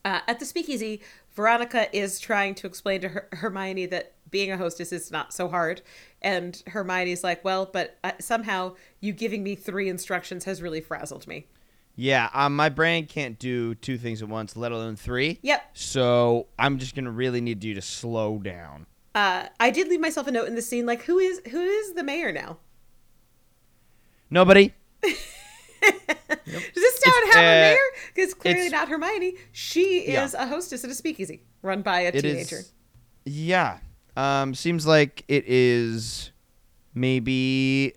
A: Uh, at the speakeasy, Veronica is trying to explain to her- Hermione that being a hostess is not so hard. And Hermione's like, well, but uh, somehow you giving me three instructions has really frazzled me.
B: Yeah, um, my brain can't do two things at once, let alone three.
A: Yep.
B: So I'm just gonna really need you to slow down.
A: Uh, I did leave myself a note in the scene, like, who is who is the mayor now?
B: Nobody.
A: Does this town
B: It's,
A: have a
B: uh,
A: mayor? Because clearly
B: it's-
A: not Hermione. She is a hostess at a speakeasy run by a
B: It is.
A: teenager.
B: Yeah. Um. Seems like it is. Maybe.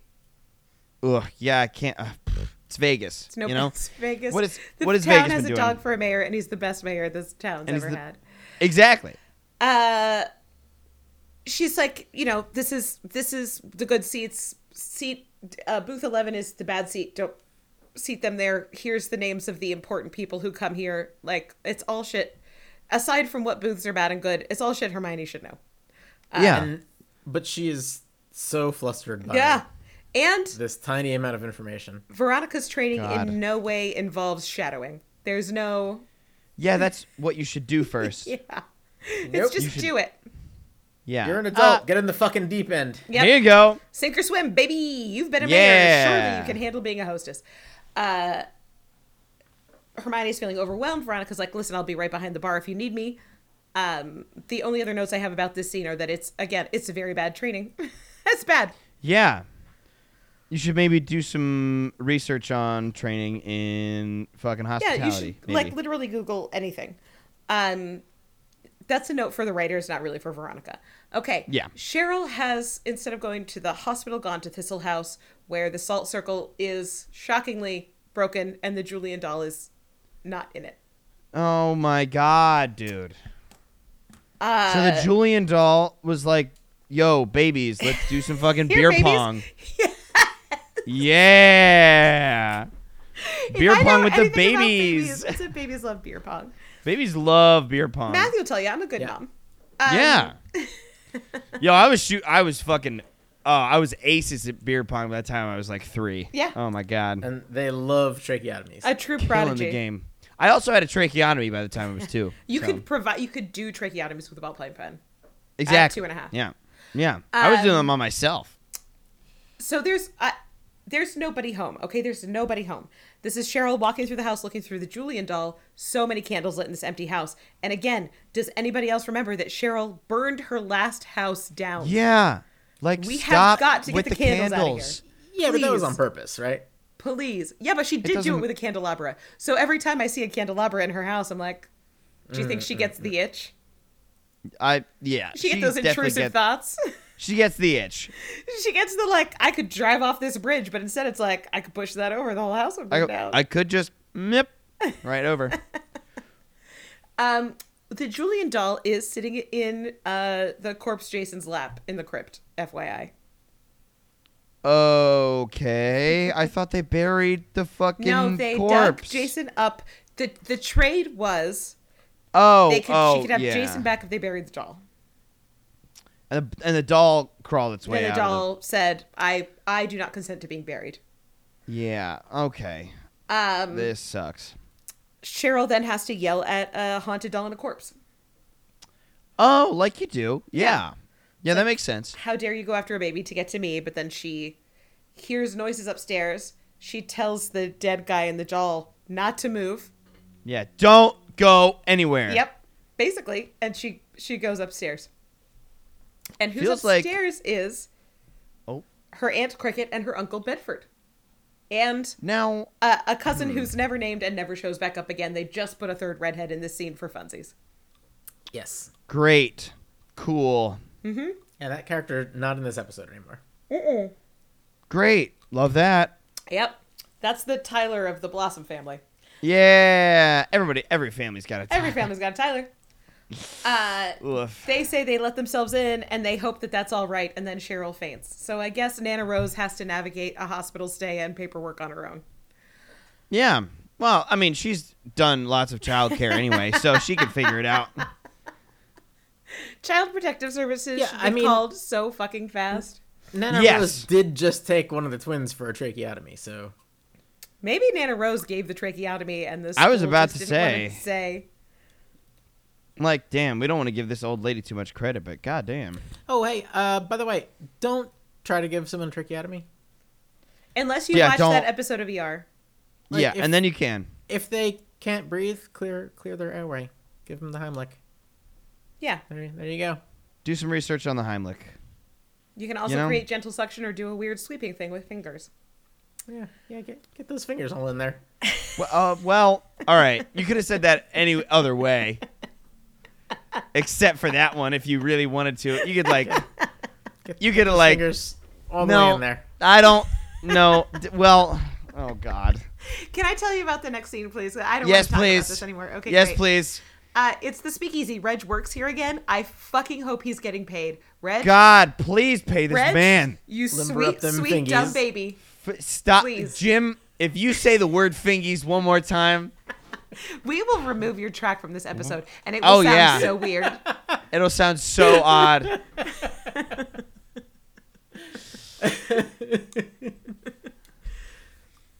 B: Ugh. Yeah. I can't. Uh, pff, it's Vegas.
A: It's no
B: you know.
A: it's Vegas.
B: What is-
A: the
B: what has
A: town
B: Vegas
A: has
B: been
A: a
B: doing?
A: dog for a mayor, and he's the best mayor this town's
B: And he's
A: ever
B: the-
A: had.
B: [LAUGHS] Exactly.
A: uh she's like you know this is this is the good seats seat uh, booth 11 is the bad seat don't seat them there here's the names of the important people who come here like it's all shit aside from what booths are bad and good it's all shit hermione should know Um,
B: yeah.
C: And but she is so flustered by
A: yeah and
C: this tiny amount of information.
A: veronica's training
B: God.
A: in no way involves shadowing there's no
B: yeah. That's what you should do
A: [LAUGHS]
B: first.
A: yeah
B: yeah.
A: it's
C: Nope.
A: just
C: You
A: do it
C: You're an
A: Uh,
C: adult. Get in the fucking deep end.
A: Yep.
B: Here Uh, you go.
A: Sink or swim, baby. You've been a mayor. Surely
B: Yeah.
A: you can handle being a hostess. Uh, Hermione's feeling overwhelmed. Veronica's like, listen, I'll be right behind the bar if you need me. Um, the only other notes I have about this scene are that it's, again, it's a very bad training. [LAUGHS] That's bad.
B: Yeah. You should maybe do some research on training in fucking
A: Yeah,
B: hospitality.
A: you should,
B: maybe.
A: like, literally Google anything. Um, that's a note for the writers, not really for Veronica. Okay.
B: Yeah.
A: Cheryl has, instead of going to the hospital, gone to Thistle House, where the salt circle is shockingly broken and the Julian doll is not in it.
B: Oh my god, dude.
A: Uh,
B: So the Julian doll was like, "Yo, babies, let's do some fucking
A: [LAUGHS] Here,
B: beer
A: babies."
B: pong." Yeah. Beer
A: I know
B: pong with the
A: anything about
B: babies.
A: It's a babies love beer
B: [LAUGHS]
A: pong.
B: Babies love beer pong.
A: Matthew will tell you, I'm a good
C: Yeah.
A: mom. Um,
B: yeah.
A: [LAUGHS]
B: Yo, I was shoot. I was fucking. Oh, I was aces at beer pong by the time I was like three.
A: Yeah.
B: Oh my god.
C: And they love tracheotomies.
A: A true
B: Killing
A: prodigy.
B: the game. I also had a tracheotomy by the time I was two.
A: You
B: so-
A: could provide. You could do tracheotomies with a ball playing pen.
B: exactly
A: two and a half.
B: Yeah. Yeah. I was doing
A: Um,
B: them on myself.
A: So there's uh, there's nobody home. Okay, there's nobody home. This is Cheryl walking through the house, looking through the Julian doll. So many candles lit in this empty house. And again, does anybody else remember that Cheryl burned her last house down?
B: Yeah. Like
A: We have
B: stop
A: got to get
B: with
A: the
B: the
A: candles outta here.
C: yeah, but that was
A: please.
C: on purpose, right?
A: Please. Yeah, but she did do it
B: doesn't-
A: with a candelabra. So every time I see a candelabra in her house, I'm like, do you think
B: Mm,
A: she gets the itch?
B: I yeah.
A: She gets
B: she's
A: those
B: definitely
A: intrusive
B: get-
A: thoughts. [LAUGHS]
B: She gets the itch.
A: she gets the like, I could drive off this bridge, but instead it's like I could push that over, the whole house would burn
B: I, go,
A: down.
B: I could just nip
A: [LAUGHS]
B: right over.
A: Um, the Julian doll is sitting in uh the corpse Jason's lap in the crypt. FYI.
B: Okay. I thought they buried the fucking
A: No, they dug
B: corpse.
A: Jason up. the The trade was
B: Oh,
A: they could
B: oh,
A: she could have
B: yeah.
A: Jason back if they buried the doll.
B: And the, and the doll crawled its way
A: Then the
B: out. of
A: doll said, "I I do not consent to being buried."
B: the- yeah. Okay.
A: Um,
B: This sucks.
A: Cheryl then has to yell at a haunted doll and a corpse.
B: Oh, like you do.
A: Yeah.
B: Yeah. Yeah, that makes sense.
A: How dare you go after a baby to get to me? But then she hears noises upstairs. She tells the dead guy in the doll not to move.
B: Yeah, don't go anywhere.
A: Yep, basically. And she she goes upstairs. And who's
B: Feels like-
A: upstairs is
B: Oh.
A: her aunt Cricket and her uncle Bedford, and
B: Now,
A: a, a cousin
B: Hmm.
A: who's never named and never shows back up again. They just put a third redhead in this scene for funsies.
C: Yes.
B: great, cool,
C: Yeah, that character not in this episode anymore.
B: great. Love that.
A: Yep, that's the Tyler of the Blossom family.
B: Yeah, everybody, every family's got a.
A: Every family's got a
B: [LAUGHS]
A: Tyler. Uh,
B: Oof.
A: they say they let themselves in and they hope that that's all right, and then Cheryl faints. So I guess Nana Rose has to navigate a hospital stay and paperwork on her own.
B: Yeah. Well, I mean, she's done lots of childcare
C: [LAUGHS]
B: anyway, so she can figure it out.
A: Child Protective Services
C: Yeah,
A: should be
C: I mean-
A: called so fucking fast.
C: Nana
B: Yes.
C: Rose did just take one of the twins for a tracheotomy, so
A: Maybe Nana Rose gave the tracheotomy and this.
B: I was
A: school
B: about
A: just
B: to
A: didn't want
B: say.
A: to say.
B: Like, damn, we don't want to give this old lady too much credit, but goddamn.
C: Oh hey, uh, by the way, don't try to give someone a tracheotomy.
A: Unless you
B: Yeah,
A: watch
B: don't-
A: that episode of ER.
C: Like,
B: yeah,
C: if-
B: and then you can.
C: If they can't breathe, clear clear their airway. Give them the Heimlich.
A: Yeah.
C: There, there you go.
B: Do some research on the Heimlich.
A: You can also
B: You know?
A: create gentle suction or do a weird sweeping thing with fingers.
C: Yeah, yeah. Get get those fingers all in there.
B: Well, uh, well all right. You could have said that any other way, except for that one. If you really wanted to, you could like,
C: Get
B: you could have like,
C: fingers all the way
B: no,
C: in there.
B: I don't. No, d- well, oh god.
A: Can I tell you about the next scene, please? I don't
B: Yes,
A: want to talk
B: please.
A: about this anymore. Okay.
B: yes,
A: great.
B: please.
A: Uh, it's the speakeasy. Reg works here again. I fucking hope he's getting paid. Reg,
B: God, please pay this
A: Reg,
B: man.
A: you
C: Limber
A: sweet,
C: up them
A: sweet dumb
C: fingies.
A: baby.
B: F- stop,
A: Please.
B: Jim. If you say the word fingies one more time,
A: We will remove your track from this episode, and it will
B: Oh,
A: sound
B: yeah.
A: so weird.
B: it'll sound so odd.
A: [LAUGHS]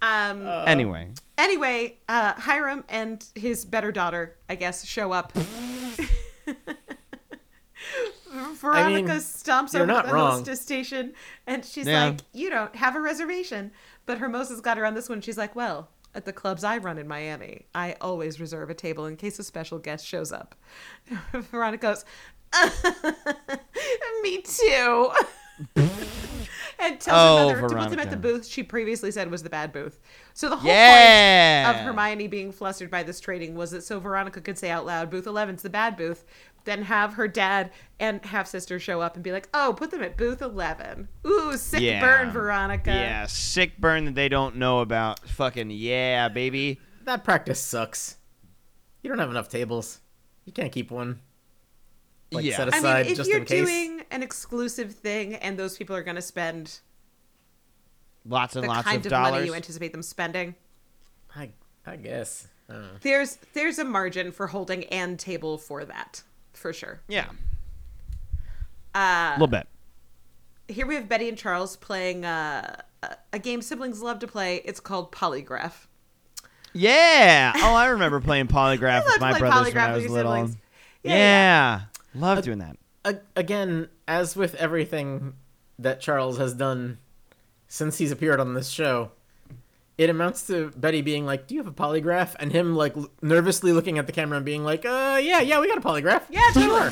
A: Um,
B: Anyway,
A: Anyway, uh, Hiram and his better daughter, I guess, show up. [LAUGHS] Veronica
C: I mean,
A: stomps
C: you're
A: over to
C: not
A: the
C: wrong.
A: hostess station and she's
B: Yeah.
A: like, You don't have a reservation. But Hermosa's got her on this one. She's like, Well, at the clubs I run in Miami, I always reserve a table in case a special guest shows up. [LAUGHS] Veronica goes, [LAUGHS] Me too. [LAUGHS] and tells
B: Oh,
A: her mother to put them at
B: Veronica.
A: the booth she previously said was the bad booth. So the whole
B: yeah.
A: point of Hermione being flustered by this trading was that so Veronica could say out loud, "Booth 11's the bad booth," then have her dad and half sister show up and be like, "Oh, put them at booth 11." Ooh, sick
B: Yeah.
A: burn, Veronica.
B: Yeah, sick burn that they don't know about. Fucking yeah, baby.
C: That practice sucks. You don't have enough tables. You can't keep one. Like
B: Yeah.
C: set
B: I
A: I
C: aside
A: mean, if
C: just
A: you're
C: in case.
A: doing an exclusive thing and those people are going to spend
B: Lots and
A: the
B: lots
A: kind
B: of,
A: of, money
B: dollars.
A: you anticipate them spending,
C: I I guess. Uh, I don't know.
A: there's there's a margin for holding and table for that, for sure.
B: yeah,
A: Uh,
B: a little bit.
A: here we have Betty and Charles playing uh, a- a game siblings love to play. It's called Polygraph. [LAUGHS]
B: Yeah. Oh, I remember playing polygraph
A: love
B: with
A: to
B: my
A: play
B: brothers when
A: polygraph
B: I
A: with
B: was
A: your
B: little.
A: siblings.
B: Yeah,
A: Uh,
B: love doing that.
C: A- again, as with everything that Charles has done since he's appeared on this show, it amounts to Betty being like, "Do you have a polygraph?" and him like l- nervously looking at the camera and being like, "Uh, yeah, yeah, we got a polygraph."
A: Yeah,
C: sure.
A: totally.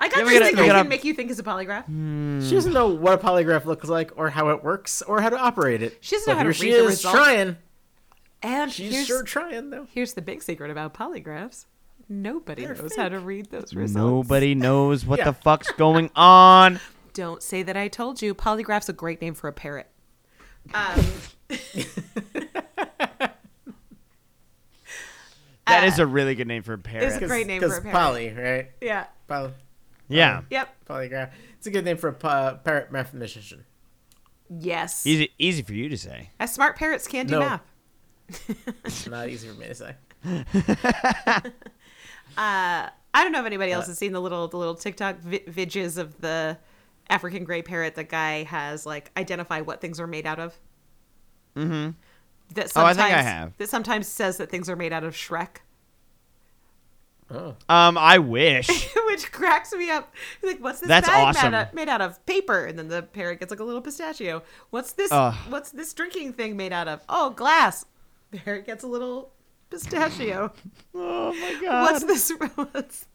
A: I got
B: Yeah, we
A: this
B: gotta-
A: thing
B: we
A: I
B: gotta-
A: can make you think is a polygraph.
C: She doesn't know what a polygraph looks like, or how it works, or how to operate it.
A: She doesn't know
C: But
A: how to
C: here she
A: read the
C: is
A: result.
C: trying.
A: And
C: She's
A: here's,
C: sure trying though.
A: here's the big secret about polygraphs. Nobody knows how to read those results.
B: Nobody
A: [LAUGHS]
B: knows what
C: Yeah.
B: the fuck's going on.
A: Don't say that I told you. Polygraph's a great name for a parrot. Um, [LAUGHS]
B: That
A: Uh,
B: is a really good name for a parrot.
A: It's a great name for a parrot.
C: Poly, right?
A: yeah.
C: Poly,
B: yeah.
A: Yep.
C: polygraph. It's a good name for a pa- parrot mathematician.
A: Yes.
B: Easy, easy for you to say.
A: As smart parrots can do
C: No.
A: math.
C: It's not easy for me
A: [LAUGHS]
C: to say.
A: I don't know if anybody
B: Uh,
A: else has seen the little the little TikTok vi- vidges of the African gray parrot. The guy has like identify what things are made out of. Mm-hmm. That
B: Oh, I
A: sometimes
B: think I have.
A: that sometimes says that things are made out of Shrek,
C: Oh.
B: Um, I wish.
A: [LAUGHS] which cracks me up. He's like, what's this
B: That's
A: bag
B: awesome.
A: made, out, made out of? Paper, and then the parrot gets like a little pistachio. What's this?
B: Ugh.
A: What's this drinking thing made out of? Oh, glass. Parrot gets a little
B: [LAUGHS]
A: pistachio.
B: [LAUGHS] Oh
A: [LAUGHS]
B: my
A: What's this? What's,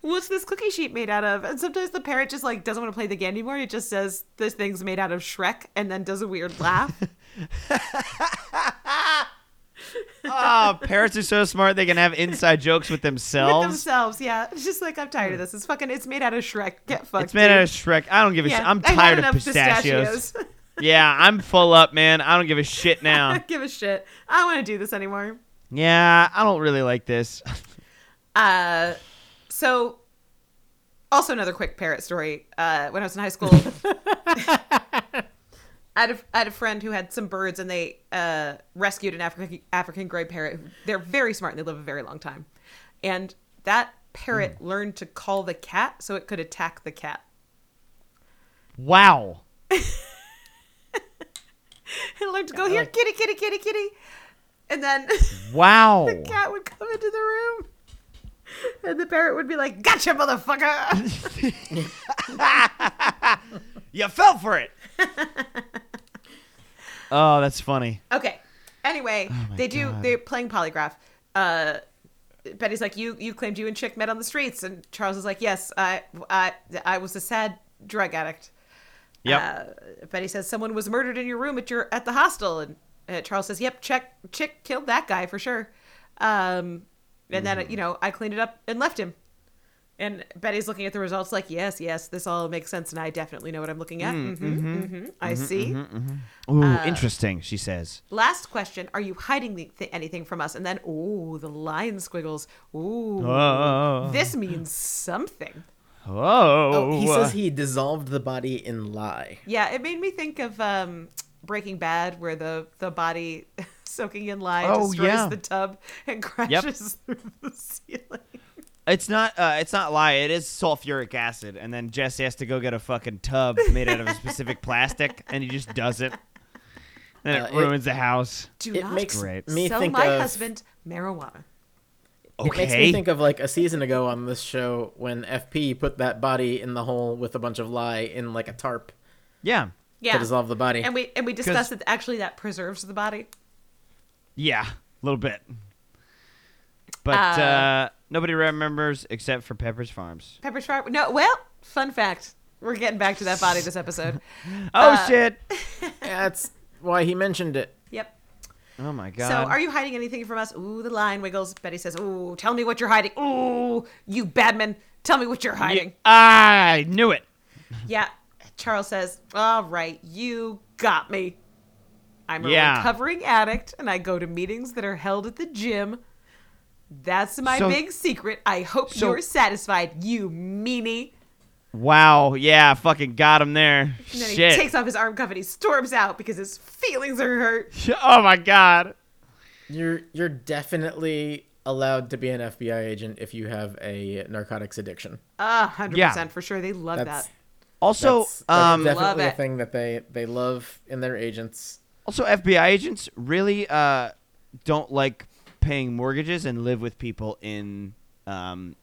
A: what's this cookie sheet made out of? And sometimes the parent just like doesn't want to play the game anymore. He just says this thing's made out of Shrek, and then does a weird
B: [LAUGHS]
A: laugh.
B: Ah, parents are so smart they can have inside jokes with
A: [LAUGHS] with
B: themselves.
A: themselves. Yeah, [LAUGHS] it's just like I'm tired of this. It's fucking. It's made out of Shrek. Get fucked.
B: it's made out of
A: dude.
B: Shrek. I don't give a shit.
A: Yeah,
B: I'm
A: I had
B: tired of
A: enough
B: pistachios. [LAUGHS] yeah, I'm full up, man. I don't give
A: [LAUGHS]
B: a shit
A: I
B: now.
A: don't give a shit. I don't want to do this anymore.
B: yeah, I don't really like this. [LAUGHS]
A: Uh, so, also another quick parrot story. Uh, when I was in high school, I, had a, I had a friend who had some birds, and they uh, rescued an African African gray parrot. They're very smart and they live a very long time. And that parrot learned to call the cat so it could attack the cat. [LAUGHS]
B: Wow.
A: It learned to go here, kitty, kitty, kitty, kitty, and then [LAUGHS]
B: Wow.
A: the cat would come into the room. And the parrot would be like, "Gotcha, motherfucker!" [LAUGHS]
B: You fell
A: [LAUGHS]
B: for it. oh, that's funny.
A: Okay. Anyway,
B: my
A: they do.
B: God.
A: They're playing polygraph. Uh, Betty's like, "You you claimed you and Chick met on the streets," and Charles is like, "Yes, I I I was a sad drug addict."
B: Yep.
A: Uh, Betty says someone was murdered in your room at your at the hostel, and uh, Charles says, "Yep, check Chick killed that guy for sure." Um, and then you know I cleaned it up and left him. And Betty's looking at the results like, "Yes, yes, this all makes sense, and I definitely know what I'm looking at." Mm-hmm, mm-hmm, I see. Uh,
B: Ooh, interesting, she says.
A: Last question: Are you hiding the th- anything from us? And then, ooh, the lion squiggles. Ooh,
B: Oh.
A: this means something.
B: Whoa.
C: Oh, he
A: uh,
C: says he dissolved the body in lye.
A: Yeah, it made me think of um, Breaking Bad, where the the body [LAUGHS] soaking in lye
B: Oh,
A: destroys
B: yeah.
A: the tub and crashes [LAUGHS] through the ceiling.
B: It's not. Uh, it's not lie. It is sulfuric acid, and then Jesse has to go get a fucking tub made out of a specific plastic, and he just doesn't. And it
C: Uh, it-
B: ruins the house.
A: Do
C: It
A: not
C: makes
B: Great.
C: me
A: sell
C: think
A: my
C: of
A: husband marijuana.
B: Okay.
C: It makes me think of like a season ago on this show when FP put that body in the hole with a bunch of lye in like a tarp
B: yeah.
A: Yeah,
C: to dissolve the body.
A: and we and we discussed that actually that preserves the body.
B: Yeah. A little bit. But
A: Uh,
B: uh, nobody remembers except for Pepper's Farms.
A: Pepper's Farm. No, well, fun fact: we're getting back to that body this
B: [LAUGHS]
A: episode.
B: Oh shit!
C: That's why he mentioned it.
A: Yep.
B: Oh my god.
A: So, are you hiding anything from us? Ooh, the line wiggles. Betty says, Ooh, tell me what you're hiding. Ooh, you badman, tell me what you're hiding.
B: I knew it.
A: Yeah. Charles says, All right, you got me. I'm a
B: Yeah.
A: recovering addict and I go to meetings that are held at the gym. That's my
B: So-
A: big secret. I hope
B: So-
A: you're satisfied, you meanie.
B: Wow. Yeah. Fucking got him there.
A: And then
B: Shit.
A: he takes off his arm cuff and he storms out because his feelings are hurt.
B: [LAUGHS] oh my god.
C: You're you're definitely allowed to be an FBI agent if you have a narcotics addiction.
A: A hundred
B: Yeah.
A: percent for sure. They love
C: That's
A: that.
B: Also,
C: that's, that's
B: um,
A: Love
C: definitely a
A: it.
C: thing that they they love in their agents.
B: Also, FBI agents really uh, don't like paying mortgages and live with people in um,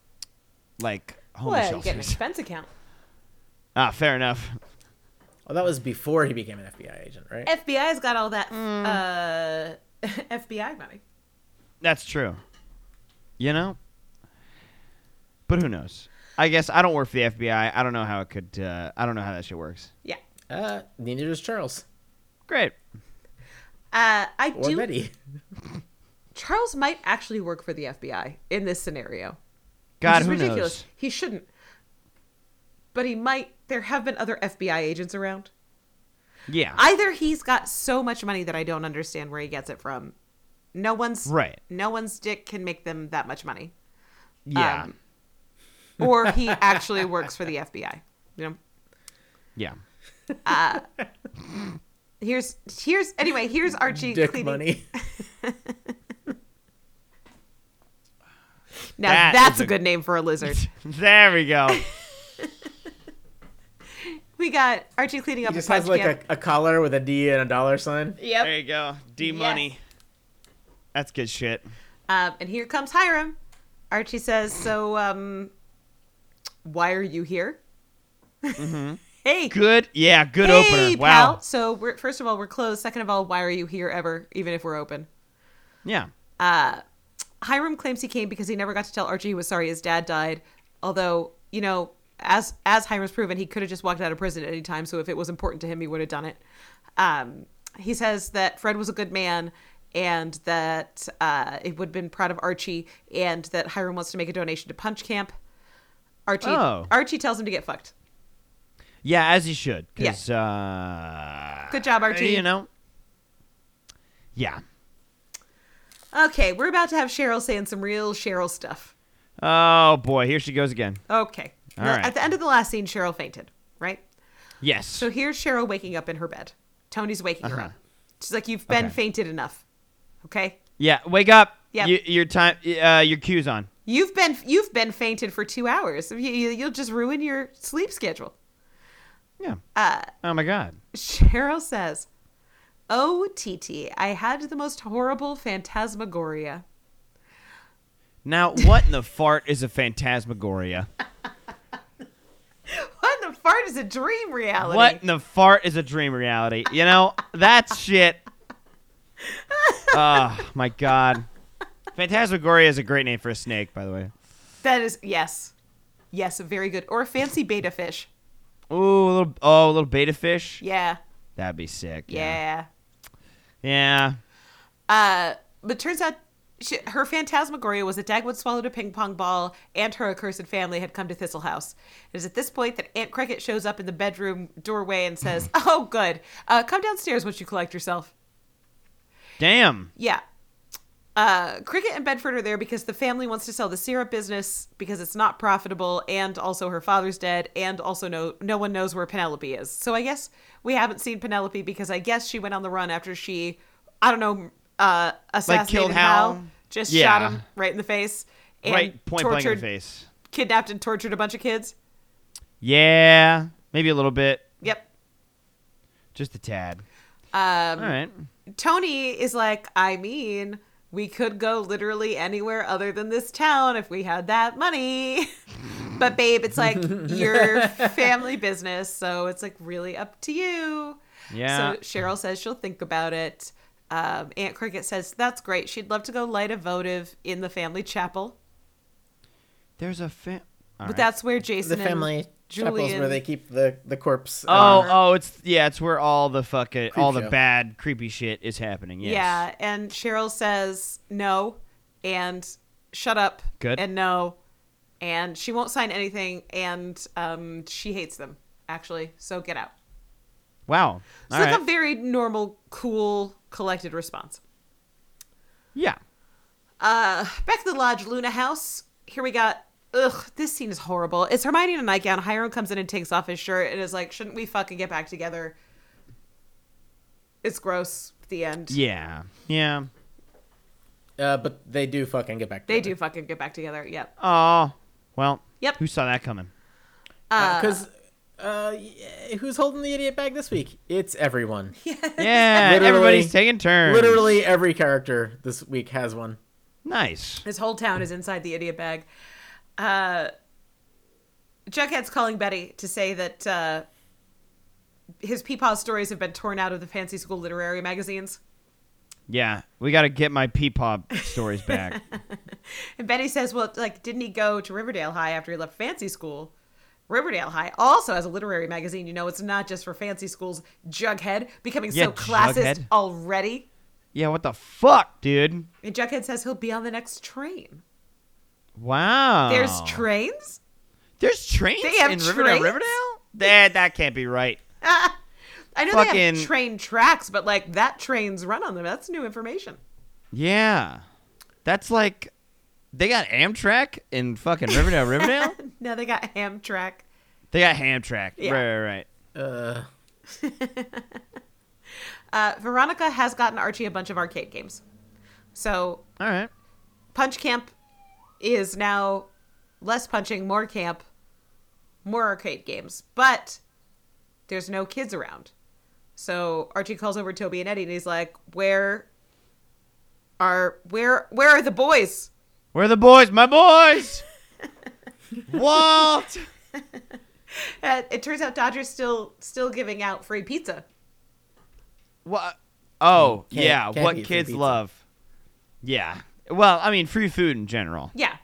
B: like homeless
A: Well, you get an
B: shelters.
A: expense account.
B: Ah, fair enough.
C: Oh, that was before he became an FBI agent, right?
A: FBI's got all that uh, [LAUGHS] FBI money.
B: That's true. You know, but who knows? I guess I don't work for the FBI. I don't know how it could. Uh, I don't know how that shit works.
A: Yeah.
C: Uh, neither does Charles
B: Great.
A: Uh, I
C: or
A: do.
C: Betty.
A: Charles might actually work for the FBI in this scenario. which
B: God,
A: is
B: who
A: ridiculous.
B: knows?
A: He shouldn't. But he might. There have been other FBI agents around.
B: Yeah.
A: Either he's got so much money that I don't understand where he gets it from. No one's
B: Right.
A: No one's dick can make them that much money.
B: yeah.
A: um, Or
B: [LAUGHS]
A: he actually works for the FBI. You know.
B: yeah. [LAUGHS]
A: Here's here's anyway. Here's Archie
C: [LAUGHS] Dick
A: cleaning.
C: money.
A: Now
B: That
A: that's
B: is
A: a
B: a-
A: good name for a lizard.
B: There
A: [LAUGHS]
B: we go.
A: We got Archie cleaning up
C: He just
A: a punch
C: has like
A: can.
C: a, a collar with a D and a dollar sign.
A: Yep.
B: There you go. D money. That's good shit.
A: Um, and here comes Hiram. Archie says, "So, um, why are you here?" [LAUGHS] hey,
B: Mm-hmm. Good. Yeah. Good
A: hey,
B: opener.
A: pal.
B: Wow.
A: So, we're, first of all, we're closed. Second of all, why are you here ever, even if we're open?
B: Yeah.
A: Uh, Hiram claims he came because he never got to tell Archie he was sorry his dad died. Although, you know, as as Hiram's proven, he could have just walked out of prison at any time. So if it was important to him, he would have done it. Um, he says that Fred was a good man and that uh, it would have been proud of Archie and that Hiram wants to make a donation to Punch Camp. Archie
B: Oh.
A: Archie tells him to get fucked.
B: Yeah, as he should.
A: Yeah.
B: 'cause, Uh,
A: Good job, Archie.
B: You know. Yeah.
A: Okay, we're about to have Cheryl saying some real Cheryl stuff.
B: Oh boy, here she goes again.
A: Okay.
B: All
A: Now,
B: right.
A: At the end of the last scene, Cheryl fainted, right?
B: Yes.
A: So here's Cheryl waking up in her bed. Tony's waking her up. She's like, You've been
B: Uh-huh. Okay.
A: fainted enough. Okay?
B: yeah, wake up.
A: Yep.
B: You, your time. Uh, your cue's on.
A: You've been you've been fainted for two hours. You, you, you'll just ruin your sleep schedule.
B: Yeah.
A: Uh,
B: Oh my god.
A: Cheryl says, Oh, Titi, I had the most horrible phantasmagoria. [LAUGHS]
B: Now, what in the fart is a phantasmagoria?
A: What in the fart is a dream reality?
B: What in the fart is a dream reality? You know,
A: [LAUGHS]
B: that's shit. Oh, my God. Phantasmagoria is a great name for a snake, by the way.
A: That is, yes. Yes, very good. Or a fancy beta fish.
B: Ooh, a little, oh, a little beta fish.
A: Yeah.
B: That'd be sick.
A: Yeah.
B: Yeah.
A: Uh, but turns out she, her phantasmagoria was that Dagwood swallowed a ping pong ball and her accursed family had come to Thistle House. It is at this point that Aunt Cricket shows up in the bedroom doorway and says, Oh, good. Uh, come downstairs once you collect yourself.
B: Damn.
A: Yeah. Uh, Cricket and Bedford are there because the family wants to sell the syrup business because it's not profitable, and also her father's dead, and also no no one knows where Penelope is. So I guess we haven't seen Penelope because I guess she went on the run after she, I don't know, uh, assassinated
B: killed
A: Hal,
B: Hal?
A: just
B: Yeah.
A: shot him right in the face, and
B: right point
A: tortured,
B: blank in the face.
A: kidnapped and tortured a bunch of kids.
B: Yeah. Maybe a little bit.
A: Yep.
B: Just a tad.
A: Um,
B: All right.
A: Tony is like, I mean, we could go literally anywhere other than this town if we had that money. [LAUGHS] but babe, it's like
C: [LAUGHS]
A: your family business, so it's like really up to you.
B: Yeah.
A: So Cheryl says she'll think about it. Um, Aunt Cricket says that's great. She'd love to go light a votive in the family chapel,
B: There's a fam.
A: but that's where Jason
C: The family chapels
A: Julian-
C: where they keep the the corpse.
B: Oh,
A: uh-huh.
C: uh,
B: oh, it's yeah, it's where all the fucking all the
C: show.
B: bad creepy shit is happening. Yes.
A: Yeah, and Cheryl says no, and shut up,
B: Good.
A: and no, and she won't sign anything, and um, she hates them actually. So get out.
B: Wow.
A: So
B: All
A: it's
B: right.
A: a very normal, cool, collected response.
B: yeah.
A: Uh, back to the lodge, Luna House. Here we got. Ugh, this scene is horrible. It's Hermione in a nightgown. Hiram comes in and takes off his shirt and is like, "Shouldn't we fucking get back together?" It's gross. The end.
B: Yeah. Yeah.
C: uh, but they do fucking get back.
A: oh. They do fucking get back together. Yep.
B: Oh. Well.
A: Yep.
B: Who saw
A: [LAUGHS]
B: that coming?
C: because uh, y- who's holding the idiot bag this week?
A: [LAUGHS]
C: It's everyone.
B: Yeah.
C: Literally-
B: everybody's taking turns.
C: Literally every character this week has one.
B: Nice.
A: His whole town is inside the idiot bag. Uh, Jughead's calling Betty to say that uh, his Peepaw stories have been torn out of the fancy school literary magazines.
B: Yeah. We got to get my Peepop
A: [LAUGHS]
B: stories back.
A: And Betty says, well, like, didn't he go to Riverdale High after he left fancy school? Riverdale High also has a literary magazine. You know, it's not just for fancy schools. Jughead becoming
B: Yeah,
A: so classist
B: Jughead.
A: already.
B: yeah. What the fuck, dude?
A: And Jughead says he'll be on the next train.
B: Wow.
A: There's trains?
B: There's trains
A: They have
B: in Riverdale.
A: trains?
B: Riverdale? That that can't be right.
A: I know they have
B: Fucking-
A: train tracks, but like that train's run on them. That's new information.
B: Yeah. That's like they got Amtrak in
A: [LAUGHS]
B: fucking Riverdale, Riverdale?
A: No, they got Amtrak.
B: They got Hamtrak.
A: Yeah.
B: Right, right, right.
C: Uh,
A: Uh, Veronica has gotten Archie a bunch of arcade games. So
B: All right.
A: Punch Camp is now less punching, more camp, more arcade games. But there's no kids around. So Archie calls over Toby and Eddie and he's like, Where are where where are the boys?
B: Where are the boys?
A: [LAUGHS]
B: My boys! Walt!
A: Uh, it turns out Dodger's still still giving out free pizza.
B: What? Oh,
C: Can't-
B: yeah.
C: can't
A: Mm,
B: what
C: eat free
B: kids
C: pizza.
B: love. Yeah. Well, I mean, free food in general.
A: Yeah.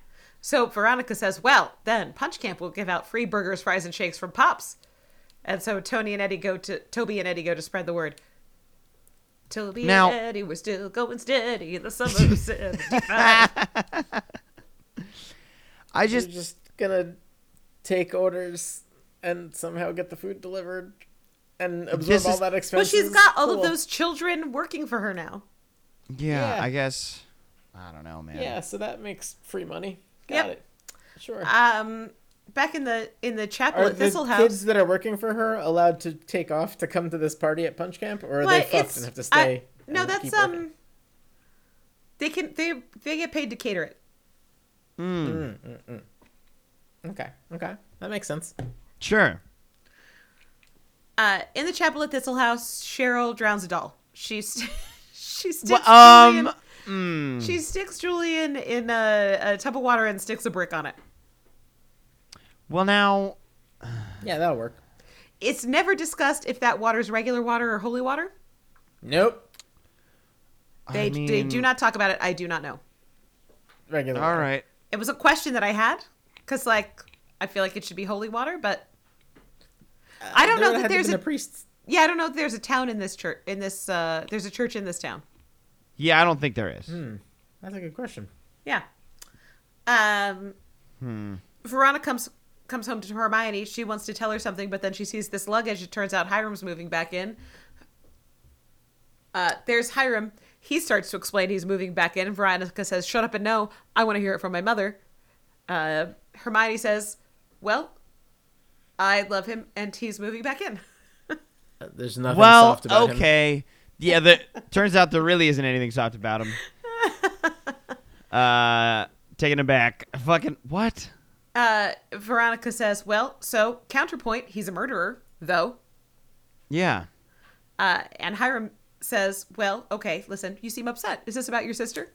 A: So Veronica says, Well, then Punch Camp will give out free burgers, fries, and shakes from Pops. And so Tony and Eddie go to Toby and Eddie go to spread the word. Toby
E: Now-
A: and Eddie, we're still going steady in the summer
C: [LAUGHS]
A: of 75.
E: I just,
C: Just, just gonna take orders and somehow get the food delivered and absorb
E: This
C: all
E: is-
C: that expense.
A: Well, she's got all of those children working for her now.
E: yeah,
C: Yeah.
E: I guess. I don't know, man.
C: Yeah, so that makes free money. Got
A: Yep.
C: it. Sure.
A: Um, back in the in the chapel
C: Are
A: at
C: the
A: Thistle
C: kids
A: House.
C: that are working for her allowed to take off to come to this party at Punch Camp, or are
A: Well,
C: they fucked
A: it's-
C: and have to
A: I-
C: stay?
A: no,
C: and
A: that's
C: keep working?
A: um. They can they they get paid to cater it. um,
C: Okay, okay, that makes sense.
E: Sure.
A: Uh, in the chapel at Thistle House, Cheryl drowns a doll. She st- [LAUGHS] she sticks
E: Well, um,
A: Julian. She sticks Julian in a, a tub of water and sticks a brick on it.
E: Well, now
C: Yeah, that'll work.
A: It's never discussed if that water's regular water or holy water.
C: Nope,
A: They
E: I
A: they
E: mean-
A: do not talk about it. I do not know.
C: regular.
E: All right.
A: It was a question that I had because, like, I feel like it should be holy water, but I don't know that there's a
C: a priest.
A: yeah. I don't know that there's a town in this church in this. Uh, there's a church in this town.
B: Yeah, I don't think there
C: Hmm.
B: is.
C: That's a good question.
A: Yeah. Um, Verona comes comes home to Hermione. She wants to tell her something, but then she sees this luggage. It turns out Hiram's moving back in. Uh, there's Hiram. He starts to explain he's moving back in. Veronica says, "Shut up and no. I want to hear it from my mother." Uh, Hermione says, "Well, I love him, and he's moving back in."
C: Uh, There's nothing
B: Well,
C: soft about him.
B: okay. Yeah, the turns out there really isn't anything soft about
C: [LAUGHS]
B: him. Uh, taking it back. Fucking what?
A: Uh, Veronica says, "Well, so counterpoint. He's a murderer, though."
B: Yeah.
A: Uh, and Hiram says, Well, okay, listen, you seem upset. Is this about your sister?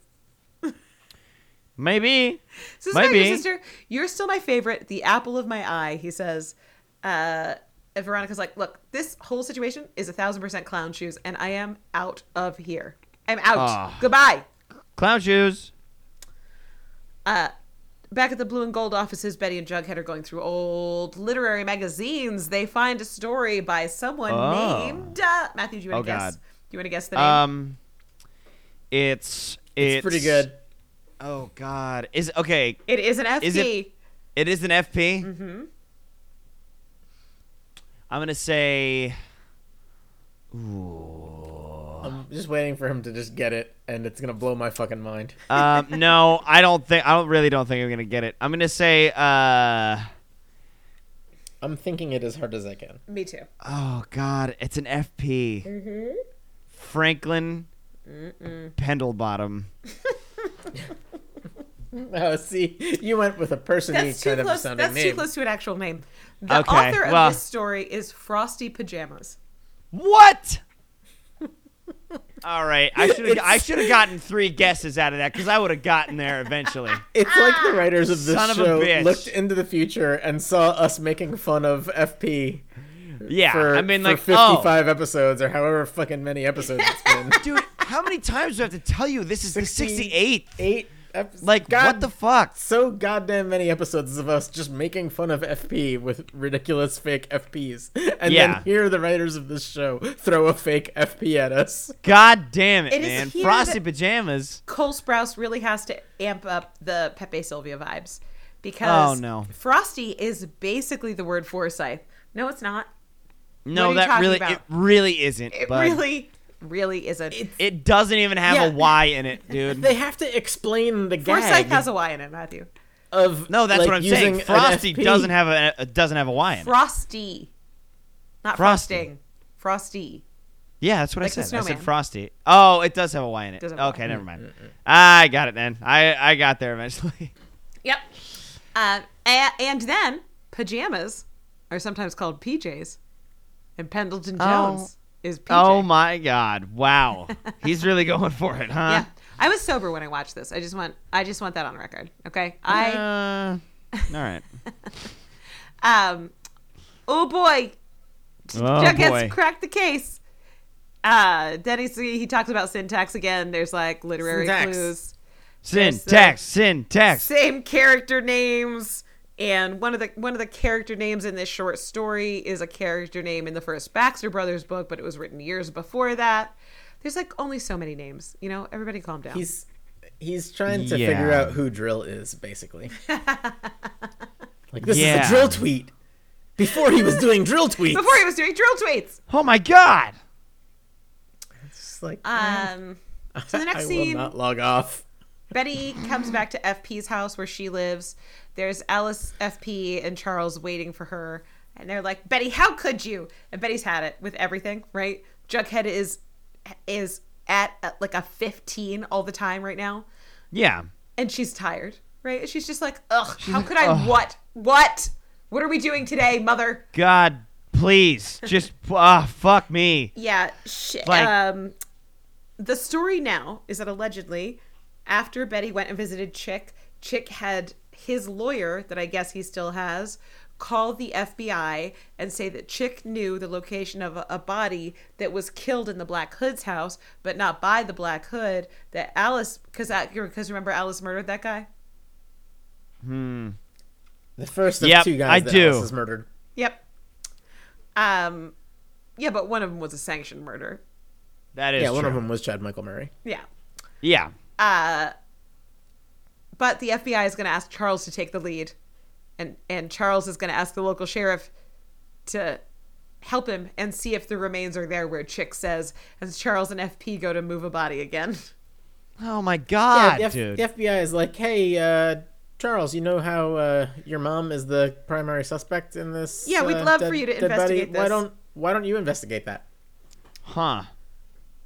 B: Maybe.
A: Is this about
B: Maybe.
A: your sister? You're still my favorite, the apple of my eye, he says. Uh, and Veronica's like, Look, this whole situation is a thousand percent clown shoes, and I am out of here. I'm out.
B: Ah.
A: Goodbye.
B: Clown shoes.
A: Uh, back at the Blue and Gold offices, Betty and Jughead are going through old literary magazines. They find a story by someone
B: Oh.
A: named uh, Matthew. Do you want
B: Oh,
A: to guess?
B: God.
A: Do you want to guess the name?
B: Um, it's, it's
C: It's, pretty good.
B: Oh God. Is okay.
A: it is an FP.
B: is it- It is an FP. Mm-hmm. I'm gonna say.
C: I'm just waiting for him to just get it, and it's gonna blow my fucking mind.
B: Um, no, I don't think. I don't really don't think I'm gonna get it. I'm gonna say. Uh,
C: I'm thinking it as hard as I can.
A: Me too.
B: oh God, it's an FP.
A: Mm-hmm.
B: Franklin Pendlebottom.
C: [LAUGHS] Oh, see, you went with a person
A: That's
C: you
A: too
C: kind of
A: close.
C: sounding
A: That's
C: name.
A: too close to an actual name. The
B: Okay,
A: author of
B: well-
A: this story is Frosty Pajamas.
B: What? All right, I should I should have gotten three guesses out of that because I would have gotten
A: [LAUGHS]
B: there eventually.
C: It's like
A: Ah,
C: the writers of this
B: Son of a
C: show
B: bitch.
C: looked into the future and saw us making fun of FP
B: Yeah,
C: for,
B: I mean
C: for
B: like oh.
C: 55 episodes or however fucking many episodes
B: [LAUGHS]
C: it's been.
B: dude how many times do i have to tell you this is
C: 60
B: the 68th
C: Eight episodes.
B: like what the fuck
C: so goddamn many episodes of us just making fun of FP with ridiculous fake FPs. And
B: Yeah.
C: then here the writers of this show throw a fake FP at us.
B: god damn it,
A: It is
B: man
A: here
B: frosty
A: that-
B: pajamas
A: Cole Sprouse really has to amp up the Pepe Sylvia vibes because
B: Oh, no.
A: Frosty is basically the word Forsyth. No, it's not. What are
B: no
A: you
B: that
A: talking
B: really
A: about?
B: it really isn't
A: It
B: bud.
A: really, really isn't.
B: it doesn't even have a
C: Yeah.
B: y in
A: [LAUGHS]
B: it dude
C: They have to explain the
A: Forsyth
C: gag
A: has a Y in it, Matthew.
C: of
B: no that's
C: like,
B: what i'm
C: using
B: saying
C: an
B: frosty
C: FP.
B: doesn't have a uh, doesn't have a y in it
A: Frosty, not
B: Frosty.
A: frosting. Frosty.
B: yeah that's what
A: like the
B: i said i said
A: snowman.
B: frosty oh it does have a y in it
A: Doesn't have a
B: okay
A: Y.
B: never mind i got it then i i got there
A: [LAUGHS]
B: eventually
A: Yep. Uh, a- and then pajamas are sometimes called PJs, and Pendleton
B: Oh.
A: Jones is PJ.
B: oh my god
A: [LAUGHS]
B: wow he's really going for it huh
A: Yeah. I was sober when I watched this. I just want I just want that on record. Okay. I
B: uh, all
A: [LAUGHS]
B: right
A: um oh boy.
C: Oh,
B: Oh,
A: Jughead's cracked the case. Uh then he he talks about syntax again. There's like literary
C: Syntax.
A: clues. There's the-
B: syntax, syntax.
A: same character names and one of the one of the character names in this short story is a character name in the first Baxter Brothers book, but it was written years before that. There's like only so many names, you know. Everybody calm down.
C: He's he's trying to
B: Yeah.
C: figure out who Drill
A: [LAUGHS]
C: is, basically. like this
B: Yeah.
C: is a Drill tweet. Before he was doing Drill tweets.
A: before he was doing drill
C: [LAUGHS]
A: tweets.
B: Oh my god!
C: It's like, "Mm,
A: Um, so the next
C: [LAUGHS] I
A: scene,
C: will not log off.
A: Betty comes back to FP's house where she lives. There's Alice, FP, and Charles waiting for her. And they're like, Betty, how could you? And Betty's had it with everything, right? Jughead is is at, at like a 15 all the time right now.
B: Yeah.
A: And she's tired, right? And she's just like, ugh, how could I? What? What? What are we doing today, mother?
B: God, please, just [LAUGHS] ah, fuck me.
A: Yeah, shit.
B: Like-
A: um, the story now is that allegedly, after Betty went and visited Chick, Chick had his lawyer, that I guess he still has, call the FBI and say that Chick knew the location of a, a body that was killed in the Black Hood's house, but not by the Black Hood. That Alice, because because remember Alice murdered that guy.
C: The first of
B: Yep,
C: two guys
B: I
C: that
B: do.
C: Alice is murdered.
A: Yep. Um, yeah, but one of them was a sanctioned murder.
B: That is
C: yeah, one
B: true.
C: of them was Chad Michael Murray.
A: Yeah.
B: Yeah.
A: but the FBI is going to ask Charles to take the lead, and and Charles is going to ask the local sheriff to help him and see if the remains are there where Chick says as Charles and FP go to move a body again.
B: Oh my god,
C: the, F-
B: dude.
C: the FBI is like, hey, uh, Charles, you know how uh, your mom is the primary suspect in this?
A: Yeah, we'd
C: uh,
A: love
C: dead-
A: for you to
C: dead body?
A: investigate
C: Why
A: this."
C: don't Why don't you investigate that?
B: Huh.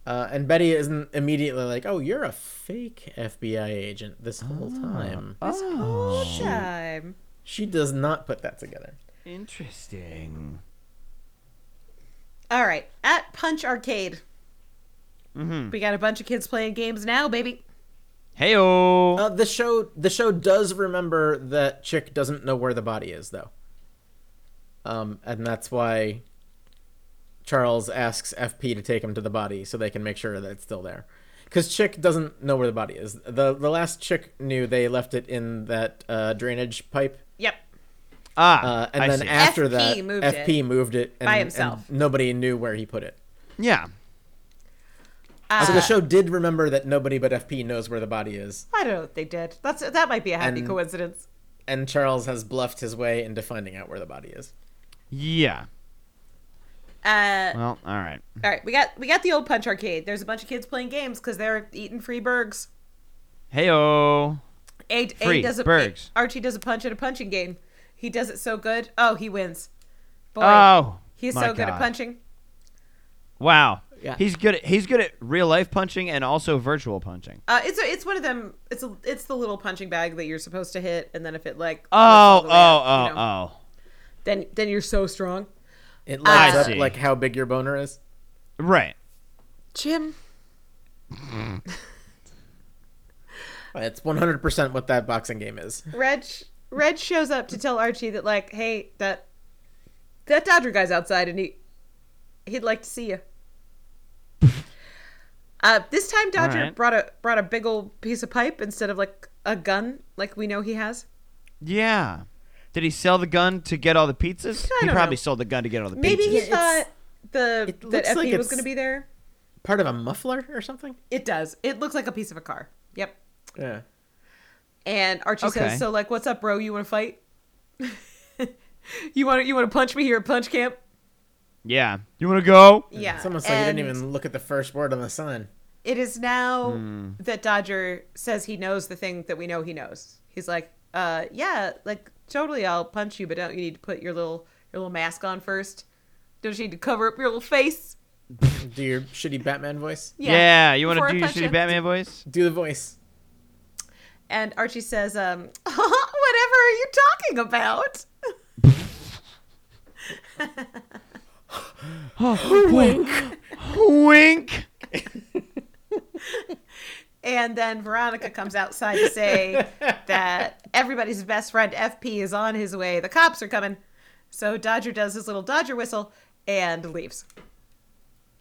C: Uh, and Betty isn't immediately like, "Oh, you're a fake FBI agent this whole time."
A: Whole time.
C: She does not put that together.
B: Interesting.
A: All right, at Punch Arcade, we got a bunch of kids playing games now, baby.
B: Hey oh.
C: Uh, the show the show does remember that chick doesn't know where the body is though. Um, and that's why Charles asks FP to take him to the body so they can make sure that it's still there. Cuz Chick doesn't know where the body is. The the last Chick knew they left it in that uh, drainage pipe.
A: Yep.
B: Ah.
C: Uh, and
B: I
C: then
B: see.
C: after
A: FP
C: that
A: moved it.
C: FP moved it and,
A: By
C: and
A: himself.
C: nobody knew where he put it.
B: yeah.
A: Uh, Ah.
C: so the show did remember that nobody but FP knows where the body is
A: I don't know what they did. That's that might be a happy
C: And-
A: coincidence.
C: and Charles has bluffed his way into finding out where the body is.
B: Yeah.
A: Uh,
B: Well, all right.
A: all right, we got we got the old Punch Arcade. There's a bunch of kids playing games because they're eating free burgers.
B: Hey oh.
A: A,
B: Free
A: a does a,
B: Bergs.
A: Archie does a punch at a punching game. He does it so good. Oh, he wins. Boy,
B: Oh.
A: he's so
B: my
A: good at
B: God.
A: punching.
B: Wow.
C: Yeah.
B: He's good at he's good at real life punching and also virtual punching.
A: Uh, it's a, it's one of them. It's a, it's the little punching bag that you're supposed to hit, and then if it like lifts
B: Oh,
A: all
B: oh,
A: the way up,
B: oh,
A: you know, then then you're so strong.
C: It lights
B: I
C: up
B: see.
C: like how big your boner is.
B: oh. Right.
A: Jim,
C: That's 100% what that boxing game is.
A: Reg, Reg shows up to tell Archie that like, hey, that that Dodger guy's outside, and he he'd like to see you. Uh, this time, Dodger
B: right.
A: brought a brought a big old piece of pipe instead of like a gun, like we know he has.
B: Yeah. Did he sell the gun to get all the pizzas?
A: I
B: he
A: don't
B: probably
A: know.
B: sold the gun to get all the
A: Maybe
B: pizzas.
A: he
C: Yeah, it's-
A: thought the
C: it
A: that
C: looks
A: FP
C: like
A: was
C: it's-
A: going to be there.
C: Part of a muffler or something?
A: It does. It looks like a piece of a car. Yep.
C: Yeah.
A: And Archie
B: Okay.
A: says, "So like, what's up, bro? You want to fight? [LAUGHS] you want to you want to punch me here at punch camp?
B: Yeah. You want to go?
A: Yeah.
C: It's almost like you didn't
A: And
C: even look at the first word on the sign.
A: It is now
B: Hmm.
A: that Dodger says he knows the thing that we know he knows. He's like, uh, yeah, like totally, I'll punch you, but don't you need to put your little your little mask on first? Don't you need to cover up your little face?
C: Do your shitty Batman voice.
B: Yeah. you want
A: before
B: to
A: I
B: do your
A: punch
B: shitty
A: you."
B: Batman voice?
A: [LAUGHS]
C: Do the voice.
A: And Archie says, um, [LAUGHS] whatever are you talking about?
B: Wink.
A: And then Veronica comes outside to
B: [LAUGHS]
A: say that everybody's best friend FP is on his way. The cops are coming. So Dodger does his little Dodger whistle and leaves.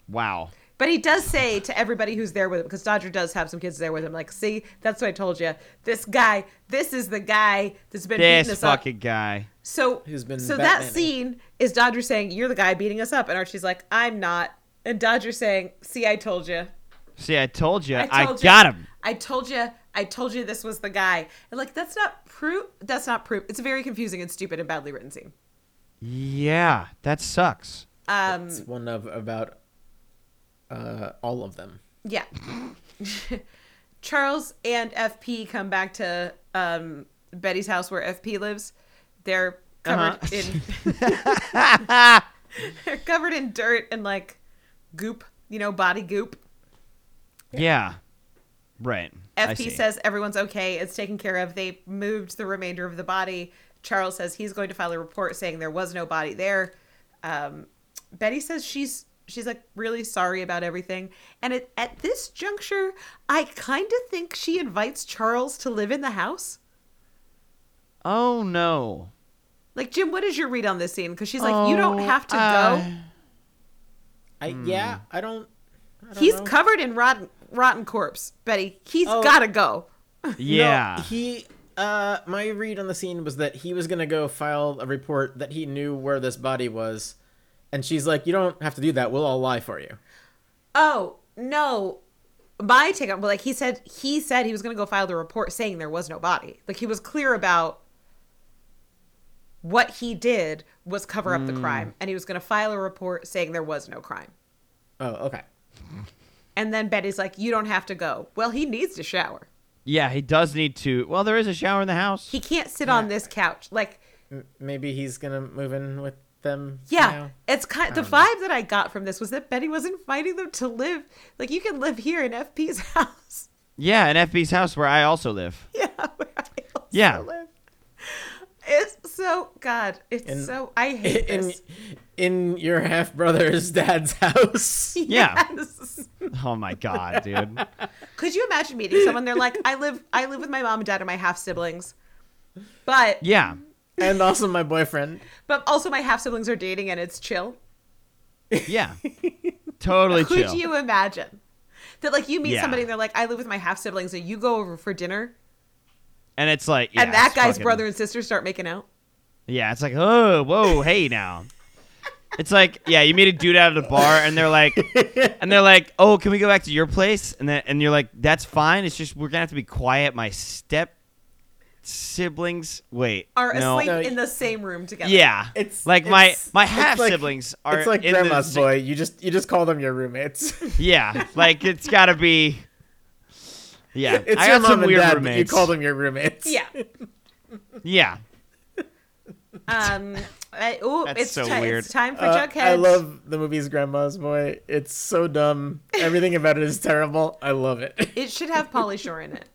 B: Wow.
A: But he does say to everybody who's there with him, because Dodger does have some kids there with him, like, see, that's what I told you. This guy, this is the guy that's been beating
B: This
A: us up.
B: fucking guy.
A: So,
C: Who's been
A: so
C: Batmaning.
A: that scene is Dodger saying, "You're the guy beating us up," and Archie's like, "I'm not," and Dodger saying, "See, I told you,
B: See, I told you. I,
A: I told
B: got
A: you,
B: him.
A: I told you, I told you this was the guy." And like, that's not proof. That's not proof. It's a very confusing and stupid and badly written scene.
B: Yeah, that sucks.
A: Um,
C: It's one of about uh, all of them.
A: Yeah. Charles and FP come back to um, Betty's house where FP lives. They're covered
B: Uh-huh.
A: in They're covered in [LAUGHS] dirt and like goop, you know, body goop.
B: Yeah. Right. I see.
A: FP says everyone's okay, it's taken care of. They moved the remainder of the body. Charles says he's going to file a report saying there was no body there. Um, Betty says she's she's like really sorry about everything. And it, at this juncture, I kind of think she invites Charles to live in the house.
B: "Oh no."
A: Like Jim, what is your read on this scene? Because she's like, you don't
B: Oh,
A: have to
B: uh,
C: I yeah, I don't. I
A: go.
C: don't
A: He's
C: know.
A: covered in rotten rotten corpse, Betty. He's
C: Oh.
A: gotta go.
B: Yeah.
C: No, he. Uh, my read on the scene was that he was gonna go file a report that he knew where this body was, and she's like, "You don't have to do that. We'll all lie for you."
A: Oh no, my take on well, like he said he said he was going to go file the report saying there was no body. Like he was clear about what he did was cover up the crime, and he was going to file a report saying there was no crime.
C: Oh, okay.
A: And then Betty's like, "You don't have to go." Well, he needs to shower.
B: yeah, he does need to. Well, there is a shower in the house.
A: He can't sit on this couch. Like,
C: M- maybe he's gonna move in with them.
A: yeah,
C: now. [LAUGHS]
A: it's kind. The vibe that I got from this was that Betty was inviting them to live. Like, you can live here in FP's [LAUGHS] house.
B: yeah, in FB's house where I
A: [LAUGHS]
B: also live.
A: Yeah, where I also
B: Yeah.
A: live. It's so God. It's
C: In-
A: so I hate
C: in
A: this.
C: in your half brother's [LAUGHS]
A: [LAUGHS]
C: dad's house.
B: [LAUGHS] Yeah.
A: Yes.
B: Oh my god, dude.
A: [LAUGHS] Could you imagine meeting someone? They're like, I live, I live with my mom and dad and my half siblings, but
B: Yeah.
C: and also my boyfriend.
A: but also my half siblings are dating and it's chill.
B: Yeah.
A: [LAUGHS]
B: Totally
A: Could
B: chill.
A: you imagine that? Like you meet
B: Yeah.
A: somebody and they're like, I live with my half siblings and you go over for dinner
B: and it's like yeah,
A: and that
B: it's
A: guy's
B: fucking-
A: brother and sister start making out.
B: Yeah, it's like, oh, whoa, hey now. It's like, yeah, you meet a dude out at a bar and they're like and they're like, Oh, can we go back to your place? And then and you're like, That's fine, it's just we're gonna have to be quiet. My step siblings wait.
A: Are
B: no.
A: asleep
C: No,
A: in the same room together.
B: Yeah.
C: It's
B: like my
C: it's-
B: my
C: it's
B: half
C: like-
B: siblings are
C: It's like
B: in the
C: grandma's
B: sa-
C: boy. You just you just call them your roommates. [LAUGHS]
B: Yeah. Like it's gotta be Yeah.
C: It's
B: I
C: your
B: got
C: mom
B: some
C: and
B: weird
C: dad, but
B: roommates.
C: you call them your roommates.
A: yeah.
B: Yeah.
A: Um. I, ooh,
B: That's
A: it's
B: so
A: ti- it's
B: weird.
A: time for
C: Uh,
A: Jughead.
C: I love the movie's Grandma's Boy. It's so dumb. Everything about it is terrible. I love it. [LAUGHS]
A: It should have Polly Shore in it.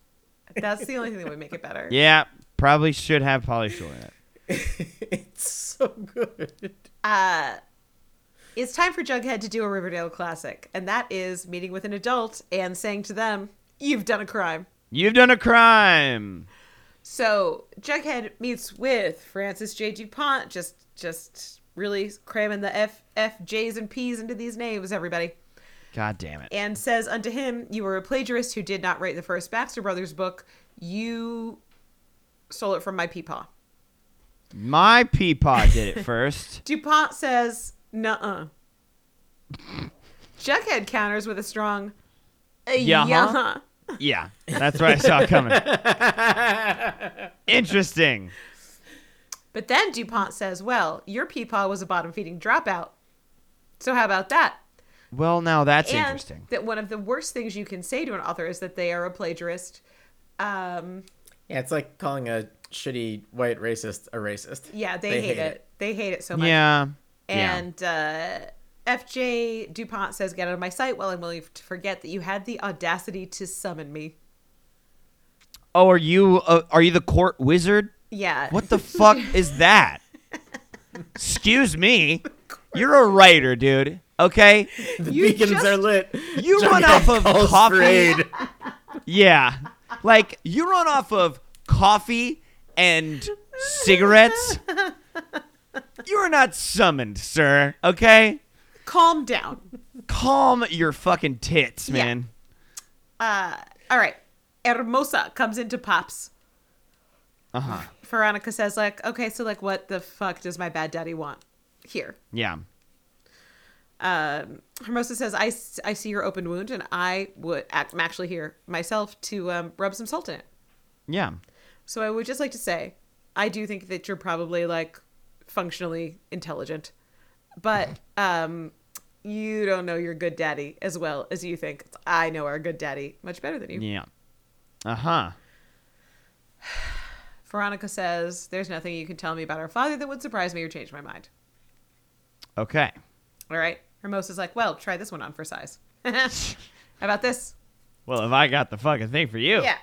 A: That's the only thing that would make it better.
B: Yeah. Probably should have Polly Shore in it.
C: it's so good.
A: Uh, it's time for Jughead to do a Riverdale classic, and that is meeting with an adult and saying to them, You've done a crime.
B: You've done a crime.
A: So Jughead meets with Francis J. DuPont, just just really cramming the F, F, J's, and P's into these names, everybody.
B: God damn it.
A: and says unto him, You were a plagiarist who did not write the first Baxter Brothers book. You stole it from my peepaw.
B: My peapod did it first.
A: DuPont says, Nuh uh. Jughead counters with a strong, "Uh,
B: Yeah,
A: Yeah.
B: huh?" yeah, that's what I saw coming. Interesting.
A: But then DuPont says, Well, your peepaw was a bottom feeding dropout. So how about that?
B: Well, now that's
A: and
B: interesting.
A: that one of the worst things you can say to an author is that they are a plagiarist. Um,
C: Yeah, it's like calling a shitty white racist a racist.
A: yeah, they, hate, it. They hate it so much.
B: Yeah.
A: And uh, FJ DuPont says, Get out of my sight while I'm willing to forget that you had the audacity to summon me.
B: yeah. Oh, are you uh, are you the court wizard?
A: Yeah.
B: What the fuck is that? Excuse me. You're a writer, dude. Okay.
C: The
A: You
C: beacons
A: just-
C: are lit.
B: You run
C: Jughead
B: off of
C: calls for
B: coffee.
C: aid.
B: Yeah. Like you run off of coffee and cigarettes. You are not summoned, sir. Okay?
A: Calm down.
B: Calm your fucking tits, man.
A: Uh, all right. Hermosa comes into Pops.
B: Uh huh.
A: Veronica says, like, okay, so, like, what the fuck does my bad daddy want here?
B: Yeah.
A: Um, Hermosa says, I, s- I see your open wound, and I would, I'm actually here myself to um, rub some salt in it.
B: Yeah.
A: So I would just like to say, I do think that you're probably like functionally intelligent, but um, you don't know your good daddy as well as you think. I know our good daddy much better than you.
B: Yeah. Uh huh.
A: Veronica says, "There's nothing you can tell me about our father that would surprise me or change my mind."
B: Okay.
A: All right. Hermosa's like, "Well, try this one on for size." [LAUGHS] How about this?
B: Well, if I got the fucking thing for you.
A: Yeah.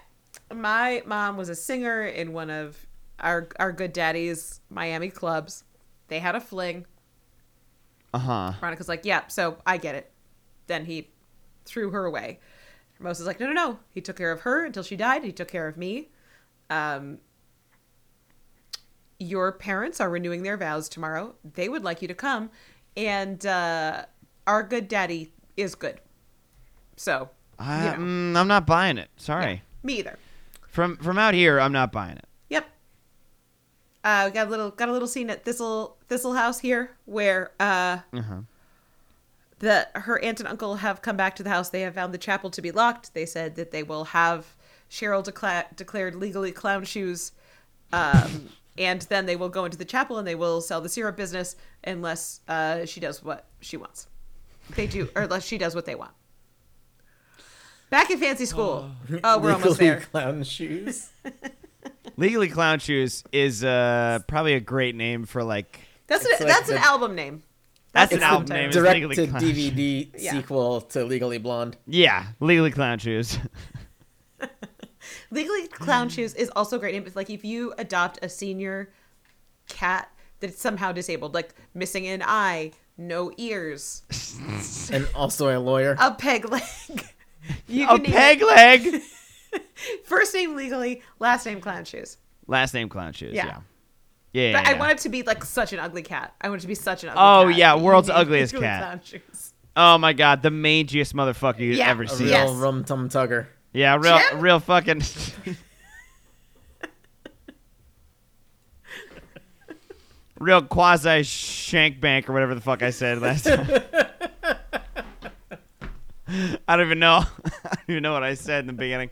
A: My mom was a singer in one of our our good daddy's Miami clubs. They had a fling.
B: Uh huh.
A: Veronica's like, yeah, so I get it. Then he threw her away. Hermosa's like, no, no, no. He took care of her until she died. He took care of me. Um, your parents are renewing their vows tomorrow. They would like you to come. And uh, our good daddy is good. So,
B: I,
A: you know,
B: mm, I'm not buying it. Sorry.
A: me either.
B: From from out here, I'm not buying it.
A: Yep. Uh, we got a little got a little scene at Thistle Thistle House here where uh,
B: Uh-huh.
A: the her aunt and uncle have come back to the house. They have found the chapel to be locked. They said that they will have Cheryl decla- declared legally clown shoes, um, and then they will go into the chapel and they will sell the syrup business unless uh, she does what she wants. They do, or unless she does what they want. Back in fancy school. [LAUGHS] Oh,
C: [LAUGHS]
A: we're almost
C: Legally
A: there.
C: Clown shoes.
B: Legally Clown Shoes is uh, probably a great name for like.
A: That's an,
C: It's like
A: that's
C: the-
A: an album name.
B: That's
A: [LAUGHS] It's
B: an
A: the
B: album
A: title.
B: name. is
C: Direct
B: Legally
C: to
B: Clown Shoes.
C: DVD
A: Yeah.
C: sequel to Legally Blonde.
B: Yeah, Legally
A: [LAUGHS]
B: Clown Shoes.
A: Legally Clown Shoes is also a great name. It's like if you adopt a senior cat that's somehow disabled, like missing an eye, no ears,
C: And also a lawyer.
B: [LAUGHS]
A: a peg leg. [LAUGHS] You
B: a
A: can name [LAUGHS]
B: peg leg.
A: it- First name legally, last name clown shoes.
B: Last name Clown Shoes.
A: Yeah.
B: Yeah. Yeah.
A: But
B: yeah,
A: I
B: yeah.
A: want it to be like such an ugly cat. I want it to be such an ugly
B: Oh,
A: cat.
B: yeah,
A: You [LAUGHS]
B: world's
A: name it
B: ugliest
A: Legally
B: cat.
A: Clown Shoes.
B: Oh my god, the mangiest motherfucker you've
A: Yeah.
B: ever
C: a
A: A
B: seen.
C: real
A: yeah. Oh, yes.
C: rum tum tugger.
B: Yeah, real,
A: Jim?
B: real fucking. [LAUGHS] real quasi shank bank or whatever the fuck I said last time.
A: [LAUGHS]
B: I don't even know. [LAUGHS] I don't even know what I said in the beginning.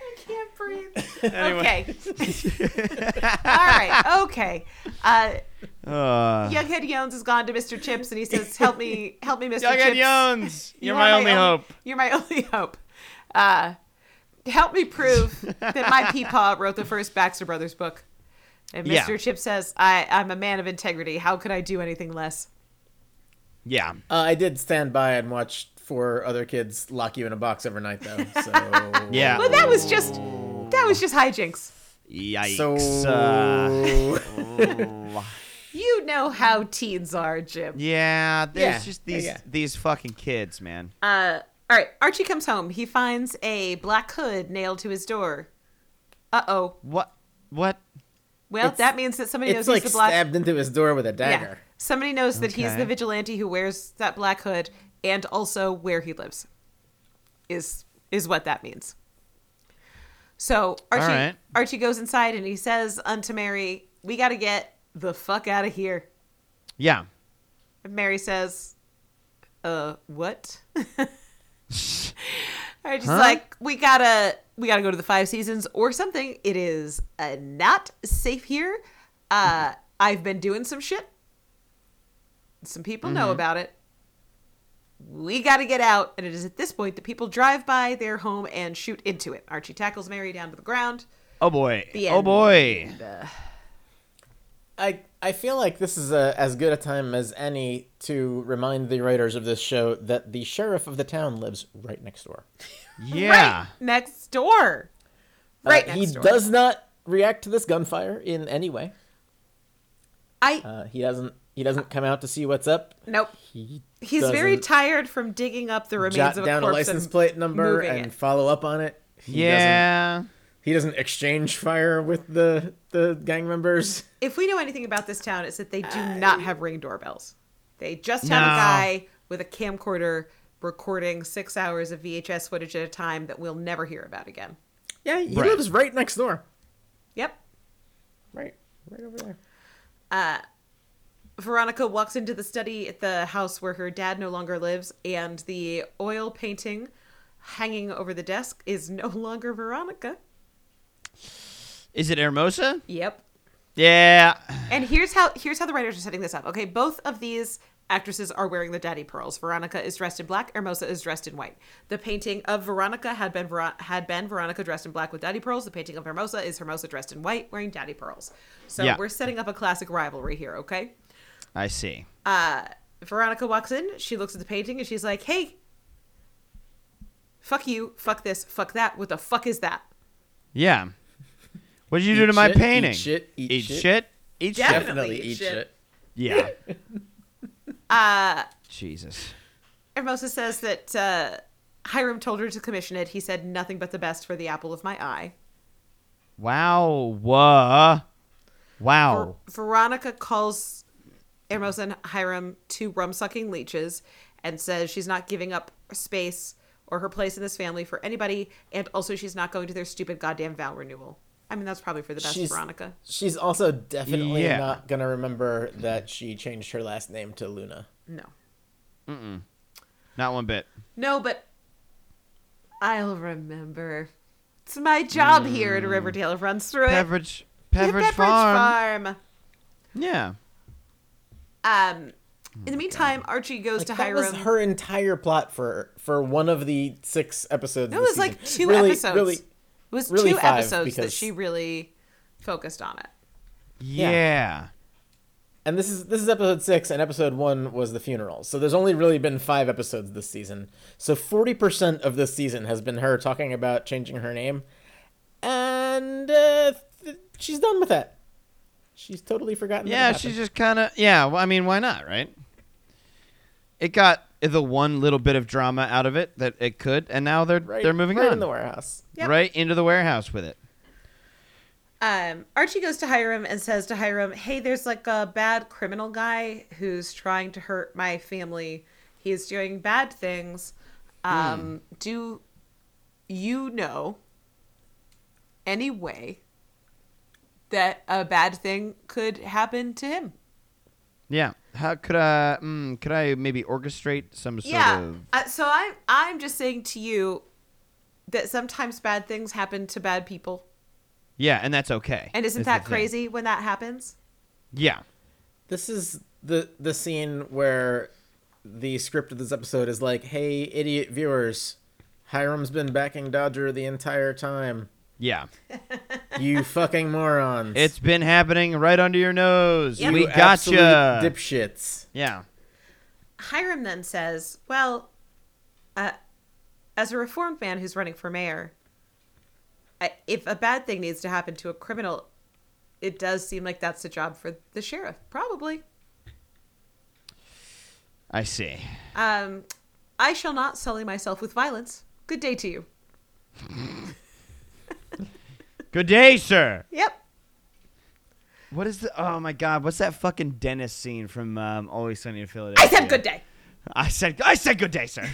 A: I can't breathe.
B: Anyway.
A: [LAUGHS] Okay.
B: [LAUGHS]
A: [LAUGHS] All right. Okay. Uh,
B: Uh,
A: Younghead Jones has gone to Mr. Chips and he
B: [LAUGHS]
A: says, "Help me, help me, Mr.
B: Younghead
A: Chips."
B: Jones,
A: You
B: you're
A: are
B: my only hope.
A: You're my [LAUGHS] only hope. Uh, help me prove that
B: [LAUGHS]
A: my peepaw wrote the first Baxter Brothers book. And
B: Yeah.
A: Mr. Chip says, I, I'm a man of integrity. How could I do anything less?
B: Yeah.
C: Uh, I did stand by and watch four other kids lock you in a box every night,
B: [LAUGHS]
C: though. So
B: Yeah.
A: Well, that was just that was just hijinks.
B: Yikes.
C: So
B: Uh,
A: You know how teens are, Jim.
B: yeah, there's
C: Yeah,
B: just
C: yeah,
B: these
C: yeah.
B: these fucking kids, man.
A: Uh, all right, Archie comes home. He finds a black hood nailed to his door. Uh oh.
B: What? What?
A: Well,
C: It's-
A: that means that somebody knows
C: [LAUGHS] it's like
A: he's the black.
C: stabbed into his door with a dagger.
A: Somebody knows that he's
B: Okay.
A: the vigilante who wears that black hood and also where he lives. Is is what that means. So Archie
B: right.
A: Archie goes inside and he says unto Mary, "We got to get the fuck out of here."
B: Yeah.
A: And Mary says, "Uh, what?" [LAUGHS] Archie's like, "We gotta we gotta go to the Five Seasons or something. It is uh, not safe here. Uh, I've been doing some shit." Some people know about it. We got to get out. And it is at this point that people drive by their home and shoot into it. Archie tackles Mary down to the ground.
B: Oh boy.
A: The
B: oh
A: end.
B: boy.
C: I I feel like this is a, as good a time as any to remind the writers of this show that the sheriff of the town lives right next door.
B: Yeah.
A: Right next door.
C: Uh,
A: Right next
C: he
A: door.
C: does not react to this gunfire in any way.
A: I
C: Uh, he doesn't. He doesn't come out to see what's up.
A: nope.
C: He
A: He's very
C: doesn't
A: tired from digging up the remains
C: jot
A: of a
C: down a
A: corpse
C: license
A: and
C: plate number
A: moving
C: and
A: it.
C: follow up on it. He Doesn't,
B: Yeah.
C: he doesn't exchange fire with the the gang members.
A: If we know anything about this town, it's that they do not have ring doorbells. They just have
B: No.
A: a guy with a camcorder recording six hours of VHS footage at a time that we'll never hear about again.
C: Yeah, he
B: Right.
C: lives right next door.
A: Yep.
C: Right, right over there.
A: Veronica walks into the study at the house where her dad no longer lives, and the oil painting hanging over the desk is no longer Veronica.
B: Is it Hermosa?
A: Yep.
B: Yeah.
A: And here's how here's how the writers are setting this up. Okay, both of these actresses are wearing the daddy pearls. Veronica is dressed in black. Hermosa is dressed in white. The painting of Veronica had been Ver- had been Veronica dressed in black with daddy pearls. The painting of Hermosa is Hermosa dressed in white wearing daddy pearls. So
B: Yeah.
A: we're setting up a classic rivalry here. Okay.
B: I see.
A: Uh, Veronica walks in. She looks at the painting and she's like, "Hey, fuck you, fuck this, fuck that. What the fuck is that?"
B: Yeah. What did you do to my
C: shit, eat
B: painting?
C: shit, eat
B: Eat
C: shit.
B: shit. Eat
A: Yeah.
B: shit.
A: Definitely
C: Definitely eat
A: eat shit.
C: shit.
B: [LAUGHS] Yeah.
A: Uh,
B: Jesus.
A: Hermosa says that uh, Hiram told her to commission it. He said nothing but the best for the apple of my eye.
B: Wow. Wha.
A: Ver-
C: Oh.
B: Wow.
A: Veronica calls Hermosa and Hiram two rum sucking leeches and says she's not giving up space or her place in this family for anybody, and also she's not going to their stupid goddamn vow renewal. I mean, that's probably for the best,
C: She's-
A: Veronica.
C: She's also definitely
B: Yeah.
C: not gonna remember that she changed her last name to Luna.
A: No.
B: Not one bit.
A: No, but I'll remember. It's my job here
C: Hmm.
A: at Riverdale. It runs through it.
B: Beverage.
A: Yeah,
B: Beverage Farm.
A: Farm.
B: Yeah.
A: Um, in the meantime, Archie goes
C: Oh Like,
A: to
C: that
A: Hiram.
C: was her entire plot for for one of the six episodes.
A: No,
C: of
A: it
C: the
A: was like
C: season.
A: two
C: Really-
A: episodes.
C: Really,
A: it was
C: really
A: two
C: five,
A: episodes that
C: because-
A: she really focused on it.
B: Yeah.
C: and this is this is episode six, and episode one was the funeral. So there's only really been five episodes this season. So forty percent of this season has been her talking about changing her name, and uh, th- she's done with that. She's totally forgotten. that it
B: Yeah,
C: happened.
B: she's just kind of yeah. Well, I mean, why not, right? It got the one little bit of drama out of it that it could, and now they're
C: right,
B: they're moving
C: right
B: on
C: in the warehouse.
A: Yep.
B: right into the warehouse with it.
A: Um, Archie goes to Hiram and says to Hiram, "Hey, there's like a bad criminal guy who's trying to hurt my family. He's doing bad things. Um, Do you know any way that a bad thing could happen to him?"
B: Yeah. How could I? Mm, could I maybe orchestrate some sort of?
A: Uh, so I'm I'm just saying to you that sometimes bad things happen to bad people,
B: Yeah, and that's okay.
A: and isn't
B: Is
A: that
B: the thing.
A: crazy when that happens?
B: Yeah.
C: This is the the scene where the script of this episode is like, "Hey, idiot viewers, Hiram's been backing Dodger the entire time.
B: Yeah.
C: You [LAUGHS] fucking morons!
B: It's been happening right under your nose.
A: Yep.
B: We
C: You absolute
B: gotcha.
C: dipshits."
B: yeah.
A: Hiram then says, "Well, uh, as a reformed man who's running for mayor, I, if a bad thing needs to happen to a criminal, it does seem like that's a job for the sheriff, probably."
B: I see.
A: Um, I shall not sully myself with violence. Good day to you.
B: Good day, sir.
A: Yep.
B: What is the? Oh my God! What's that fucking dentist scene from um, Always Sunny in Philadelphia?
A: I said good day.
B: I said, I said good
A: [LAUGHS]
B: day, sir.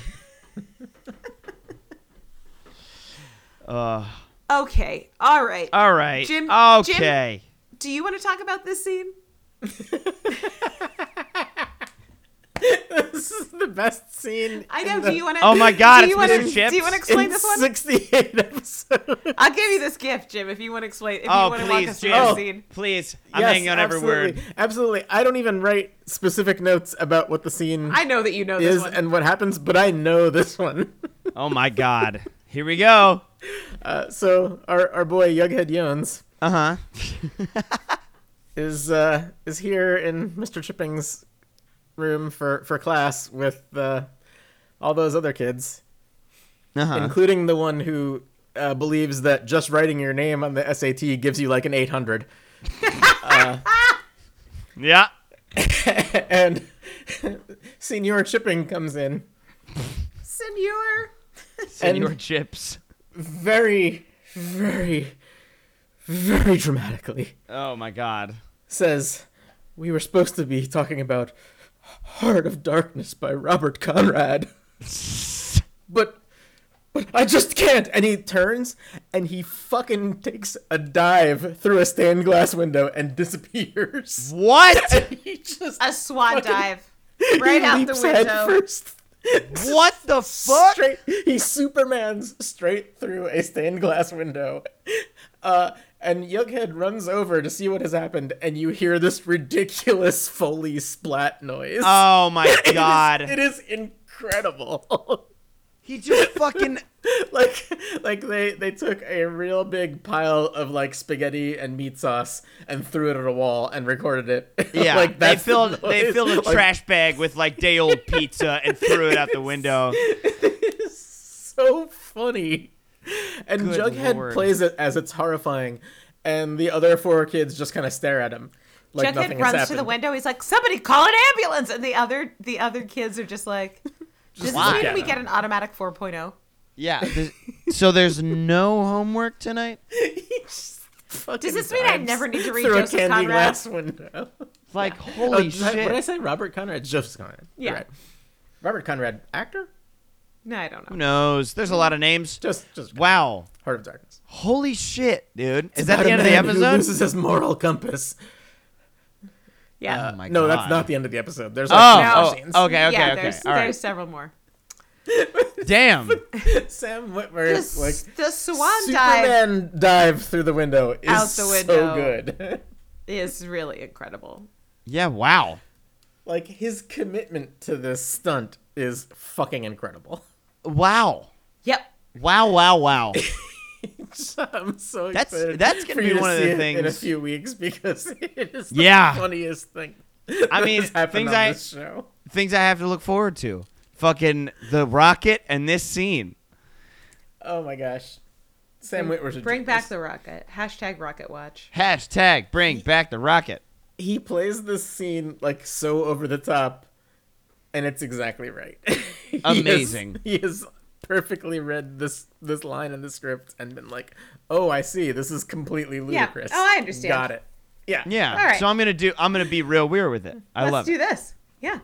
B: uh,
A: Okay. All right.
B: all right.
A: Jim-
B: okay.
A: Do you want to talk about this scene?
C: [LAUGHS] This is the best scene.
A: I
C: in
A: know.
C: the-
A: Do you want to?
B: Oh my God,
A: Do
B: it's
A: you want
B: Mr.
A: to?
B: Chips.
A: Do you want to
C: in
A: explain this one?
C: Sixty-eight [LAUGHS] episodes.
A: I'll give you this gift, Jim, if you want to explain. If you
B: Oh,
A: want to walk
B: please,
A: us through
B: Jim.
A: the scene.
B: Please. I'm
C: Yes,
B: hanging on every
C: absolutely.
B: word.
C: Absolutely. I don't even write specific notes about what the scene
A: I know that you know this
C: is
A: one.
C: and what happens, but I know this one. [LAUGHS]
B: Oh, my God. Here we go.
C: Uh, so our our boy Yughead Jones
B: Uh huh.
C: is uh is here in Mr. Chipping's room for for class with uh, all those other kids,
B: uh huh.
C: including the one who uh, believes that just writing your name on the SAT gives you like an 800.
B: Yeah.
C: and [LAUGHS] Senior Chipping comes in,
A: Senor.
B: Senor Chips.
C: very, very, very dramatically
B: Oh, my God.
C: says, "We were supposed to be talking about Heart of Darkness by Robert Conrad. but but I just can't. And he turns and he fucking takes a dive through a stained glass window and disappears.
B: What?
C: And [LAUGHS] he just
A: A SWAT
C: fucking-
A: dive.
C: he
A: Right out the
C: leaps head
A: window.
C: first.
B: [LAUGHS] what the fuck? [LAUGHS]
C: [LAUGHS] Straight, he Superman's straight through a stained glass window. Uh, and Jughead runs over to see what has happened, and you hear this ridiculous Foley splat noise.
B: Oh [LAUGHS] my
C: It is-
B: god.
C: it is incredible. [LAUGHS]
B: he just [LAUGHS] fucking
C: like like they they took a real big pile of like spaghetti and meat sauce and threw it at a wall and recorded it. [LAUGHS]
B: yeah.
C: like
B: they
C: that's the
B: filled they
C: noise.
B: filled a
C: Like,
B: trash bag with like day old pizza and threw it out the window.
C: It is so funny. And
B: Good
C: Jughead
B: lord.
C: plays it as it's horrifying, and the other four kids just kind of stare at him [LAUGHS] like
A: Jughead
C: nothing has
A: runs to
C: happened.
A: the window. He's like, "Somebody call an ambulance!" And the other the other kids are just
C: [LAUGHS]
A: like, "Does
B: lie.
A: this mean we
C: Yeah.
A: get an automatic oh." 4.0?"
B: Yeah. there's- so there's no homework tonight?
C: He just fucking
A: Does this mean I
C: dives
A: never need to read
C: through
A: Joseph
C: a candy
A: Conrad?
C: glass window?
B: Like
C: Oh,
B: [LAUGHS] holy
C: did I- what did I
B: shit.
C: say? Robert Conrad, Joseph Conrad. You're
A: Yeah.
C: right. Robert Conrad, actor.
A: No, I don't
B: Who
A: know.
B: knows? There's a lot of names.
C: Just, just
B: Wow.
C: Heart of Darkness.
B: Holy shit, dude. Is that the end of the episode?
C: loses his moral compass.
A: Yeah.
B: oh my
C: no,
B: God.
C: that's not the end of the episode. There's like
A: No.
B: Oh,
C: two
B: oh,
C: more
B: okay, okay,
A: yeah,
B: okay.
A: There's,
B: All
A: there's
B: right.
A: several more. [LAUGHS]
B: Damn.
C: scenes. [LAUGHS] Sam Whitmer
A: The,
C: is like
A: the swan dive
C: Superman dive. through the window is
A: Out the window.
C: so good. [LAUGHS]
A: is really incredible.
B: Yeah, wow.
C: like his commitment to this stunt is fucking incredible. [LAUGHS]
B: Wow.
A: Yep.
B: Wow, wow, wow.
C: I'm so
B: That's-
C: excited
B: that's gonna
C: for
B: be
C: you to
B: one of the
C: see it in a
B: things-
C: few weeks because [LAUGHS] it is the
B: Yeah.
C: funniest thing.
B: I mean,
C: [LAUGHS] that's happened
B: things
C: on
B: I-
C: this show.
B: Things I have to look forward to. Fucking the rocket and this scene.
C: Oh my gosh, Sam Whitmer should
A: Bring
C: do
A: back
C: this.
A: the rocket. Hashtag rocket watch.
B: Hashtag bring back the rocket.
C: He plays this scene like so over the top, and it's exactly right. [LAUGHS] He has-
B: Amazing.
C: He has perfectly read this this line in the script and been like, "Oh, I see. This is completely ludicrous."
A: Oh, I understand.
C: Got it. Yeah.
B: Yeah.
A: All right.
B: So I'm gonna do I'm gonna be real weird with it. I
A: Let's
B: love
A: do
B: it.
A: this. Yeah.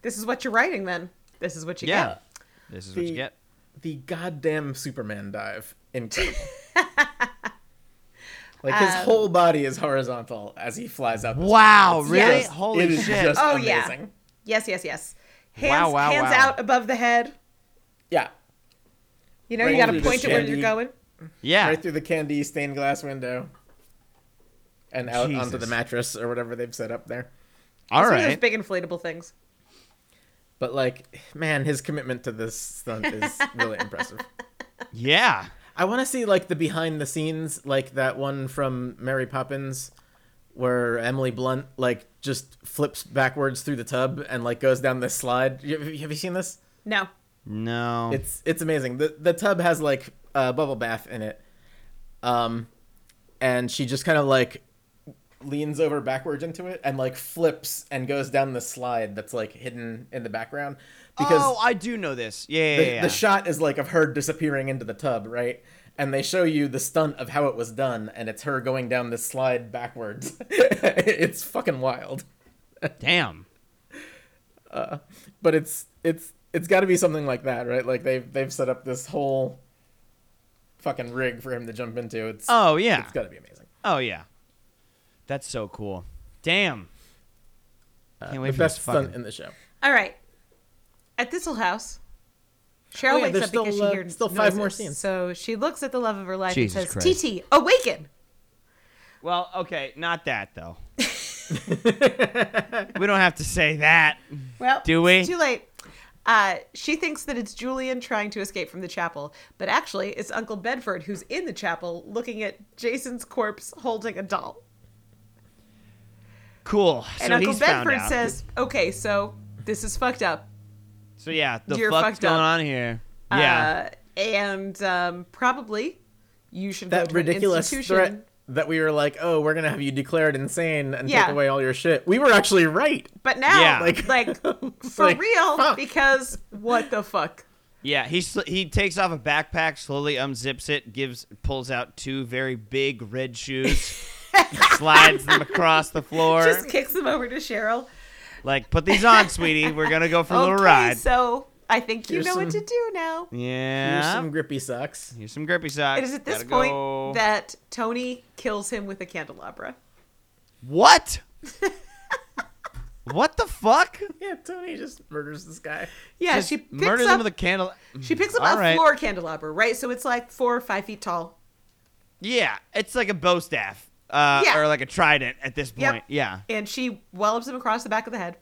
A: This is what you're writing then. This is what you
B: Yeah.
A: get.
B: This is what you
C: The-
B: get.
C: the goddamn Superman dive.
A: [LAUGHS]
C: Incredible. like his
A: Um,
C: whole body is horizontal as he flies up.
B: Wow,
A: It's
B: really?
A: just-
B: Holy
C: it is
B: shit.
C: just
A: Oh, yeah.
C: amazing.
A: Yes, yes, yes. Hands
B: Wow, wow,
A: hands
B: wow.
A: out above the head.
C: Yeah.
A: You know,
C: Right
A: you got to
C: through the
A: point it where
C: shandy.
A: you're going.
B: yeah.
C: Right through the candy stained glass window. And out onto
B: Jesus.
C: the mattress or whatever they've set up there.
B: All
A: it's one of those
B: right.
A: big inflatable things.
C: But like, man, his commitment to this stunt is really impressive.
B: Yeah.
C: I want to see like the behind the scenes, like that one from Mary Poppins, where Emily Blunt like just flips backwards through the tub and like goes down this slide. You- Have you seen this?
A: No.
B: No.
C: It's it's amazing. the The tub has like a bubble bath in it, um, and she just kind of like leans over backwards into it and like flips and goes down the slide that's like hidden in the background because
B: oh, I do know this. Yeah, yeah,
C: the,
B: yeah, yeah.
C: the shot is like of her disappearing into the tub, right? And they show you the stunt of how it was done, and it's her going down this slide backwards. [LAUGHS] it's fucking wild,
B: Damn.
C: but it's it's it's got to be something like that, right? Like they've they've set up this whole fucking rig for him to jump into. It's
B: Oh yeah.
C: it's got to be amazing.
B: Oh yeah. That's so cool. Damn. Can't wait
C: Uh, the
B: for
C: best
B: this fucking.
C: stunt in the show.
A: All right. At Thistle House, Cheryl
C: Oh, yeah,
A: wakes
C: there's
A: up because
C: still,
A: she
C: uh,
A: hears
C: still five
A: noises.
C: more scenes.
A: So she looks at the love of her life
B: Jesus
A: and
B: Christ.
A: says, "TT, awaken!"
B: well, okay, not that
C: [LAUGHS]
B: though. we don't have to say that.
A: Well,
B: Do we?
A: It's too late. Uh, she thinks that it's Julian trying to escape from the chapel, but actually, it's Uncle Bedford who's in the chapel looking at Jason's corpse holding a doll.
B: Cool.
A: And
B: so
A: Uncle
B: he's found
A: Bedford
B: out.
A: says, "Okay, so this is fucked up.
B: So yeah, the
A: You're
B: fuck's
A: fucked
B: going
A: up.
B: on here? Yeah.
A: uh, and um, probably you should go
C: That
A: to
C: ridiculous
A: an institution."
C: threat that we were like, oh, we're gonna have you declared insane and
A: Yeah.
C: take away all your shit. We were actually right.
A: But now,
B: Yeah.
A: like,
B: [LAUGHS]
C: Like-
A: for
C: like,
A: real,
C: fuck.
A: because what the fuck?
B: yeah. He sl- he takes off a backpack, slowly unzips it, gives pulls out two very
A: [LAUGHS]
B: big red shoes, slides them across the floor.
A: Just kicks him over to Cheryl.
B: Like, put these on, sweetie. We're gonna go for a
A: [LAUGHS]
B: little
A: okay,
B: ride.
A: So I think you
C: Here's
A: know what to
C: some-
A: do now.
B: yeah.
C: Here's some grippy socks.
B: Here's some grippy socks.
A: It is at this
B: Gotta
A: point
B: go.
A: that Tony kills him with a candelabra. [LAUGHS]
B: what? what the fuck?
C: Yeah, Tony just murders this guy.
A: Yeah,
B: Just
A: she picks
B: murders
A: up
B: him with a candle.
A: she picks up
B: All
A: a
B: right.
A: floor candelabra, right? So it's like four or five feet tall.
B: Yeah, it's like a bow staff, uh,
A: Yeah.
B: or like a trident at this
A: Yep.
B: point. Yeah.
A: and she wallops him across the back of the head.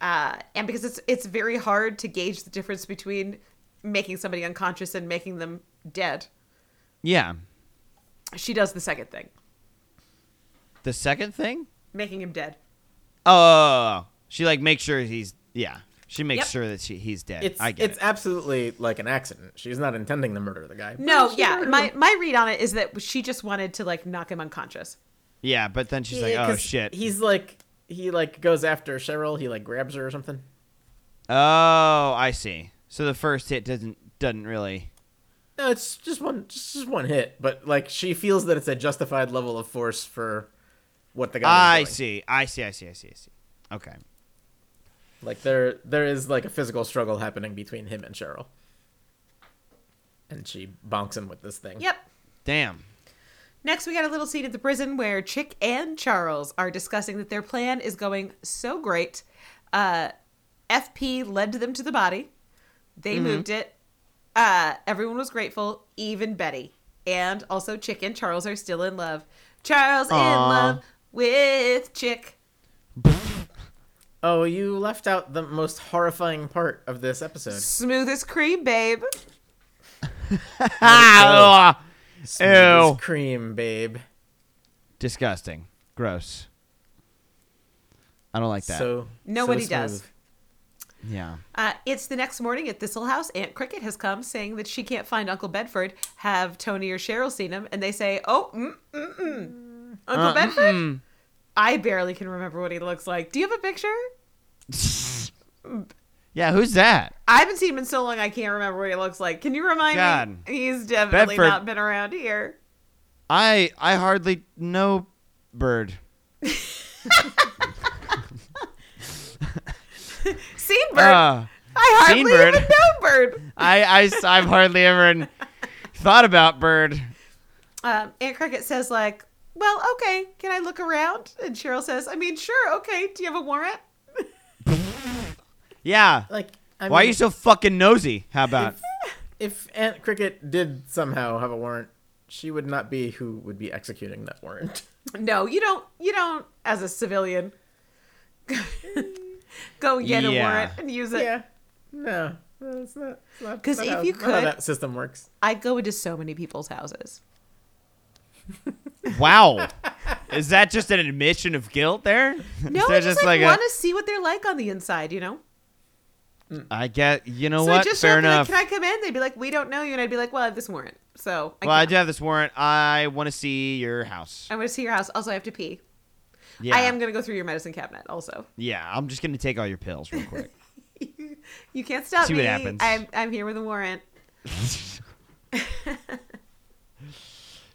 A: Uh, and because it's it's very hard to gauge the difference between making somebody unconscious and making them dead,
B: Yeah.
A: she does the second thing,
B: The second thing.
A: making him dead.
B: Oh, she like makes sure he's yeah. She makes
A: Yep.
B: sure that she, he's dead.
C: It's
B: I get
C: it's
B: it.
C: absolutely like an accident. She's not intending to murder the guy.
A: No,
C: She
A: yeah,
C: murdered
A: my
C: him.
A: my read on it is that she just wanted to like knock him unconscious.
B: Yeah, but then she's like,
C: Yeah,
B: oh
C: 'cause
B: shit.
C: He's like he like goes after Cheryl. He like grabs her or something.
B: Oh, I see. So the first hit doesn't doesn't really.
C: No, it's just one just just one hit, but like she feels that it's a justified level of force for what the guy.
B: I
C: was doing.
B: see. I see. I see. I see. I see. Okay.
C: Like there there is like a physical struggle happening between him and Cheryl. And she bonks him with this thing.
A: Yep.
B: Damn.
A: Next, we got a little scene at the prison where Chick and Charles are discussing that their plan is going so great. Uh, FP led them to the body. They moved it. Uh, everyone was grateful, even Betty. And also, Chick and Charles are still in love. Charles in
B: Aw.
A: love with Chick.
C: Oh, you left out the most horrifying part of this episode.
A: Smooth as cream, babe.
B: Ah, ugh.
C: Smooth as
B: Ew.
C: Cream, babe.
B: Disgusting. Gross. I don't like that.
C: So
A: Nobody
C: so
A: does.
C: smooth.
B: yeah.
A: Uh, it's the next morning at Thistle House. Aunt Cricket has come saying that she can't find Uncle Bedford. Have Tony or Cheryl seen him? And they say, Oh, mm, mm, mm. Uncle
B: Uh,
A: Bedford? I barely can remember what he looks like. Do you have a picture?
B: Yeah. Who's that?
A: I haven't seen him in so long, I can't remember what he looks like. Can you remind
B: God.
A: me? He's definitely
B: Bedford.
A: not been around here.
B: I I hardly know bird.
A: Seen Bird?
B: Ah.
A: I hardly
B: seen Bird.
A: even know Bird.
B: I, I have hardly ever thought about bird.
A: Um, Aunt Cricket says, like, well, okay, can I look around? And Cheryl says, I mean, sure, okay. Do you have a warrant?
B: Yeah.
C: Like I
B: Why are
C: mean,
B: you so fucking nosy? How about?
C: if Aunt Cricket did somehow have a warrant, she would not be who would be executing that warrant.
A: No, you don't. You don't, as a civilian, [LAUGHS] go get a
B: Yeah.
A: warrant and use it.
C: yeah. No. That's not. it's not-
A: 'Cause
C: not
A: if
C: how-
A: you
C: not how
A: could-
C: that system works.
A: I go into so many people's houses.
B: Wow. Is that just an admission of guilt there?
A: No,
B: Is
A: I
B: there
A: just, like,
B: a-
A: want to see what they're like on the inside. You know.
B: I get. You know
A: So I
B: what?
A: just show
B: Fair
A: up and be
B: enough.
A: Like, Can I come in? They'd be like, "We don't know you," and I'd be like, "Well, I have this warrant, so I
B: well, I
A: can't.
B: do have this warrant. I want to see your house.
A: I want to see your house. Also, I have to pee.
B: Yeah.
A: I am gonna go through your medicine cabinet. Also, [LAUGHS]
B: Yeah. I'm just gonna take all your pills real quick.
A: you can't stop
B: See
A: me.
B: what happens.
A: I'm I'm here with a warrant.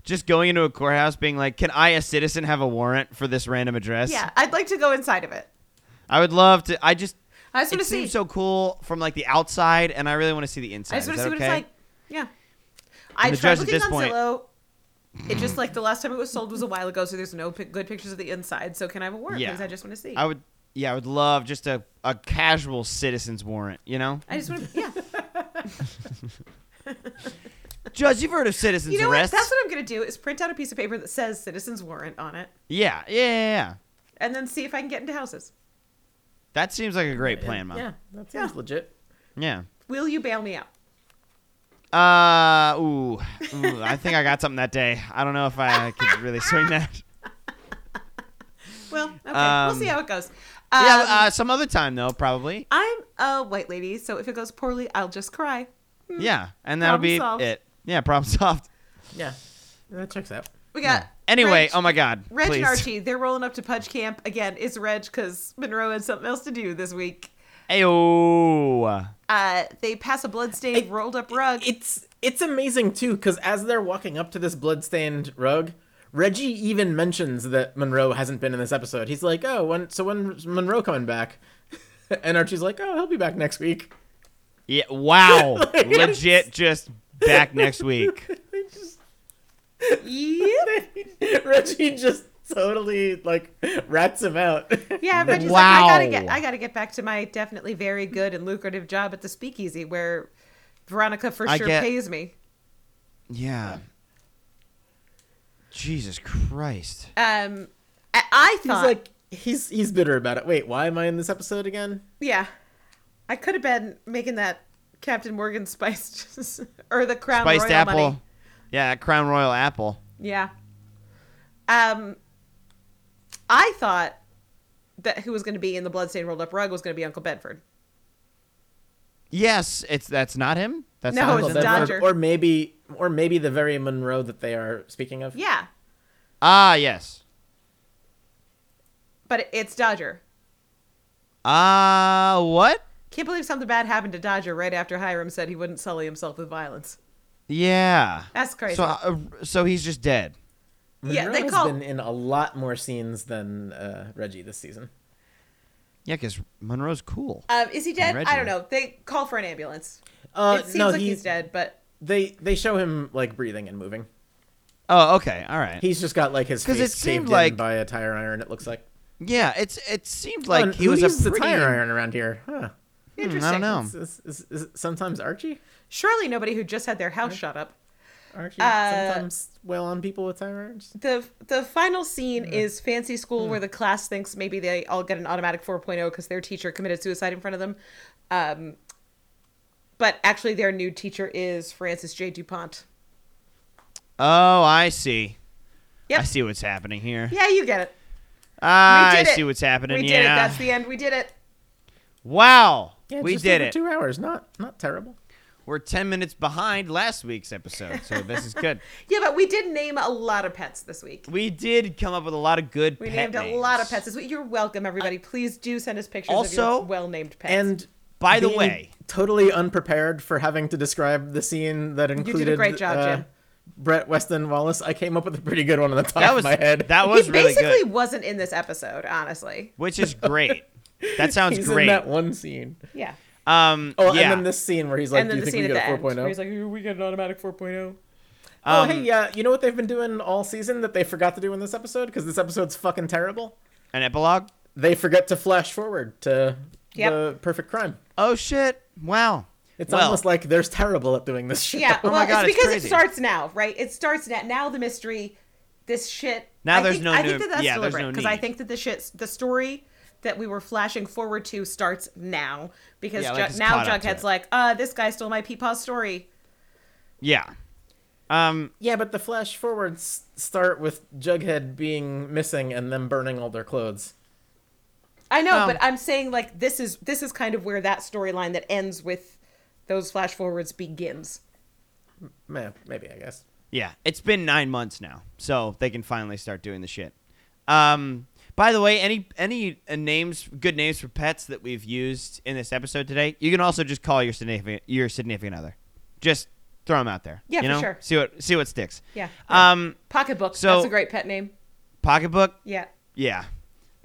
B: just going into a courthouse, being like, "Can I, a citizen, have a warrant for this random address?"
A: Yeah, I'd like to go inside of it.
B: I would love to. I just.
A: I just want
B: It
A: to see.
B: seems so cool from like the outside, and I really want to see the inside.
A: I just
B: Is
A: want to see
B: that
A: what
B: okay?
A: it's like. Yeah. I
B: the
A: tried
B: judge at
A: looking
B: this
A: on
B: point-
A: Zillow. It
B: [CLEARS THROAT]
A: just like the last time it was sold was a while ago, so there's no pic- good pictures of the inside. So can I have a warrant?
B: Yeah.
A: Because I just want to see.
B: I would, yeah, I would love just a, a casual citizen's warrant, you know?
A: I just want to.
B: [LAUGHS]
A: Yeah.
B: Judge, you've heard of citizen's
A: You know
B: arrests?
A: what? That's what I'm gonna do is print out a piece of paper that says "Citizens Warrant" on it,
B: yeah, yeah, yeah, yeah.
A: and then see if I can get into houses.
B: That seems like a great plan, Mom.
C: Yeah, that seems
A: Yeah.
C: legit.
B: Yeah.
A: Will you bail me out?
B: Uh, ooh, ooh, I think I got something that day. I don't know if I could really swing that.
A: [LAUGHS] Well, okay. we'll
B: Um,
A: see how it goes.
B: yeah,
A: Um,
B: uh, some other time though, probably.
A: I'm a white lady, so if it goes poorly, I'll just cry.
B: Yeah, and that'll
A: Problem
B: be
A: solved.
B: it. Yeah, problem [LAUGHS] solved.
C: Yeah, that checks out.
A: We got
B: Anyway,
A: Reg-
B: oh my God,
A: Reg
B: please.
A: and Archie, they're rolling up to Pudge Camp again. It's Reg because Monroe had something else to do this week.
B: Ayo.
A: Uh, they pass a bloodstained rolled up rug.
C: It's it's amazing too, because as they're walking up to this bloodstained rug, Reggie even mentions that Monroe hasn't been in this episode. He's like, "Oh, when so when's Monroe coming back?" [LAUGHS] and Archie's like, "Oh, he'll be back next week."
D: Yeah.
A: [LAUGHS]
D: Wow.
C: Yes.
D: Legit. Just back next week.
C: They just-
A: Yep.
C: [LAUGHS] Reggie just totally like rats him out. [LAUGHS]
A: Yeah, Reggie's like, I gotta get,
D: Wow.
A: I gotta get back to my definitely very good and lucrative job at the Speakeasy, where Veronica for
B: I
A: sure
B: get-
A: pays me.
B: [LAUGHS] Yeah. Jesus Christ.
A: Um, I, I
C: he's
A: thought,
C: like, he's he's bitter about it. Wait, why am I in this episode again?
A: yeah, I could have been making that Captain Morgan [LAUGHS] spiced or the Crown
B: Spiced
A: Royal
B: apple.
A: money.
B: Yeah, Crown Royal apple.
A: Yeah. Um, I thought that who was going to be in the bloodstained rolled up rug was going to be Uncle Bedford.
B: Yes, it's that's not him. That's
A: No,
B: not
A: Oh, it's
B: him.
A: a
C: Or-
A: Dodger.
C: Or, maybe or maybe the very Monroe that they are speaking of.
A: Yeah,
B: Ah, yes.
A: but it's Dodger.
B: Ah, what?
A: Can't believe something bad happened to Dodger right after Hiram said he wouldn't sully himself with violence.
B: Yeah.
A: That's crazy.
B: So, uh, so he's just dead.
A: yeah,
C: Monroe
A: they
C: has
A: call
C: been in a lot more scenes than uh, Reggie this season.
B: Yeah, because Monroe's cool.
A: Um, is he dead?
B: Reggie.
A: I don't know. They call for an ambulance.
C: Uh,
A: it seems
C: no,
A: like
C: he-
A: he's dead, but
C: They they show him like breathing and moving.
B: Oh, okay, all right.
C: He's just got like his
B: 'Cause
C: face
B: it seemed
C: caved
B: like-
C: in by a tire iron. It looks like
B: yeah, it's it seemed
C: Oh,
B: like
C: and
B: he
C: who
B: was a
C: uses
B: pretty.
C: a tire iron around here. Huh.
A: interesting.
B: Hmm, I don't know.
C: Is, is, is, is it sometimes Archie?
A: Surely nobody who just had their house shut up.
C: Archie
A: Uh,
C: sometimes wail on people with tire irons.
A: The the final scene is fancy school where the class thinks maybe they all get an automatic 4.0 because their teacher committed suicide in front of them. Um, but actually, their new teacher is Francis J. DuPont.
B: Oh, I see.
A: Yep.
B: I see what's happening here. Ah,
A: Yeah, you get it.
B: I
A: did it.
B: see what's happening.
A: We did
B: yeah.
A: it. That's the end. We did it.
B: wow.
C: Yeah,
B: we
C: just
B: did
C: over
B: it.
C: Two hours, not not terrible.
B: We're ten minutes behind last week's episode, so this is good.
A: Yeah, but we did name a lot of pets this week.
B: We did come up with a lot of good.
A: We
B: pet
A: named a lot of
B: names.
A: pets this week. You're welcome, everybody. Please do send us pictures of
B: Also-
A: your well named pets.
C: And
B: By the
C: being [LAUGHS]
B: way-
C: totally unprepared for having to describe the scene that
A: did a
C: included
A: great job,
C: uh,
A: Jim.
C: Brett Weston Wallace. I came up with a pretty good one on the top
B: That
C: of
B: was
C: my head.
B: that was
A: he
B: really
A: basically
B: good,
A: wasn't in this episode, honestly.
B: which is great. That sounds
C: He's
B: great.
C: in that one scene.
A: Yeah.
B: um,
C: Oh,
B: yeah.
C: and then this scene where he's like,
A: and
C: "Do
A: then
C: you
A: the
C: think
A: scene
C: we
A: at the
C: get a
A: end where
C: 4.0?"
A: he's like, "Ooh, we get an automatic 4.0.
C: oh,
B: Um,
C: hey, yeah. You know what they've been doing all season that they forgot to do in this episode because this episode's fucking terrible.
B: an epilogue.
C: They forget to flash forward to
A: Yep.
C: the perfect crime.
B: Oh shit! Wow.
C: It's
B: Well,
C: almost like they're terrible at doing this shit.
A: Yeah,
B: Oh my
A: well,
B: God,
A: it's
B: it's
A: because it
B: crazy.
A: starts now, right? It starts now. Now the mystery, this shit.
B: Now
A: I
B: there's
A: think,
B: no
A: I
B: new-
A: think that that's
B: yeah, there's
A: deliberate
B: no
A: I
B: need.
A: think that the shit, the story that we were flashing forward to starts now because
B: Yeah, like,
A: Jug-
B: it's
A: now
B: caught up to
A: Jughead's
B: it.
A: like, uh, this guy stole my Peepaw's story.
B: Yeah. Um.
C: Yeah, but the flash forwards start with Jughead being missing and them burning all their clothes.
A: I know,
B: Um,
A: but I'm saying like this is this is kind of where that storyline that ends with those flash forwards begins.
C: Meh, maybe I guess.
B: Yeah. It's been nine months now, so they can finally start doing the shit. Um. By the way, any any uh, names, good names for pets that we've used in this episode today, you can also just call your significant your significant other. Just throw them out there.
A: Yeah,
B: you
A: for
B: know?
A: sure.
B: See what see what sticks.
A: Yeah.
B: Um.
A: Pocketbook.
B: So-
A: that's a great pet name.
B: Pocketbook.
A: Yeah.
B: Yeah.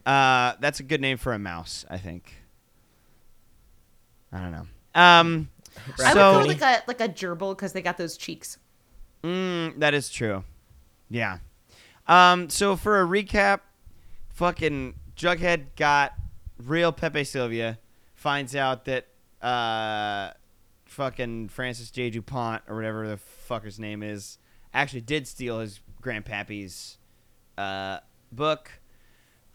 B: Uh, that's a good name for a mouse, I think. I don't know. Um,
A: I would
B: so
A: call it like a like a gerbil because they got those cheeks.
B: Mm, that is true. Yeah. Um, so for a recap, fucking Jughead got real Pepe Sylvia, finds out that uh, fucking Francis J. DuPont or whatever the fucker's name is actually did steal his grandpappy's uh, book.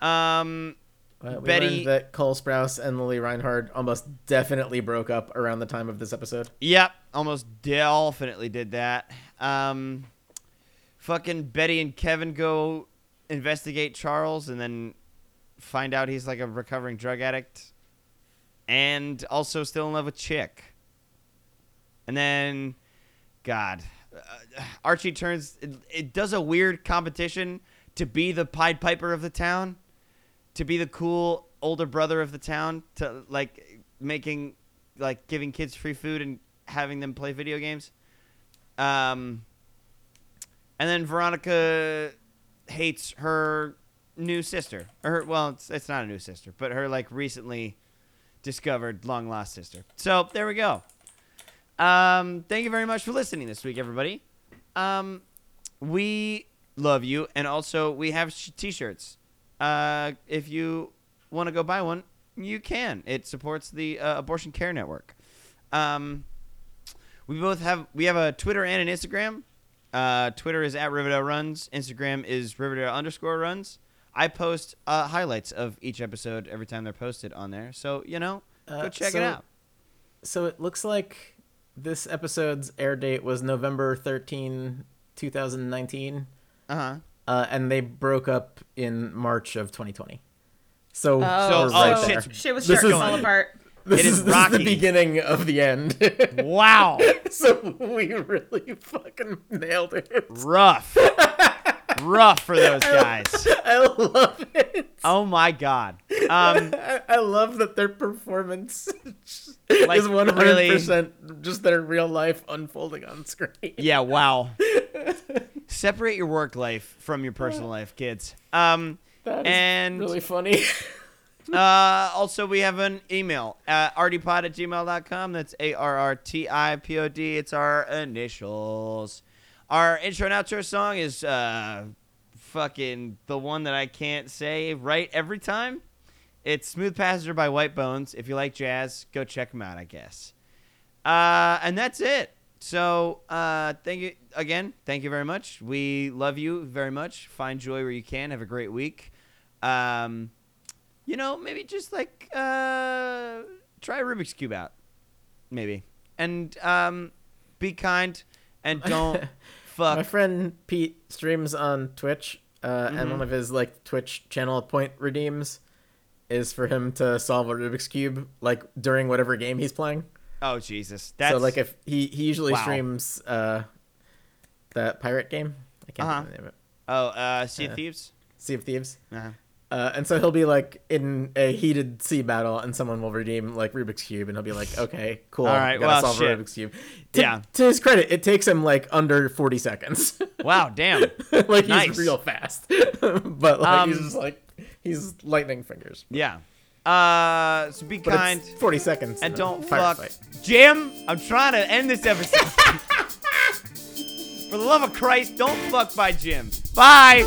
B: Um,
C: Uh, we
B: Betty-
C: learned that Cole Sprouse and Lily Reinhard almost definitely broke up around the time of this episode.
B: Yep, almost definitely did that. Um, fucking Betty and Kevin go investigate Charles and then find out he's like a recovering drug addict and also still in love with Chick. And then, God, uh, Archie turns, it, it does a weird competition to be the Pied Piper of the town, to be the cool older brother of the town, to like making, like giving kids free food and having them play video games. Um, and then Veronica hates her new sister. Or her, well, it's, it's not a new sister, but her like recently discovered long lost sister. So there we go. Um, thank you very much for listening this week, everybody. Um, we love you, and also we have sh- t-shirts. Uh, if you want to go buy one, you can. It supports the uh, Abortion Care Network. Um, we both have we have a Twitter and an Instagram. Uh, Twitter is at Riverdale Runs. Instagram is Riverdale underscore Runs. I post uh, highlights of each episode every time they're posted on there. So you know,
C: Uh,
B: go check
C: so-
B: it out.
C: So it looks like this episode's air date was November 13, 2019,
B: Uh huh.
C: uh, and they broke up in March of 2020. So,
B: So,
A: Oh,
C: we're
B: oh,
C: right there.
B: shit's-
A: shit was
C: This
A: starting to
C: is-
A: fall apart.
C: This
B: it
C: is,
B: is
C: this is
B: rocky.
C: the beginning of the end. [LAUGHS]
B: Wow.
C: so we really fucking nailed it.
B: rough rough for those guys
C: I love it.
B: oh my god um
C: I, I love that their [LAUGHS] performance
B: Like,
C: is one hundred percent just their real life unfolding on screen.
B: yeah wow separate your work life from your personal life kids um
C: That is
B: and
C: really funny.
B: uh also we have an email uh artipod at gmail.com that's a-r-r-t-i-p-o-d it's our initials our intro and outro song is uh fucking the one that i can't say right every time It's Smooth Passenger by White Bones. If you like jazz, go check them out, I guess. Uh, and that's it. So uh, thank you again. Thank you very much. We love you very much. Find joy where you can. Have a great week. Um, you know, maybe just like uh, try Rubik's Cube out, maybe, and um, be kind
C: [LAUGHS]
B: and don't fuck.
C: [LAUGHS] My friend Pete streams on Twitch, uh, and one of his like Twitch channel point redeems is for him to solve a Rubik's cube like during whatever game he's playing.
B: oh Jesus, that's
C: So like if he he usually
B: Wow.
C: streams uh, that pirate game. I can't
B: Uh-huh.
C: remember the name of it.
B: oh uh, Sea of Thieves.
C: Sea of Thieves.
B: Uh-huh.
C: Uh, and so he'll be like in a heated sea battle, and someone will redeem like Rubik's cube, and he'll be like, "Okay, cool,
B: All right,
C: gotta
B: well,
C: solve
B: shit.
C: a Rubik's cube." To,
B: Yeah.
C: To his credit, it takes him like under forty seconds. [LAUGHS]
B: Wow, damn.
C: like
B: Nice.
C: he's real fast, [LAUGHS] but like he's
B: Um,
C: just like he's lightning fingers.
B: Yeah. Uh, so be
C: But
B: kind
C: it's forty seconds,
B: and
C: in a
B: don't fuck.
C: firefight.
B: Jim, I'm trying to end this episode. [LAUGHS] For the love of Christ, don't fuck by Jim. Bye.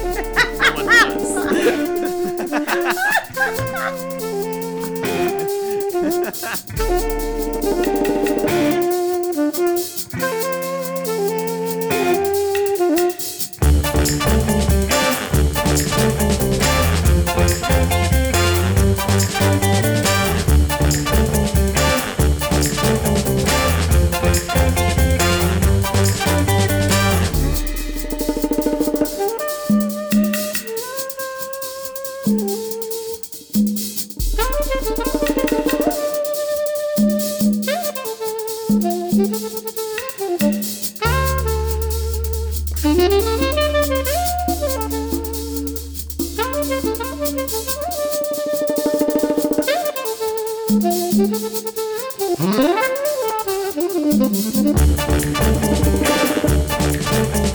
F: Thank